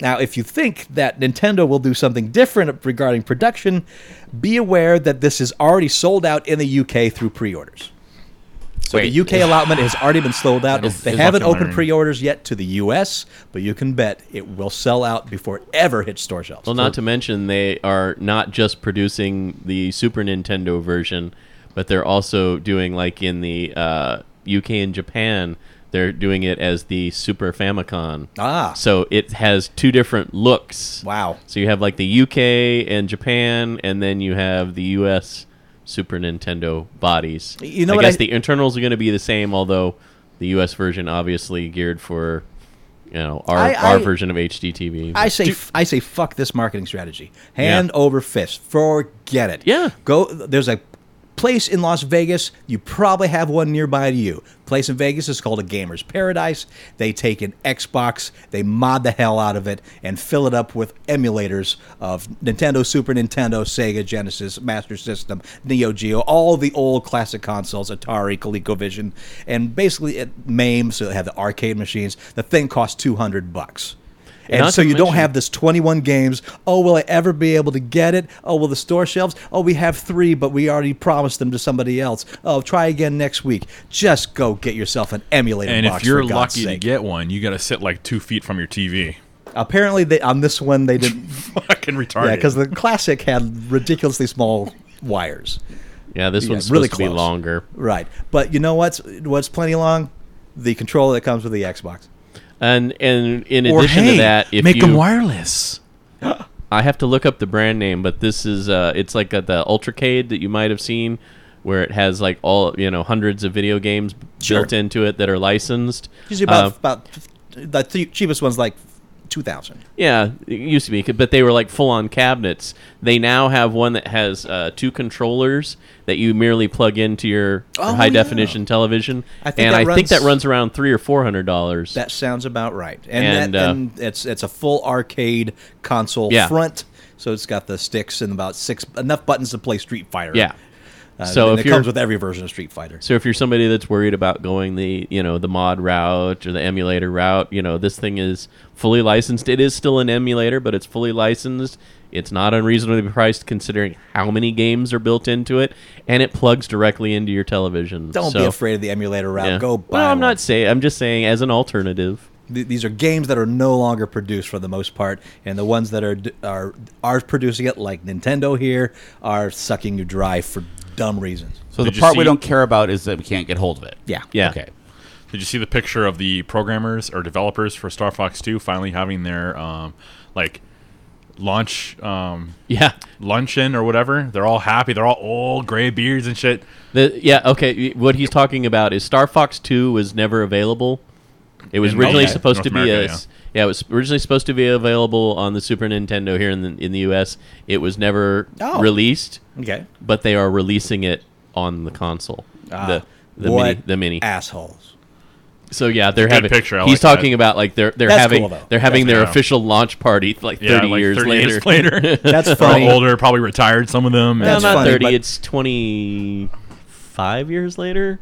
Now, if you think that Nintendo will do something different regarding production, be aware that this is already sold out in the UK through pre orders. So
Wait.
the UK allotment has already been sold out.
don't-
They
it's
haven't
fucking
opened
iron.
pre orders yet to the US, but you can bet it will sell out before it ever hits store shelves.
Well, not to mention they are not just producing the Super Nintendo version, but they're also doing like in the uh, UK and Japan. They're doing it as the Super Famicom.
Ah.
So it has two different looks.
Wow.
So you have like the UK and Japan, and then you have the US Super Nintendo bodies.
You know
I
what
guess
I-
the internals are going to be the same, although the US version obviously geared for you know our,
I-
our
I-
version of HDTV.
I say, f I say, fuck this marketing strategy. Hand over fist. Forget it.
Yeah.
Go. There's a place in Las Vegas. You probably have one nearby to you. Place in Vegas is called a gamer's paradise. They take an Xbox, they mod the hell out of it, and fill it up with emulators of Nintendo, Super Nintendo, Sega Genesis, Master System, Neo Geo, all the old classic consoles, Atari, ColecoVision, and basically it MAME. So they have the arcade machines. The thing costs two hundred bucks. And
Not
so
to
you don't
mention-
have this 21 games. Oh, will I ever be able to get it? Oh, will the store shelves? Oh, we have three, but we already promised them to somebody else. Oh, try again next week. Just go get yourself an emulator
And
box.
if you're
for God's
lucky to
sake.
get one, you got to sit like two feet from your TV.
apparently they, on this one they didn't.
Fucking retarded.
yeah, because the classic had ridiculously small wires.
yeah, this
Yeah,
one's
really
supposed to be
close.
longer.
Right, but you know what's what's plenty long? The controller that comes with the Xbox.
And and in addition to
Uh,
that, if you
wireless.
I have to look up the brand name, but this is uh, it's like uh the Ultracade that you might have seen, where it has like all you know hundreds of video games
Sure.
built into it that are licensed.
Usually about
Uh,
about the th- cheapest one's like two thousand.
yeah, it used to be, but they were like full on cabinets. They now have one that has uh, two controllers that you merely plug into your
Oh,
high
yeah.
definition television,
I think
and
that
I think that
runs-
runs around three or four hundred dollars.
That sounds about right. And
And,
that,
uh,
and it's it's a full arcade console
Yeah.
front, so it's got the sticks and about six enough buttons to play Street Fighter.
Yeah.
Uh,
So
and
if
it
you're-
comes with every version of Street Fighter.
So if you're somebody that's worried about going the you know the mod route or the emulator route, you know this thing is fully licensed. It is still an emulator, but it's fully licensed. It's not unreasonably priced considering how many games are built into it, and it plugs directly into your television.
Don't
So,
be afraid of the emulator route.
yeah.
Go buy.
Well, I'm
one.
not saying. I'm just saying as an alternative.
Th- these are games that are no longer produced for the most part, and the ones that are d- are are producing it, like Nintendo here, are sucking you dry for dumb reasons.
So
Did
the
you
part we
see-
don't care about is that we can't get hold of it.
Yeah.
Yeah.
Okay.
Did you see the picture of the programmers or developers for Star Fox 2 finally having their um, like launch um,
Yeah.
luncheon or whatever? They're all happy. They're all old gray beards and shit.
The, yeah. Okay. What he's talking about is Star Fox Two was never available. It was
In
originally
North-
supposed
North
to be
America,
a s- yeah. It was originally supposed to be available on the Super Nintendo here in the in the U.S. It was never
Oh.
released,
Okay.
but they are releasing it on the console. the the
Ah. what
mini the mini.
assholes.
So yeah, they're
Good
having.
picture, I
he's
like that.
talking about like they're they're
That's
having
cool, though.
they're having their
Yeah.
official launch party like
Yeah,
thirty
like
years
30
later.
years later.
That's
They're all
funny.
older, probably retired, some of them.
No,
That's
not
funny,
thirty.
but-
It's twenty five years later.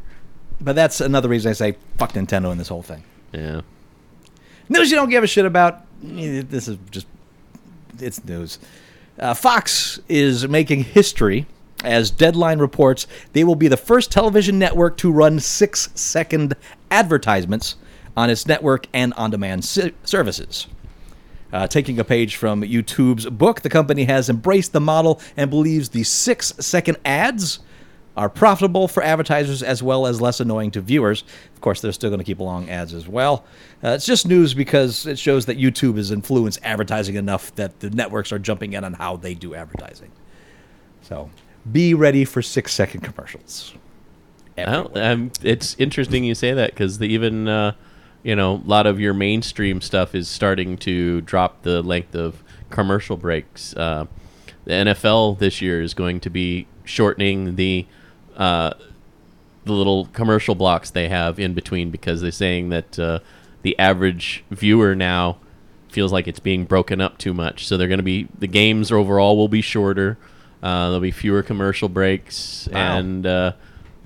But that's another reason I say fuck Nintendo in this whole thing.
Yeah.
News you don't give a shit about. eh, This is just it's news. Uh, Fox is making history as Deadline reports they will be the first television network to run six second advertisements on its network and on demand si- services. Uh, taking a page from YouTube's book, the company has embraced the model and believes the six second ads are profitable for advertisers as well as less annoying to viewers. Of course, they're still going to keep along ads as well. Uh, it's just news because it shows that YouTube has influenced advertising enough that the networks are jumping in on how they do advertising. So be ready for six second commercials.
Well, um, it's interesting you say that because even uh, you know a lot of your mainstream stuff is starting to drop the length of commercial breaks. Uh, the NFL this year is going to be shortening the uh, the little commercial blocks they have in between because they're saying that uh, the average viewer now feels like it's being broken up too much. So they're going to be the games overall will be shorter. Uh, there'll be fewer commercial breaks and uh,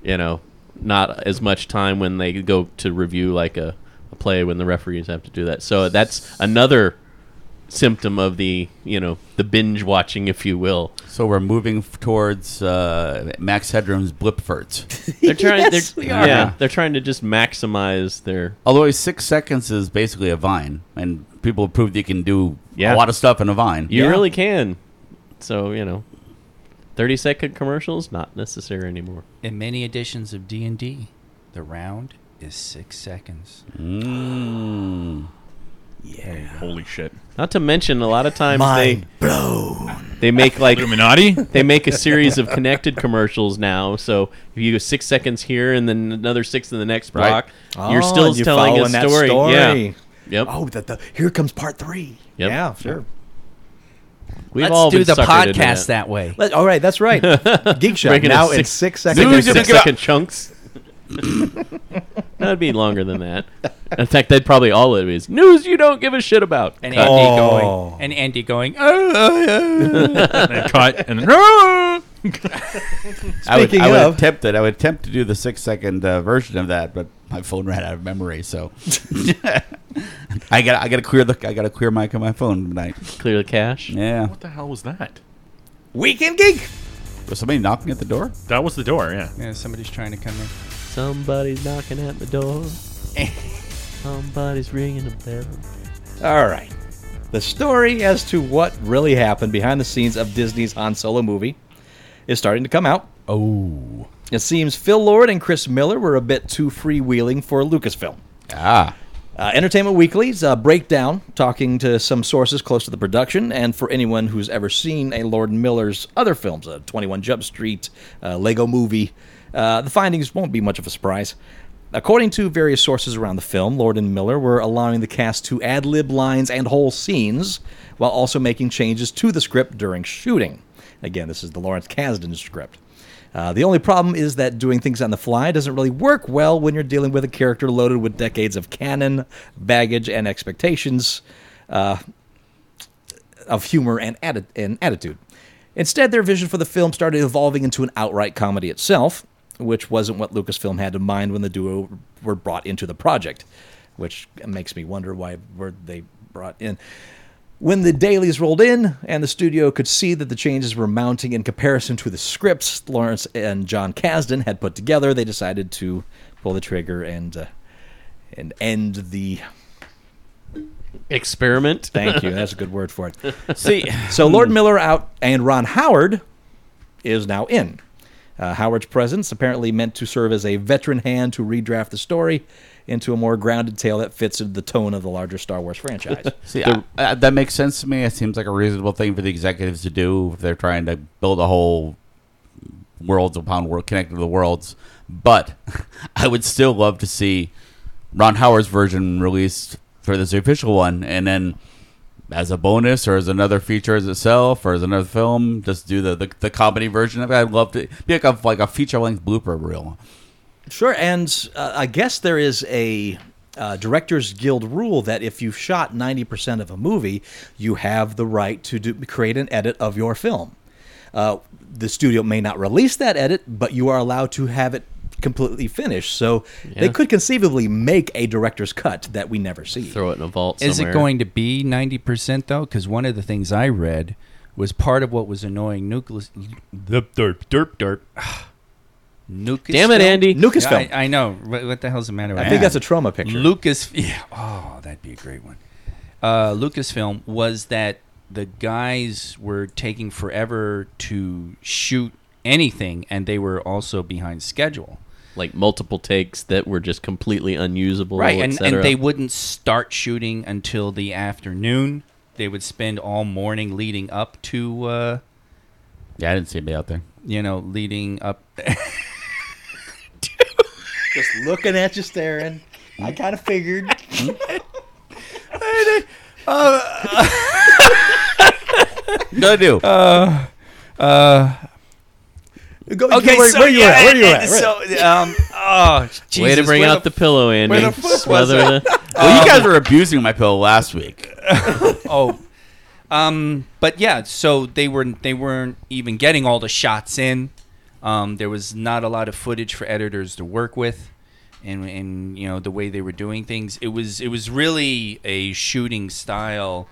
you know not as much time when they go to review like a, a play when the referees have to do that. So that's another symptom of the you know the binge watching, if you will.
So we're moving f- towards uh, Max Headroom's Blipferts.
They're trying.
Yes,
they're,
we are.
Yeah, they're trying to just maximize their
Although six seconds is basically a vine, and people have proved you can do
Yeah.
a lot of stuff in a vine.
You
Yeah.
really can. So you know, thirty second commercials not necessary anymore.
In many editions of D and D, the round is six seconds.
Mm.
Holy shit.
Not to mention, a lot of times
Mind blown.
they they make like
Illuminati?
they make a series of connected commercials now. So if you go six seconds here and then another six in the next
Right.
block, you're still telling a story. Yeah. Yep.
Oh, the, the, here comes part three.
Yep.
Yeah, sure.
We've
Let's
all
do
been
the
suckered into
podcast
that.
that way.
Let- all right, that's right. Geek Show
Breaking it
now in
six-
six
Bigger
seconds.
News
six
to pick up.
second chunks. that would be longer than that. In fact, that'd probably all it is. News you don't give a shit about.
And
Cut.
Andy
Oh.
going. And Andy going. Oh,
and cut and then,
I would,
Speaking
I would
of-
attempt it. I would attempt to do the six second uh, version of that, but my phone ran out of memory, so I got I got to clear the I got to clear my my phone tonight.
Clear the cache.
Yeah,
what the hell was that?
Weekend Geek.
was somebody knocking at the door?
That was the door, yeah.
yeah, somebody's trying to come in.
Somebody's knocking at the door. Somebody's ringing the bell.
All right. The story as to what really happened behind the scenes of Disney's Han Solo movie is starting to come out.
Oh,
It seems Phil Lord and Chris Miller were a bit too freewheeling for Lucasfilm.
ah,
Uh, Entertainment Weekly's uh, breakdown, talking to some sources close to the production, and for anyone who's ever seen a Lord Miller's other films, uh, 21 Jump Street, uh, Lego Movie, uh, the findings won't be much of a surprise. According to various sources around the film, Lord and Miller were allowing the cast to ad lib lines and whole scenes while also making changes to the script during shooting. Again, this is the Lawrence Kasdan script. Uh, the only problem is that doing things on the fly doesn't really work well when you're dealing with a character loaded with decades of canon, baggage, and expectations uh, of humor and, atti- and attitude. Instead, their vision for the film started evolving into an outright comedy itself, which wasn't what Lucasfilm had in mind when the duo were brought into the project, which makes me wonder why were they brought in. When the dailies rolled in and the studio could see that the changes were mounting in comparison to the scripts Lawrence and John Kasdan had put together, they decided to pull the trigger and uh, and end the.
Experiment.
Thank you. That's a good word for it.
see,
So Lord Miller out and Ron Howard is now in. Uh, Howard's presence apparently meant to serve as a veteran hand to redraft the story into a more grounded tale that fits the tone of the larger Star Wars franchise.
see, I- I- that makes sense to me. It seems like a reasonable thing for the executives to do if they're trying to build a whole worlds upon world connected to the worlds. But I would still love to see Ron Howard's version released for this official one, and then as a bonus or as another feature as itself or as another film, just do the the, the comedy version of it. I'd love to be like a like a feature length blooper reel.
Sure, and uh, I guess there is a uh, Directors Guild rule that if you've shot ninety percent of a movie, you have the right to do, create an edit of your film. Uh, the studio may not release that edit, but you are allowed to have it completely finished. So they
Yeah.
could conceivably make a director's cut that we never see.
Throw it in a vault.
Is it
somewhere.
going to be 90% though? Because one of the things I read was part of what was annoying Nucleus. Derp, derp, derp, derp. Nucleus.
Damn it, Andy.
Lucasfilm.
Yeah, I, I know. What, what the hell's the matter with
I
that?
think that's a trauma picture.
Lucas. Yeah. Oh, that'd be a great one. Uh, Lucasfilm was that the guys were taking forever to shoot anything, and they were also behind schedule.
like multiple takes that were just completely unusable.
right and,
etc.
and they wouldn't start shooting until the afternoon they would spend all morning leading up to uh,
Yeah, I didn't see anybody out there.
you know leading up
Just looking at you staring. I kind of figured.
No, I do.
Go, where, where you at? Where you at? Right.
so um oh
Way to bring out the, pillow, Andy.
where the fuck was
Smother
I?
the-
well, you guys were abusing my pillow last week.
oh um but yeah so they were they weren't even getting all the shots in um there was not a lot of footage for editors to work with and and you know the way they were doing things it was it was really a shooting style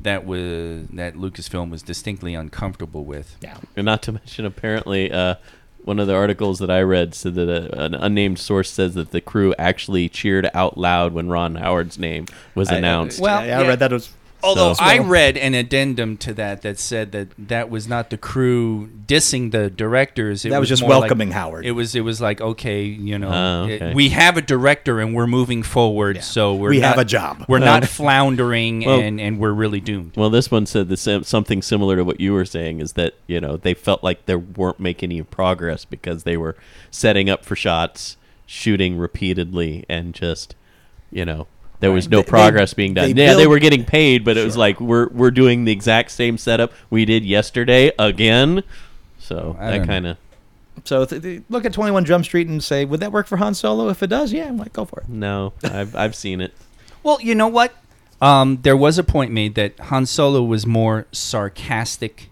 that was that Lucasfilm was distinctly uncomfortable with
Yeah.
And not to mention, apparently, uh, one of the articles that I read said that uh an unnamed source says that the crew actually cheered out loud when Ron Howard's name was announced.
Well,
yeah, I
yeah.
read that it was
Although
So-
I read an addendum to that that said that that was not the crew dissing the directors. It
That was just
more like-
welcoming Howard.
It was it was like okay, you know,
Oh,
it-
okay.
we have a director and we're moving forward, so we're
We
not-
have a job.
We're not floundering
Well-
and and we're really doomed.
Well, this one said the sim- something similar to what you were saying is that you know they felt like they weren't making any progress because they were setting up for shots, shooting repeatedly, and just you know there was no
They- they-
progress being done.
they
yeah, they
build-
were getting paid, but it was like we're we're doing the exact same setup we did yesterday again. So
I
that
don't know.
kind of
So th- th- look at 21 Jump Street and say, would that work for Han Solo? If it does, yeah, I'm like, go for it.
no, I've I've seen it.
Well, you know what? Um, there was a point made that Han Solo was more sarcastic.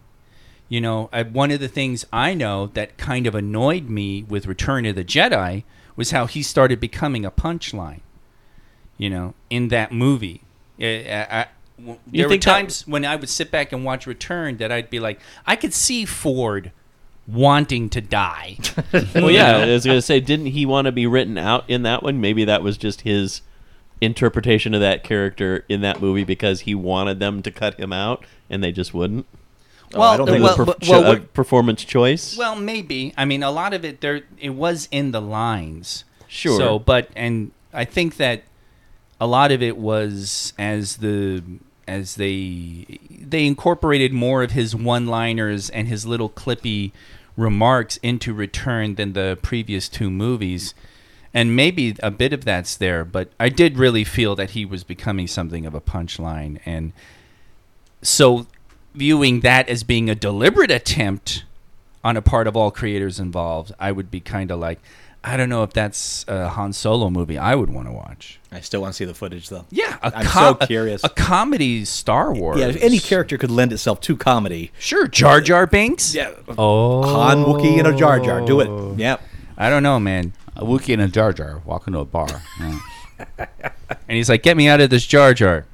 You know, I, one of the things I know that kind of annoyed me with Return of the Jedi was how he started becoming a punchline. You know, in that movie, I- I- I- w-
You
there were
think that-
times when I would sit back and watch Return that I'd be like, I could see Ford wanting to die.
Oh,
Well, yeah, I was gonna say, didn't he want to be written out in that one? Maybe that was just his interpretation of that character in that movie because he wanted them to cut him out, and they just wouldn't.
Well, I don't think it was
Perf-
but-
cho-
what-
uh, performance choice.
Well, maybe. I mean, a lot of it there it was in the lines.
Sure.
So, but and I think that a lot of it was as the as they they incorporated more of his one-liners and his little clippy remarks into return than the previous two movies. And maybe a bit of that's there, but I did really feel that he was becoming something of a punchline and so viewing that as being a deliberate attempt on a part of all creators involved, I would be kind of like, I don't know if that's a Han Solo movie I would want to watch.
I still want to see the footage, though.
Yeah, a
I'm
co-
so curious.
A, a comedy Star Wars.
yeah, if any character could lend itself to comedy,
Sure, Jar Jar Binks.
Yeah.
Oh,
Han, Wookiee, and a Jar Jar, do it. Yep.
I don't know, man.
A Wookiee and a Jar Jar walk into a bar. Yeah.
And he's like, "Get me out of this Jar Jar,"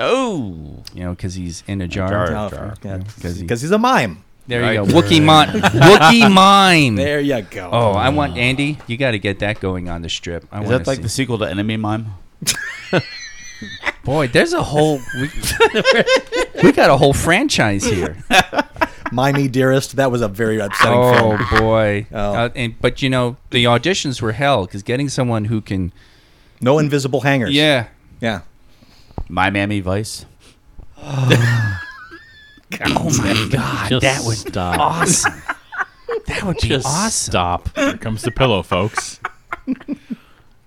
oh,
you know, because he's in a jar.
jar.
Oh,
Jar.
yeah.
'Cause he-
Because he's a mime.
There
Right.
you go, Wookie mime. Wookie mime.
There you go.
Oh, I want Andy. You got to get that going on the strip. I
is
wanna
that like
see.
the sequel to Enemy Mime?
Boy, there's a whole we, we got a whole franchise here.
Mimey Dearest. That was a very upsetting film.
Oh boy!
Oh.
Uh, and, but you know the auditions were hell because getting someone who can
No invisible hangers.
yeah
Yeah.
My Mammy Vice.
Just that would stop.
awesome. that would be
Just
awesome.
stop.
Here comes the pillow, folks.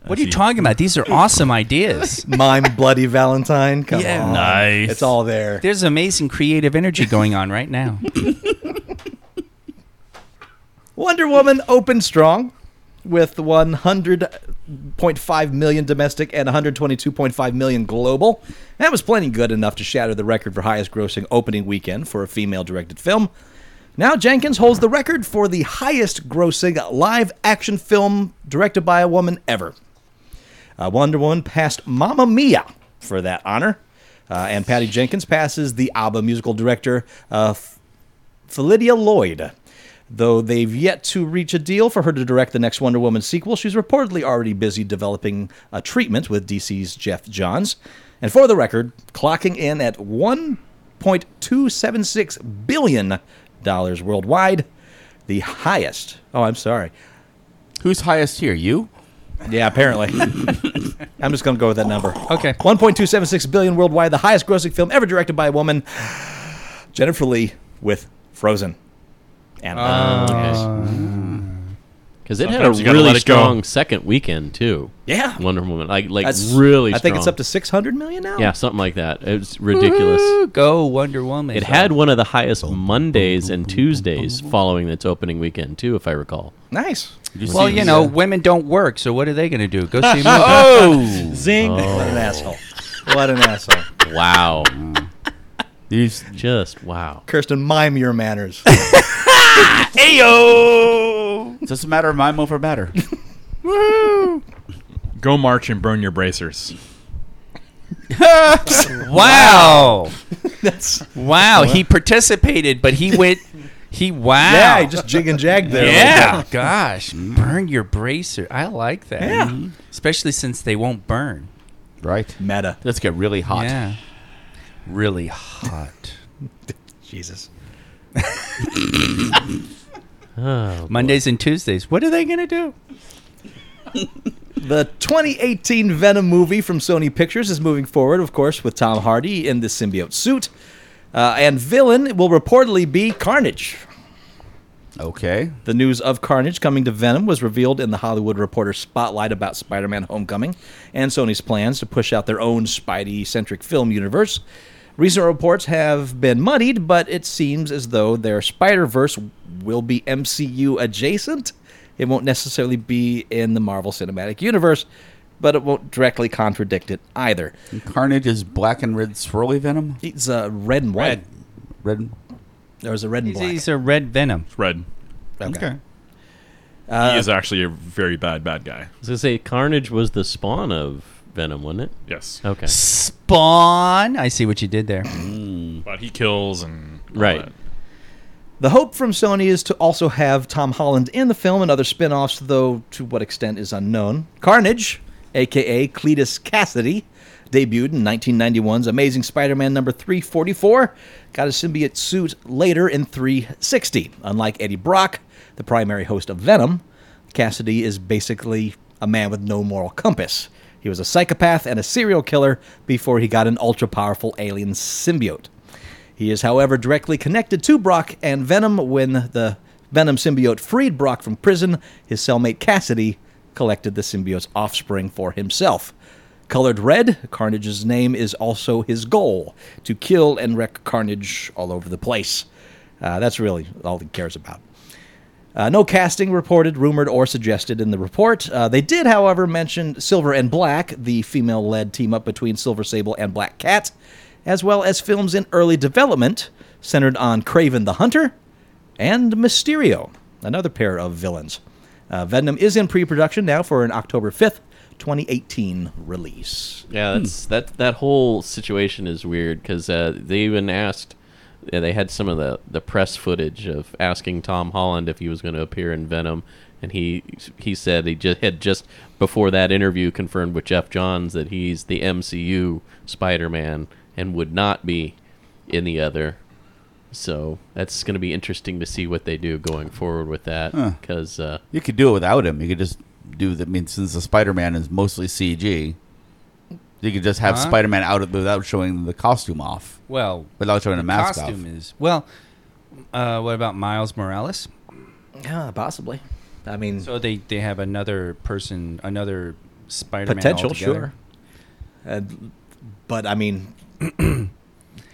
What are you talking about? These are awesome ideas.
Mime Bloody Valentine. Come
Yeah.
on.
Nice.
Um, It's all there.
There's amazing creative energy going on right now.
Wonder Woman opened strong with 100.5 million domestic and 122.5 million global. That was plenty good enough to shatter the record for highest grossing opening weekend for a female directed film. Now Jenkins holds the record for the highest grossing live action film directed by a woman ever. Uh, Wonder Woman passed Mamma Mia for that honor. Uh, and Patty Jenkins passes the ABBA musical director uh, Philidia Lloyd. Though they've yet to reach a deal for her to direct the next Wonder Woman sequel, she's reportedly already busy developing a treatment with DC's Jeff Johns. And for the record, clocking in at $1.276 billion worldwide, the highest. Oh, I'm sorry.
Who's highest here? You?
Yeah, apparently. I'm just going to go with that number.
Okay.
1.276 billion worldwide, the highest grossing film ever directed by a woman, Jennifer Lee with Frozen. And uh,
Oh. Because it had a
Sometimes you gotta
really
let it go.
strong second weekend too.
Yeah.
Wonder Woman, like like
That's-
really.
I think it's
strong.
up to 600 million now.
yeah, something like that. It was ridiculous.
Go Wonder Woman.
It had one of the highest Mondays and Tuesdays following its opening weekend too, if I recall.
Nice.
Well, you know, women don't work, so what are they going to do? Go see a movie.
Oh,
Zing.
What an asshole. What an asshole.
Wow.
these
Mm. Just wow.
Kirsten, mime your manners.
It's just a matter of mime over matter.
Go march and burn your bracers.
Wow.
That's
Wow, he participated, but he went. He wow.
yeah, you just jig and jagged there.
yeah. Oh, Gosh, burn your bracer. I like that. Yeah. Especially since they won't burn.
Right.
Meta.
Let's get really hot.
Yeah. really hot.
Jesus.
Oh,
Mondays and Tuesdays. What are they going to do?
The 2018 Venom movie from Sony Pictures is moving forward, of course, with Tom Hardy in the symbiote suit. Uh, and villain will reportedly be Carnage.
Okay.
The news of Carnage coming to Venom was revealed in the Hollywood Reporter spotlight about Spider Man Homecoming and Sony's plans to push out their own Spidey centric film universe. Recent reports have been muddied, but it seems as though their Spider Verse will be MCU adjacent. It won't necessarily be in the Marvel Cinematic Universe, but it won't directly contradict it either.
Carnage is black and red swirly venom.
It's uh, red and white.
Red. Red.
There was a red and
He's,
black.
he's a red venom.
It's red.
Okay.
Uh,
he is actually a very bad bad guy.
I was gonna say Carnage was the spawn of Venom, wasn't it?
Oh,
Yes,
Okay.
Spawn. I see what you did there.
but he kills and all
Right.
that.
The hope from Sony is to also have Tom Holland in the film and other spin offs, though to what extent is unknown. Carnage, aka Cletus Cassidy, debuted in 1991's Amazing Spider Man number 344, got a symbiote suit later in 360. Unlike Eddie Brock, the primary host of Venom, Cassidy is basically a man with no moral compass. He was a psychopath and a serial killer before he got an ultra powerful alien symbiote. He is, however, directly connected to Brock and Venom when the Venom symbiote freed Brock from prison. His cellmate Cassidy collected the symbiote's offspring for himself. Colored red, Carnage's name is also his goal to kill and wreak carnage all over the place. Uh, that's really all he cares about. Uh, no casting reported, rumored, or suggested in the report. Uh, they did, however, mention Silver and Black, the female led team up between Silver Sable and Black Cat, as well as films in early development centered on Craven the Hunter and Mysterio, another pair of villains. Uh, Venom is in pre production now for an October 5th, 2018 release.
Yeah, that's that that whole situation is weird because uh, they even asked. yeah, They had some of the, the press footage of asking Tom Holland if he was going to appear in Venom, and he he said he just had just before that interview confirmed with Jeff Johns that he's the MCU Spider Man and would not be in the other. So that's going to be interesting to see what they do going forward with that because uh,
You could do it without him. You could just do the. I mean, since the Spider Man is mostly CG, you could just have
Huh?
Spider Man out of, without showing the costume off,
Well,
without showing the, mask
costume
off.
is well. Uh, what about Miles Morales?
Yeah, possibly. I mean,
So they they have another person, another Spider-Man
Potential,
altogether?
sure. Uh, but I mean,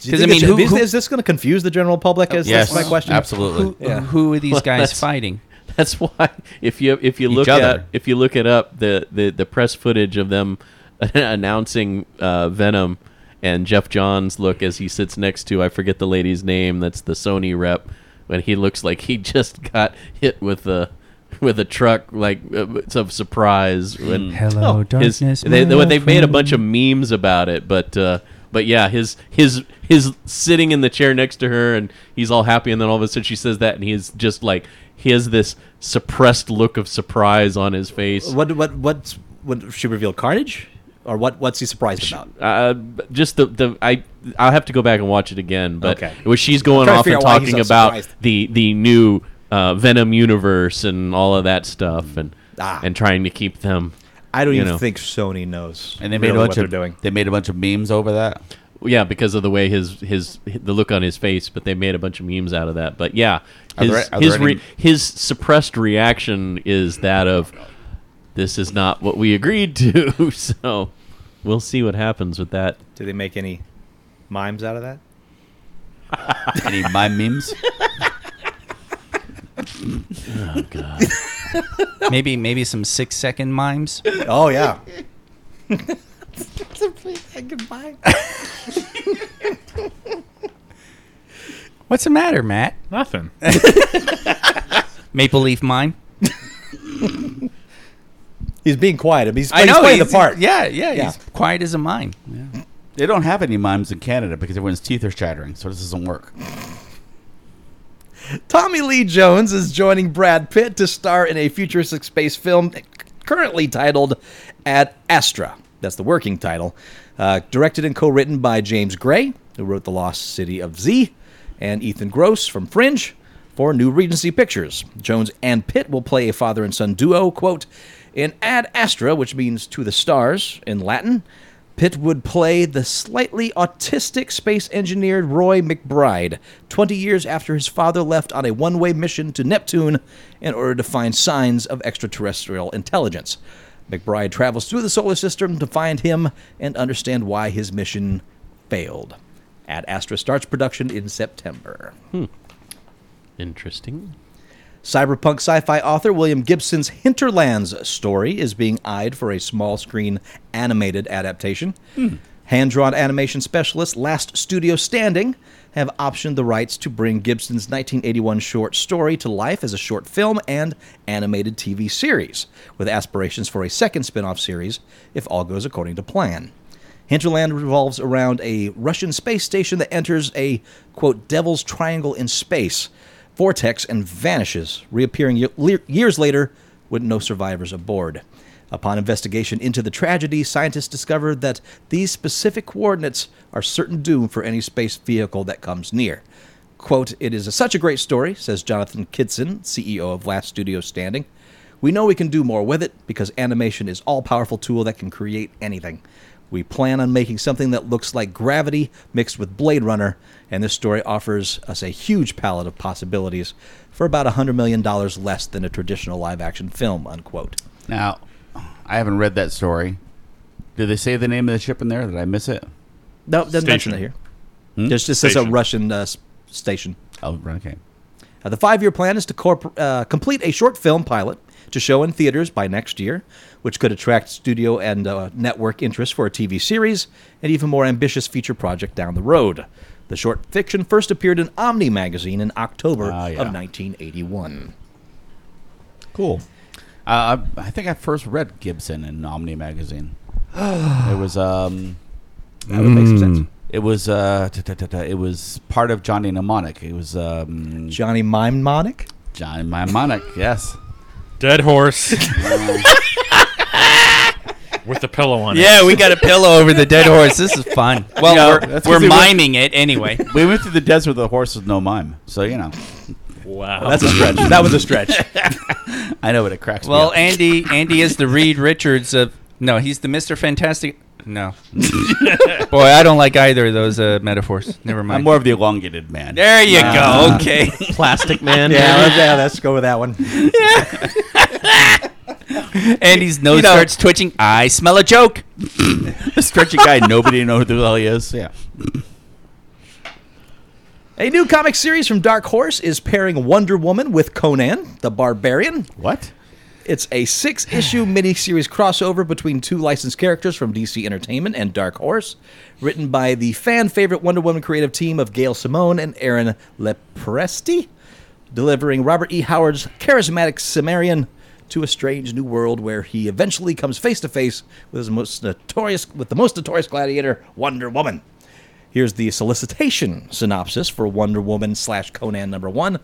Because I mean, who,
is,
who,
is this going to confuse the general public? Is
Yes,
that's my question?
absolutely.
who,
Yeah.
who are these guys
That's-
fighting?
That's why if you if you
Each
look
other.
at if you look it up the the, the press footage of them announcing uh, Venom and Jeff Johns look as he sits next to I forget the lady's name that's the Sony rep when he looks like he just got hit with a with a truck like uh, of surprise
Hmm.
when
Hello,
Hmm. his, they, they, they've made a bunch of memes about it, but uh, but yeah, his his his sitting in the chair next to her, and he's all happy, and then all of a sudden she says that, and he's just like he has this suppressed look of surprise on his face.
What what what what she revealed Carnage, or what what's he surprised about?
Uh, just the, the I I'll have to go back and watch it again, but
Okay.
where she's going
trying to
off
figure
and
out why he's
talking
so
about
surprised.
the the new uh, Venom universe and all of that stuff, and
Ah.
and trying to keep them.
I don't
You
even
know.
think Sony knows.
And they made
really
a
what
bunch
they're
of
doing.
they made a bunch of memes over that.
Yeah, because of the way his, his the look on his face, but they made a bunch of memes out of that. But yeah,
Are
his
there- are
his
there any-
re, his suppressed reaction is that of this is not what we agreed to. So we'll see what happens with that.
Do they make any mimes out of that?
Any mime memes?
Oh god.
maybe maybe some six-second mimes.
Oh yeah.
What's the matter, Matt?
nothing.
Maple leaf mime.
He's being quiet. He's, he's playing
he's-
the part.
Yeah, yeah,
Yeah.
He's quiet as a mime.
They don't have any mimes in Canada because everyone's teeth are chattering, so this doesn't work.
Tommy Lee Jones is joining Brad Pitt to star in a futuristic space film currently titled Ad Astra. That's the working title. Uh, directed and co written by James Gray, who wrote The Lost City of Z, and Ethan Gross from Fringe for New Regency Pictures. Jones and Pitt will play a father and son duo, quote, in Ad Astra, which means to the stars in Latin. Pitt would play the slightly autistic space engineer Roy McBride, 20 years after his father left on a one way mission to Neptune in order to find signs of extraterrestrial intelligence. McBride travels through the solar system to find him and understand why his mission failed. Ad Astra starts production in September.
Interesting.
Cyberpunk sci fi author William Gibson's Hinterlands story is being eyed for a small screen animated adaptation. Hand drawn animation specialist Last Studio Standing have optioned the rights to bring Gibson's 1981 short story to life as a short film and animated TV series, with aspirations for a second spin off series if all goes according to plan. Hinterland revolves around a Russian space station that enters a, quote, devil's triangle in space vortex and vanishes, reappearing ye- le- years later with no survivors aboard. Upon investigation into the tragedy, scientists discover that these specific coordinates are certain doom for any space vehicle that comes near. Quote, It is such a great story, says Jonathan Kidson, CEO of Last Studio Standing. We know we can do more with it because animation is all powerful tool that can create anything. We plan on making something that looks like Gravity mixed with Blade Runner, and this story offers us a huge palette of possibilities for about $100 million less than a traditional live action film, unquote.
Now, I haven't read that story. Did they say the name of the ship in there? Did I miss it?
No, doesn't mention
Station.
it here. Just, just says a
Station.
Russian uh, s- station.
Oh, okay.
Uh, the five year plan is to corp- uh, complete a short film pilot to show in theaters by next year, which could attract studio and uh, network interest for a TV series and even more ambitious feature project down the road. The short fiction first appeared in Omni magazine in October
Ah, yeah.
of 1981.
Cool. Uh, I I think I first read Gibson in Omni magazine. it was um,
That would make some sense.
it was uh, ta- ta- ta- ta- it was part of Johnny Mnemonic. It was um,
Johnny Mimonic?
Johnny Mnemonic. yes.
Dead horse. With the pillow on it.
Yeah, we got a pillow over the dead horse. This is fun. Well,
Yeah,
we're,
that's 'cause
we're
he went-
miming it anyway.
We went through the desert with a horse with no mime, so you know.
Wow.
That's a stretch. that was a stretch.
I know, but it cracks
Well,
me
Andy, Andy is the Reed Richards of no, he's the Mister Fantastic. No, boy, I don't like either of those uh, metaphors. Never
up. I'm
mind.
more of the elongated man.
there you
Ah.
go. Okay,
Plastic Man.
yeah, let's, yeah, let's go with that one.
Andy's nose
You know-
starts twitching. I smell a joke.
The stretchy guy, nobody knows who the hell he is. Yeah.
A new comic series from Dark Horse is pairing Wonder Woman with Conan the Barbarian.
What?
It's a six issue miniseries crossover between two licensed characters from DC Entertainment and Dark Horse, written by the fan favorite Wonder Woman creative team of Gail Simone and Aaron Lepresti, delivering Robert E. Howard's charismatic Cimmerian to a strange new world where he eventually comes face to face with his most notorious with the most notorious gladiator, Wonder Woman. Here's the solicitation synopsis for Wonder Woman slash Conan number one.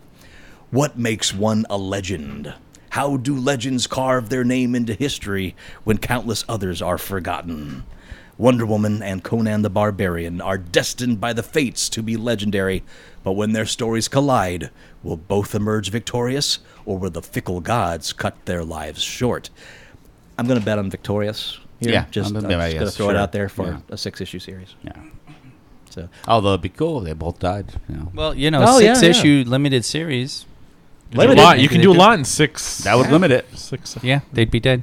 What makes one a legend? How do legends carve their name into history when countless others are forgotten? Wonder Woman and Conan the Barbarian are destined by the fates to be legendary, but when their stories collide, will both emerge victorious, or will the fickle gods cut their lives short? I'm going to bet on victorious. Here.
Yeah,
just,
I'm
I'm,
gonna- yeah,
just going to
yes,
throw it
sure.
out there for
Yeah.
a six-issue series.
Yeah.
So
Although it'd Oh, be cool if they both died. You know.
Well, you know,
Oh, yeah,
six issue limited series.
You can do a lot. You can do a lot in six.
that would limit it.
six.
Yeah, they'd be dead.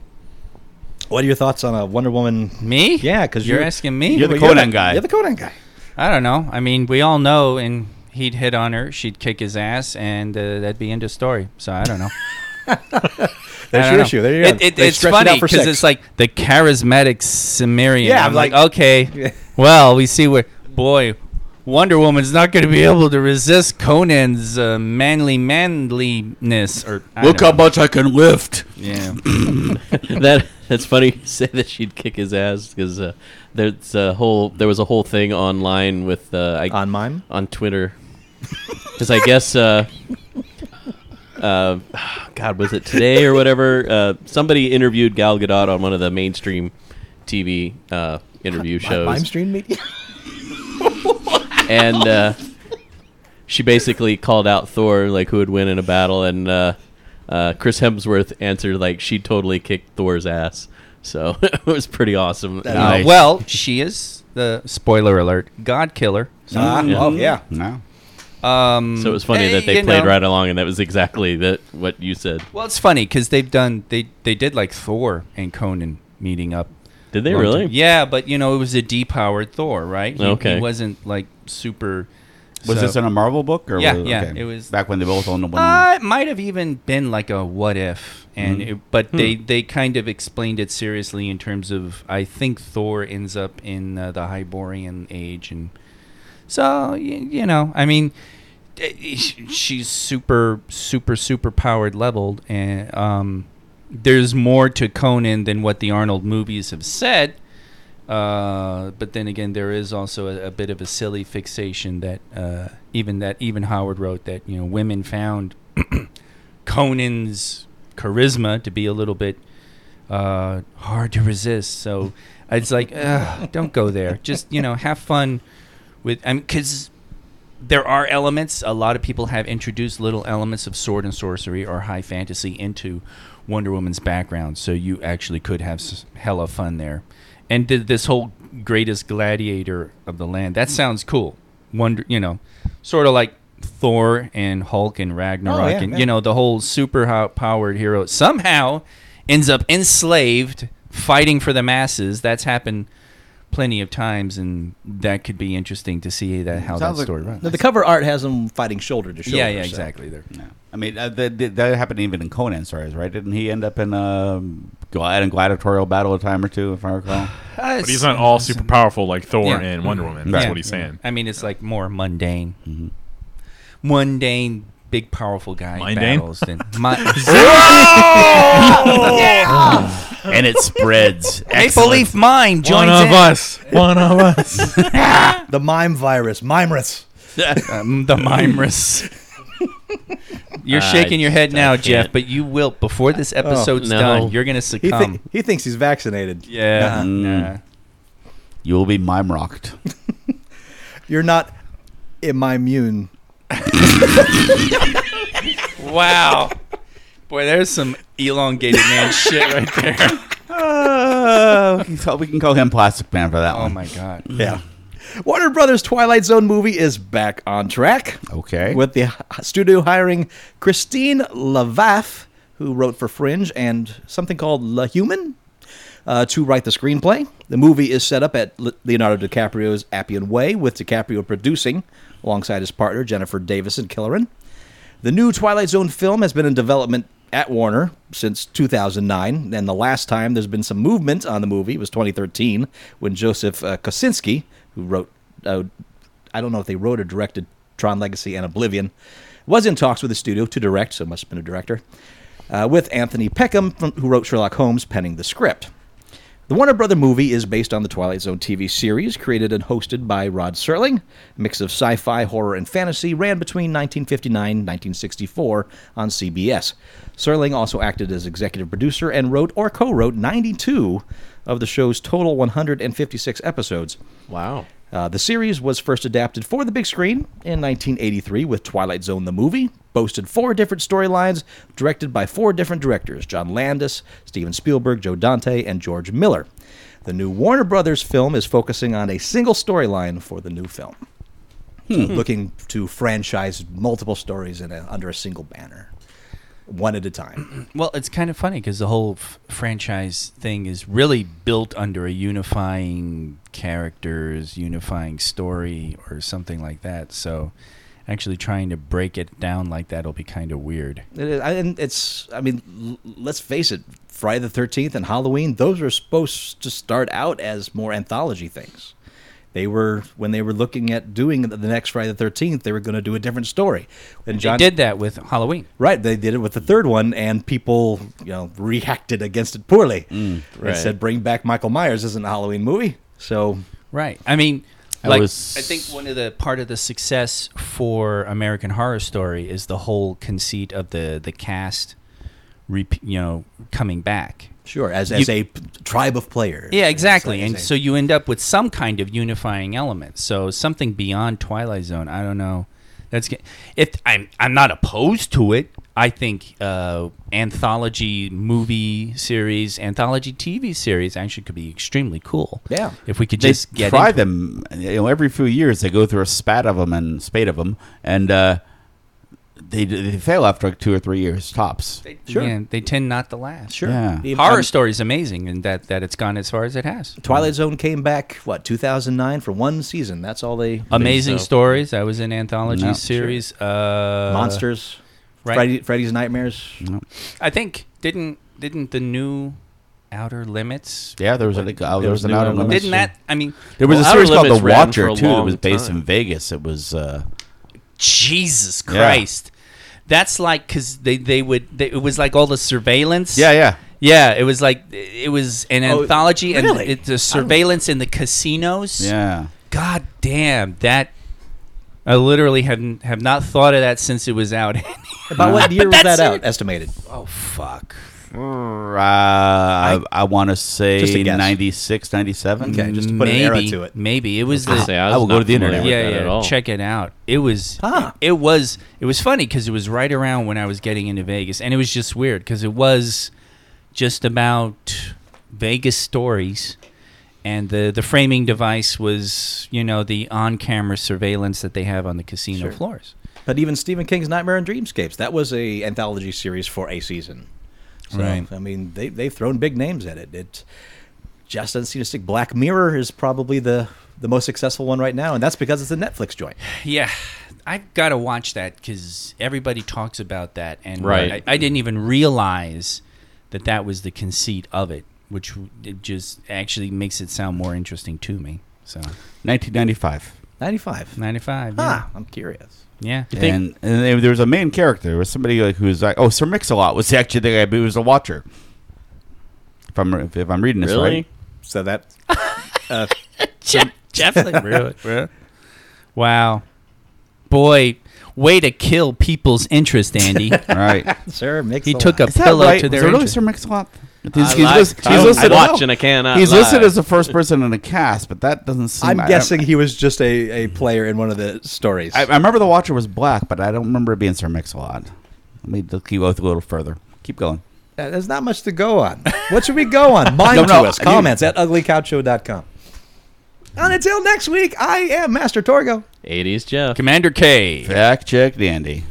What are your thoughts on a Wonder Woman?
Me?
Yeah, 'cause
you're,
you're-
asking me.
You're the
Well,
Conan guy.
You're the Conan guy.
I don't know. I mean, we all know, and he'd hit on her, she'd kick his ass, and uh, that'd be end of story. So I don't know. I
That's
don't
your
know.
issue. There you
It-
go.
it-
They
it's
stretched it out
funny
for
because
six.
it's like the charismatic Cimmerian.
Yeah,
I'm
I'm
like,
like-
okay, well, we see where, boy, Wonder Woman's not going to be able to resist Conan's uh, manly manliness. Or I
Look how
don't know.
much I can lift.
Yeah.
that that's funny. You say that she'd kick his ass because uh, there's a whole there was a whole thing online with uh, I,
on mime.
on Twitter because I guess uh, uh, God was it today or whatever? Uh, somebody interviewed Gal Gadot on one of the mainstream TV uh, interview shows,
Mime stream media.
and uh, she basically called out Thor like who would win in a battle, and uh, uh, Chris Hemsworth answered like she totally kicked Thor's ass. So it was pretty awesome. Um,
Uh, well, she is the spoiler alert God killer. So,
Ah,
Yeah.
well, yeah.
Mm, No.
um,
so it was funny
eh,
that they
you
played
know.
right along, and that was exactly that what you said.
Well, it's funny because they've done they they did like Thor and Conan meeting up.
Did they
Long
really?
time. Yeah, but you know it was a depowered Thor, right? He,
Okay.
he wasn't like super.
Was
so-
this in a Marvel book or
Yeah,
was
yeah, it was-
back when they both owned one.
Uh, it might have even been like a what if, and it, but they they kind of explained it seriously in terms of I think Thor ends up in uh, the Hyborian age, and so you, you know, I mean, eh, sh- she's super super super powered leveled, and um, there's more to Conan than what the Arnold movies have said. Uh, but then again, there is also a, a bit of a silly fixation that uh, even that even Howard wrote that you know women found Conan's charisma to be a little bit uh, hard to resist. So it's like, ugh, don't go there. Just you know, have fun with. I mean, because there are elements. A lot of people have introduced little elements of sword and sorcery or high fantasy into Wonder Woman's background, so you actually could have s- hella fun there. And th- this whole greatest gladiator of the land that sounds cool. Wonder, you know, sort of like Thor and Hulk and Ragnarok,
Oh, yeah,
and
yeah.
you know the whole super ho- powered hero somehow ends up enslaved fighting for the masses. That's happened plenty of times, and that could be interesting to see that how that
Sounds like-
story runs.
No, the cover art has them fighting shoulder to shoulder.
Yeah, yeah,
so-
exactly. There.
No. I mean, uh, that, that- that happened even in Conan stories, right? Didn't he end up in um, glad and gladiatorial battle a time or two, if I recall?
But he's not all super powerful like Thor
Yeah.
and Wonder Woman. That's what he's saying.
I mean, it's like more mundane, Mm-hmm. mundane, big, powerful guy
Mindane?
battles than my,
and it spreads.
Maple Leaf Mine joins
One of
in.
us. One of us.
The mime virus, mimerus.
Um, the mimerous. You're
I
shaking your head
just-
now,
I
Jeff,
can't.
but you will before
Oh,
this episode's
no.
done. You're gonna
He, thi-
succumb.
he thinks he's vaccinated.
yeah.
Mm.
Nah.
You will be mime rocked.
You're not am I immune.
Wow. Boy, there's some elongated man shit right there.
Uh, we can call him Plastic Man for that
Oh
one.
my god.
Yeah. Warner Brothers Twilight Zone movie is back on track.
Okay.
With the h- studio hiring Christine Lavaff, who wrote for Fringe and something called La Human, uh, to write the screenplay. The movie is set up at Le- Leonardo DiCaprio's Appian Way, with DiCaprio producing alongside his partner Jennifer Davis and Killeran. The new Twilight Zone film has been in development at Warner since 2009, and the last time there's been some movement on the movie was 2013 when Joseph uh, Kosinski, who wrote, uh, I don't know if they wrote or directed Tron Legacy and Oblivion, was in talks with the studio to direct, so must have been a director, uh, with Anthony Peckham, from, who wrote Sherlock Holmes, penning the script. The Warner Brother movie is based on the Twilight Zone TV series, created and hosted by Rod Serling. A mix of sci fi, horror, and fantasy ran between 1959 and 1964 on CBS. Serling also acted as executive producer and wrote or co wrote 92 of the show's total 156 episodes.
Wow.
Uh, the series was first adapted for the big screen in 1983 with Twilight Zone the movie, boasted four different storylines, directed by four different directors John Landis, Steven Spielberg, Joe Dante, and George Miller. The new Warner Brothers film is focusing on a single storyline for the new film, looking to franchise multiple stories in a, under a single banner, one at a time.
Well, it's kind of funny because the whole f- franchise thing is really built under a unifying characters, unifying story, or something like that. So, actually trying to break it down like that will be kind of weird.
It is, and it's, I mean, l- let's face it, Friday the 13th and Halloween, those are supposed to start out as more anthology things. They were, when they were looking at doing the the next Friday the 13th, they were going to do a different story. And
They did that with Halloween.
Right, they did it with the third one, and people, you know, reacted against it poorly. Mm,
right.
said, "Bring back Michael Myers isn't a Halloween movie." So,
Right. I mean,
I
like, I,
was-
think one of the part of the success for American Horror Story is the whole conceit of the the cast, rep- you know, coming back
Sure, as as a p- tribe of players.
Yeah, exactly.
As a-
And so you end up with some kind of unifying element. So something beyond Twilight Zone. I don't know. That's ge- if I'm I'm not opposed to it. I think uh, anthology movie series, anthology TV series actually could be extremely cool.
Yeah.
if we could
They
just get
try
into-
them. You know, every few years they go through a spat of them and spate of them, and uh, they they fail after like two or three years tops.
Sure.
Yeah, they tend not to last.
sure.
Yeah.
The-
horror
um,
story is amazing, and that that it's gone as far as it has.
Twilight Zone came back what 2009 for one season. That's all they
Amazing
so.
stories. I was in anthology
No.
series. Uh,
monsters.
right.
Freddy, Freddy's Nightmares.
I think didn't didn't the new Outer Limits
Yeah, there was a, uh, there was an
new
outer
Outer
limits.
didn't that I mean
There was
Well,
a
Outer
series called
Limits
The
ran for
Watcher
a
too. That
long
was based
time.
in Vegas. It was uh,
Jesus
Yeah.
Christ. That's like because they they would they, it was like all the surveillance.
yeah, yeah.
yeah. It was like it was an
Oh,
anthology and
really?
it's a surveillance in the casinos.
Yeah.
God damn that! I literally have n- have not thought of that since it was out.
About what year was
that's
that out?
it.
Estimated.
oh fuck!
Uh, I, I want to
Just a
say Mm.
guess.
96, 97.
Okay, just to put
maybe,
an arrow to it.
Maybe it was
I,
the
say, I,
I
was
will go
not
to the
familiar
internet.
with
yeah,
that
yeah.
at all.
Check it out. It was
Huh.
it was it was funny because it was right around when I was getting into Vegas, and it was just weird because it was just about Vegas stories, and the the framing device was you know the on camera surveillance that they have on the casino
Sure.
floors.
But even Stephen King's Nightmare and Dreamscapes, that was a anthology series for a season. So,
Right.
I mean, they they've thrown big names at it. It just doesn't seem to stick. Black Mirror is probably the the most successful one right now, and that's because it's a Netflix joint.
Yeah, I've got to watch that because everybody talks about that, and
Right.
I, I didn't even realize that that was the conceit of it, which it just actually makes it sound more interesting to me. So.
1995.
Ninety five.
95.
Ah, I'm curious.
Yeah. yeah.
think-
and, and there- there was a main character. There was somebody like who was like, oh, Sir Mix-a-Lot was actually the guy who was a watcher. If I'm if, if I'm reading this
Really?
right,
So that
Jeff, Jeff really, Wow. Boy, way to kill people's interest, Andy.
all right.
sir makes
He
a
took
lot.
a pillow to
Was
their
it really
interest.
Sir Mix-a-Lot? He's, he's,
lied.
lis- he's
I don't-
listed
I
as-
watch and I cannot
He's
lie.
listed as the first person in the cast, but that doesn't seem. I
I'm
don't-
guessing he was just a, a player in one of the stories.
I, I remember the Watcher was black, but I don't remember it being Sir Mix-a-Lot. Let me look you both a little further. Keep going.
Uh, There's not much to go on. What should we go on? Mind
No, no,
to us.
I-
Comments at uglycouchshow.com. And until next week, I am Master Torgo.
80s Jeff.
Commander K.
Fact check, Dandy.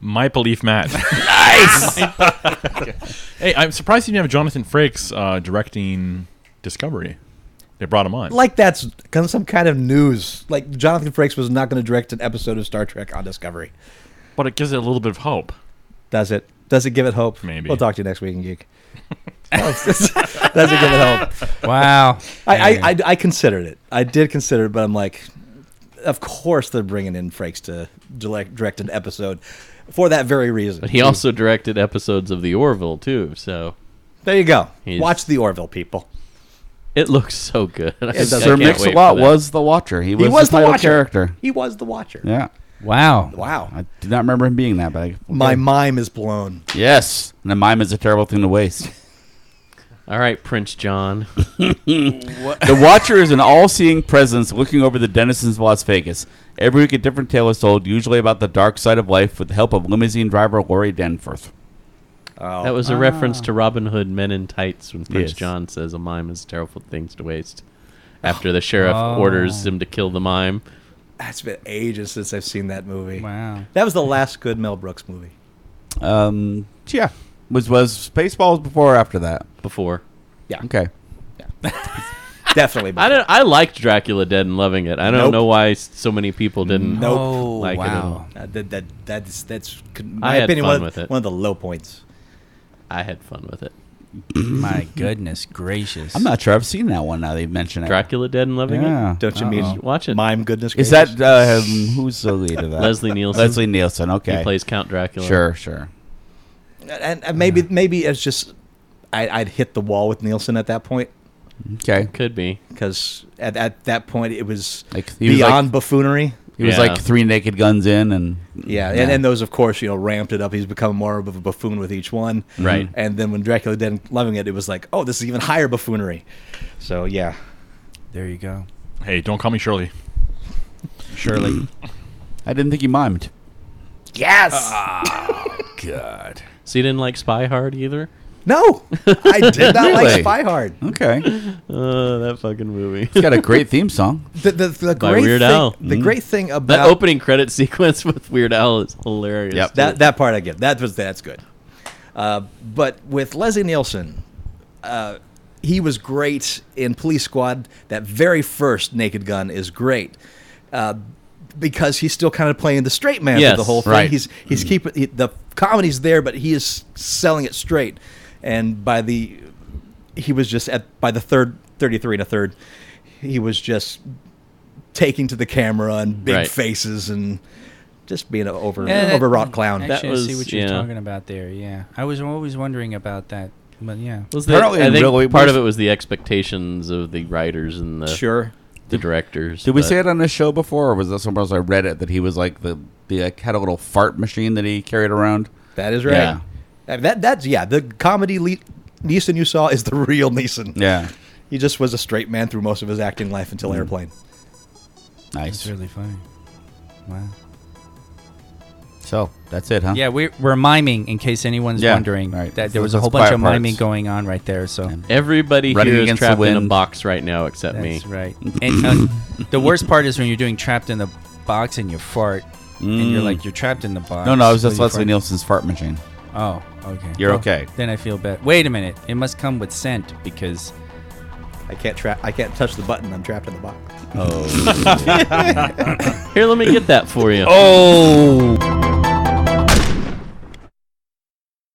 My belief, Matt. nice. hey, I'm surprised you didn't have Jonathan Frakes uh, directing Discovery. They brought him on.
Like that's kind of some kind of news. Like Jonathan Frakes was not going to direct an episode of Star Trek on Discovery.
but it gives it a little bit of hope.
Does it? Does it give it hope?
Maybe.
We'll talk to you next week in Geek. Does it give it hope?
Wow.
I, I, I, I considered it. I did consider it, but I'm like, of course they're bringing in Frakes to direct, direct an episode for that very reason.
But he also directed episodes of The Orville, too, so
there you go.
He's-
Watch the Orville, people.
it looks so good. I
does.
can't
Sir
wait for
Mix-a-Lot
that.
was the Watcher. He was, the title character.
He was the Watcher.
Yeah,
Wow.
Wow.
I do not remember him being that, but I,
My mime is blown.
yes, and a mime is a terrible thing to waste.
All right, Prince John.
the Watcher is an all-seeing presence looking over the denizens of Las Vegas. Every week, a different tale is told, usually about the dark side of life, with the help of limousine driver Laurie Danforth.
Oh,
That was a reference to Robin Hood Men in Tights when Prince
Yes.
John says a mime is terrible things to waste. After the sheriff orders him to kill the mime.
That's been ages since I've seen that movie.
Wow.
That was the last good Mel Brooks movie.
Um, yeah, was was Spaceballs before or after that?
before.
Okay,
Definitely. before.
I don't. I liked Dracula Dead and loving it. I don't
Nope.
know why s- so many people didn't.
Nope.
Oh,
Like it at
wow.
all.
Uh, that, that, that's, that's, in
I
my
had
opinion,
fun
one, of-
with it.
one of the low points.
I had fun with it.
My goodness gracious.
I'm not sure. I've seen that one. Now they've mentioned it.
Dracula Dead and loving
Yeah.
it.
Don't you mean
Watch it.
mime goodness?
Is
gracious?
that uh, um, who's the lead of that?
Leslie Nielsen.
Leslie Nielsen. Okay.
He plays Count Dracula.
Sure, sure.
and, and maybe maybe it's just I, I'd hit the wall with Nielsen at that point
Okay.
Could be.
because at, at that point it was
Like, he was
beyond buffoonery.
He was
Yeah.
like three naked guns in, and
Yeah, and, and those, of course, you know, ramped it up. He's become more of a buffoon with each one.
Right.
And then when Dracula Dead and Loving It, it was like, oh, this is even higher buffoonery. So, yeah.
There you go.
Hey, don't call me Shirley.
Shirley.
I didn't think he mimed.
Yes!
God.
So you didn't like Spy Hard either?
no! I did not like
Really?
Spy Hard.
Okay, he's
Uh, that fucking movie.
got a great theme song.
The, the, the,
By
great,
Weird
thing,
Al.
the great thing about
That opening credit sequence with Weird Al is hilarious.
Yep.
That that part I get. That was that's good. Uh, but with Leslie Nielsen, uh, he was great in Police Squad. That very first Naked Gun is great. Uh, because he's still kind of playing the straight man through
Yes,
the whole thing.
right.
He's he's keeping he, the comedy's there, but he is selling it straight. And by the he was just at by the third 33 and a third, he was just taking to the camera and big
Right.
faces and just being an over
Yeah, that-
overwrought clown.
That
Actually, I see
was-
what you're
yeah.
talking about there. Yeah, I was always wondering about that, but yeah,
Was the,
Apparently
I
in
think
real-
part of it was the expectations of the writers and the
Sure.
the directors.
Did we
but-
say it on this show before, or was that somewhere else I read it that he was like the the like, had a little fart machine that he carried around?
That is right.
Yeah.
Uh, That that's yeah. The comedy le- Neeson you saw is the real Neeson.
Yeah,
He just was a straight man through most of his acting life until Airplane.
nice.
it's really funny. Wow.
So that's it, huh?
Yeah, we're, we're miming in case anyone's
Yeah,
wondering
right.
that there was a
That's
whole bunch
quiet
of miming
parts.
going on right there. So
Everybody
Running
here is
Against the
trapped in a
Wind.
box right now except me.
that's right. And uh, the worst part is when you're doing trapped in the box and you fart, and you're
Mm.
like you're trapped in the box.
No, no, it was just
What
Leslie
are you
Nielsen's fart machine.
farting? Oh, okay.
You're
Well,
okay.
Then I feel bad. Wait a minute. It must come with scent because
I can't trap. I can't touch the button. I'm trapped in the box.
Here, let me get that for you.
oh.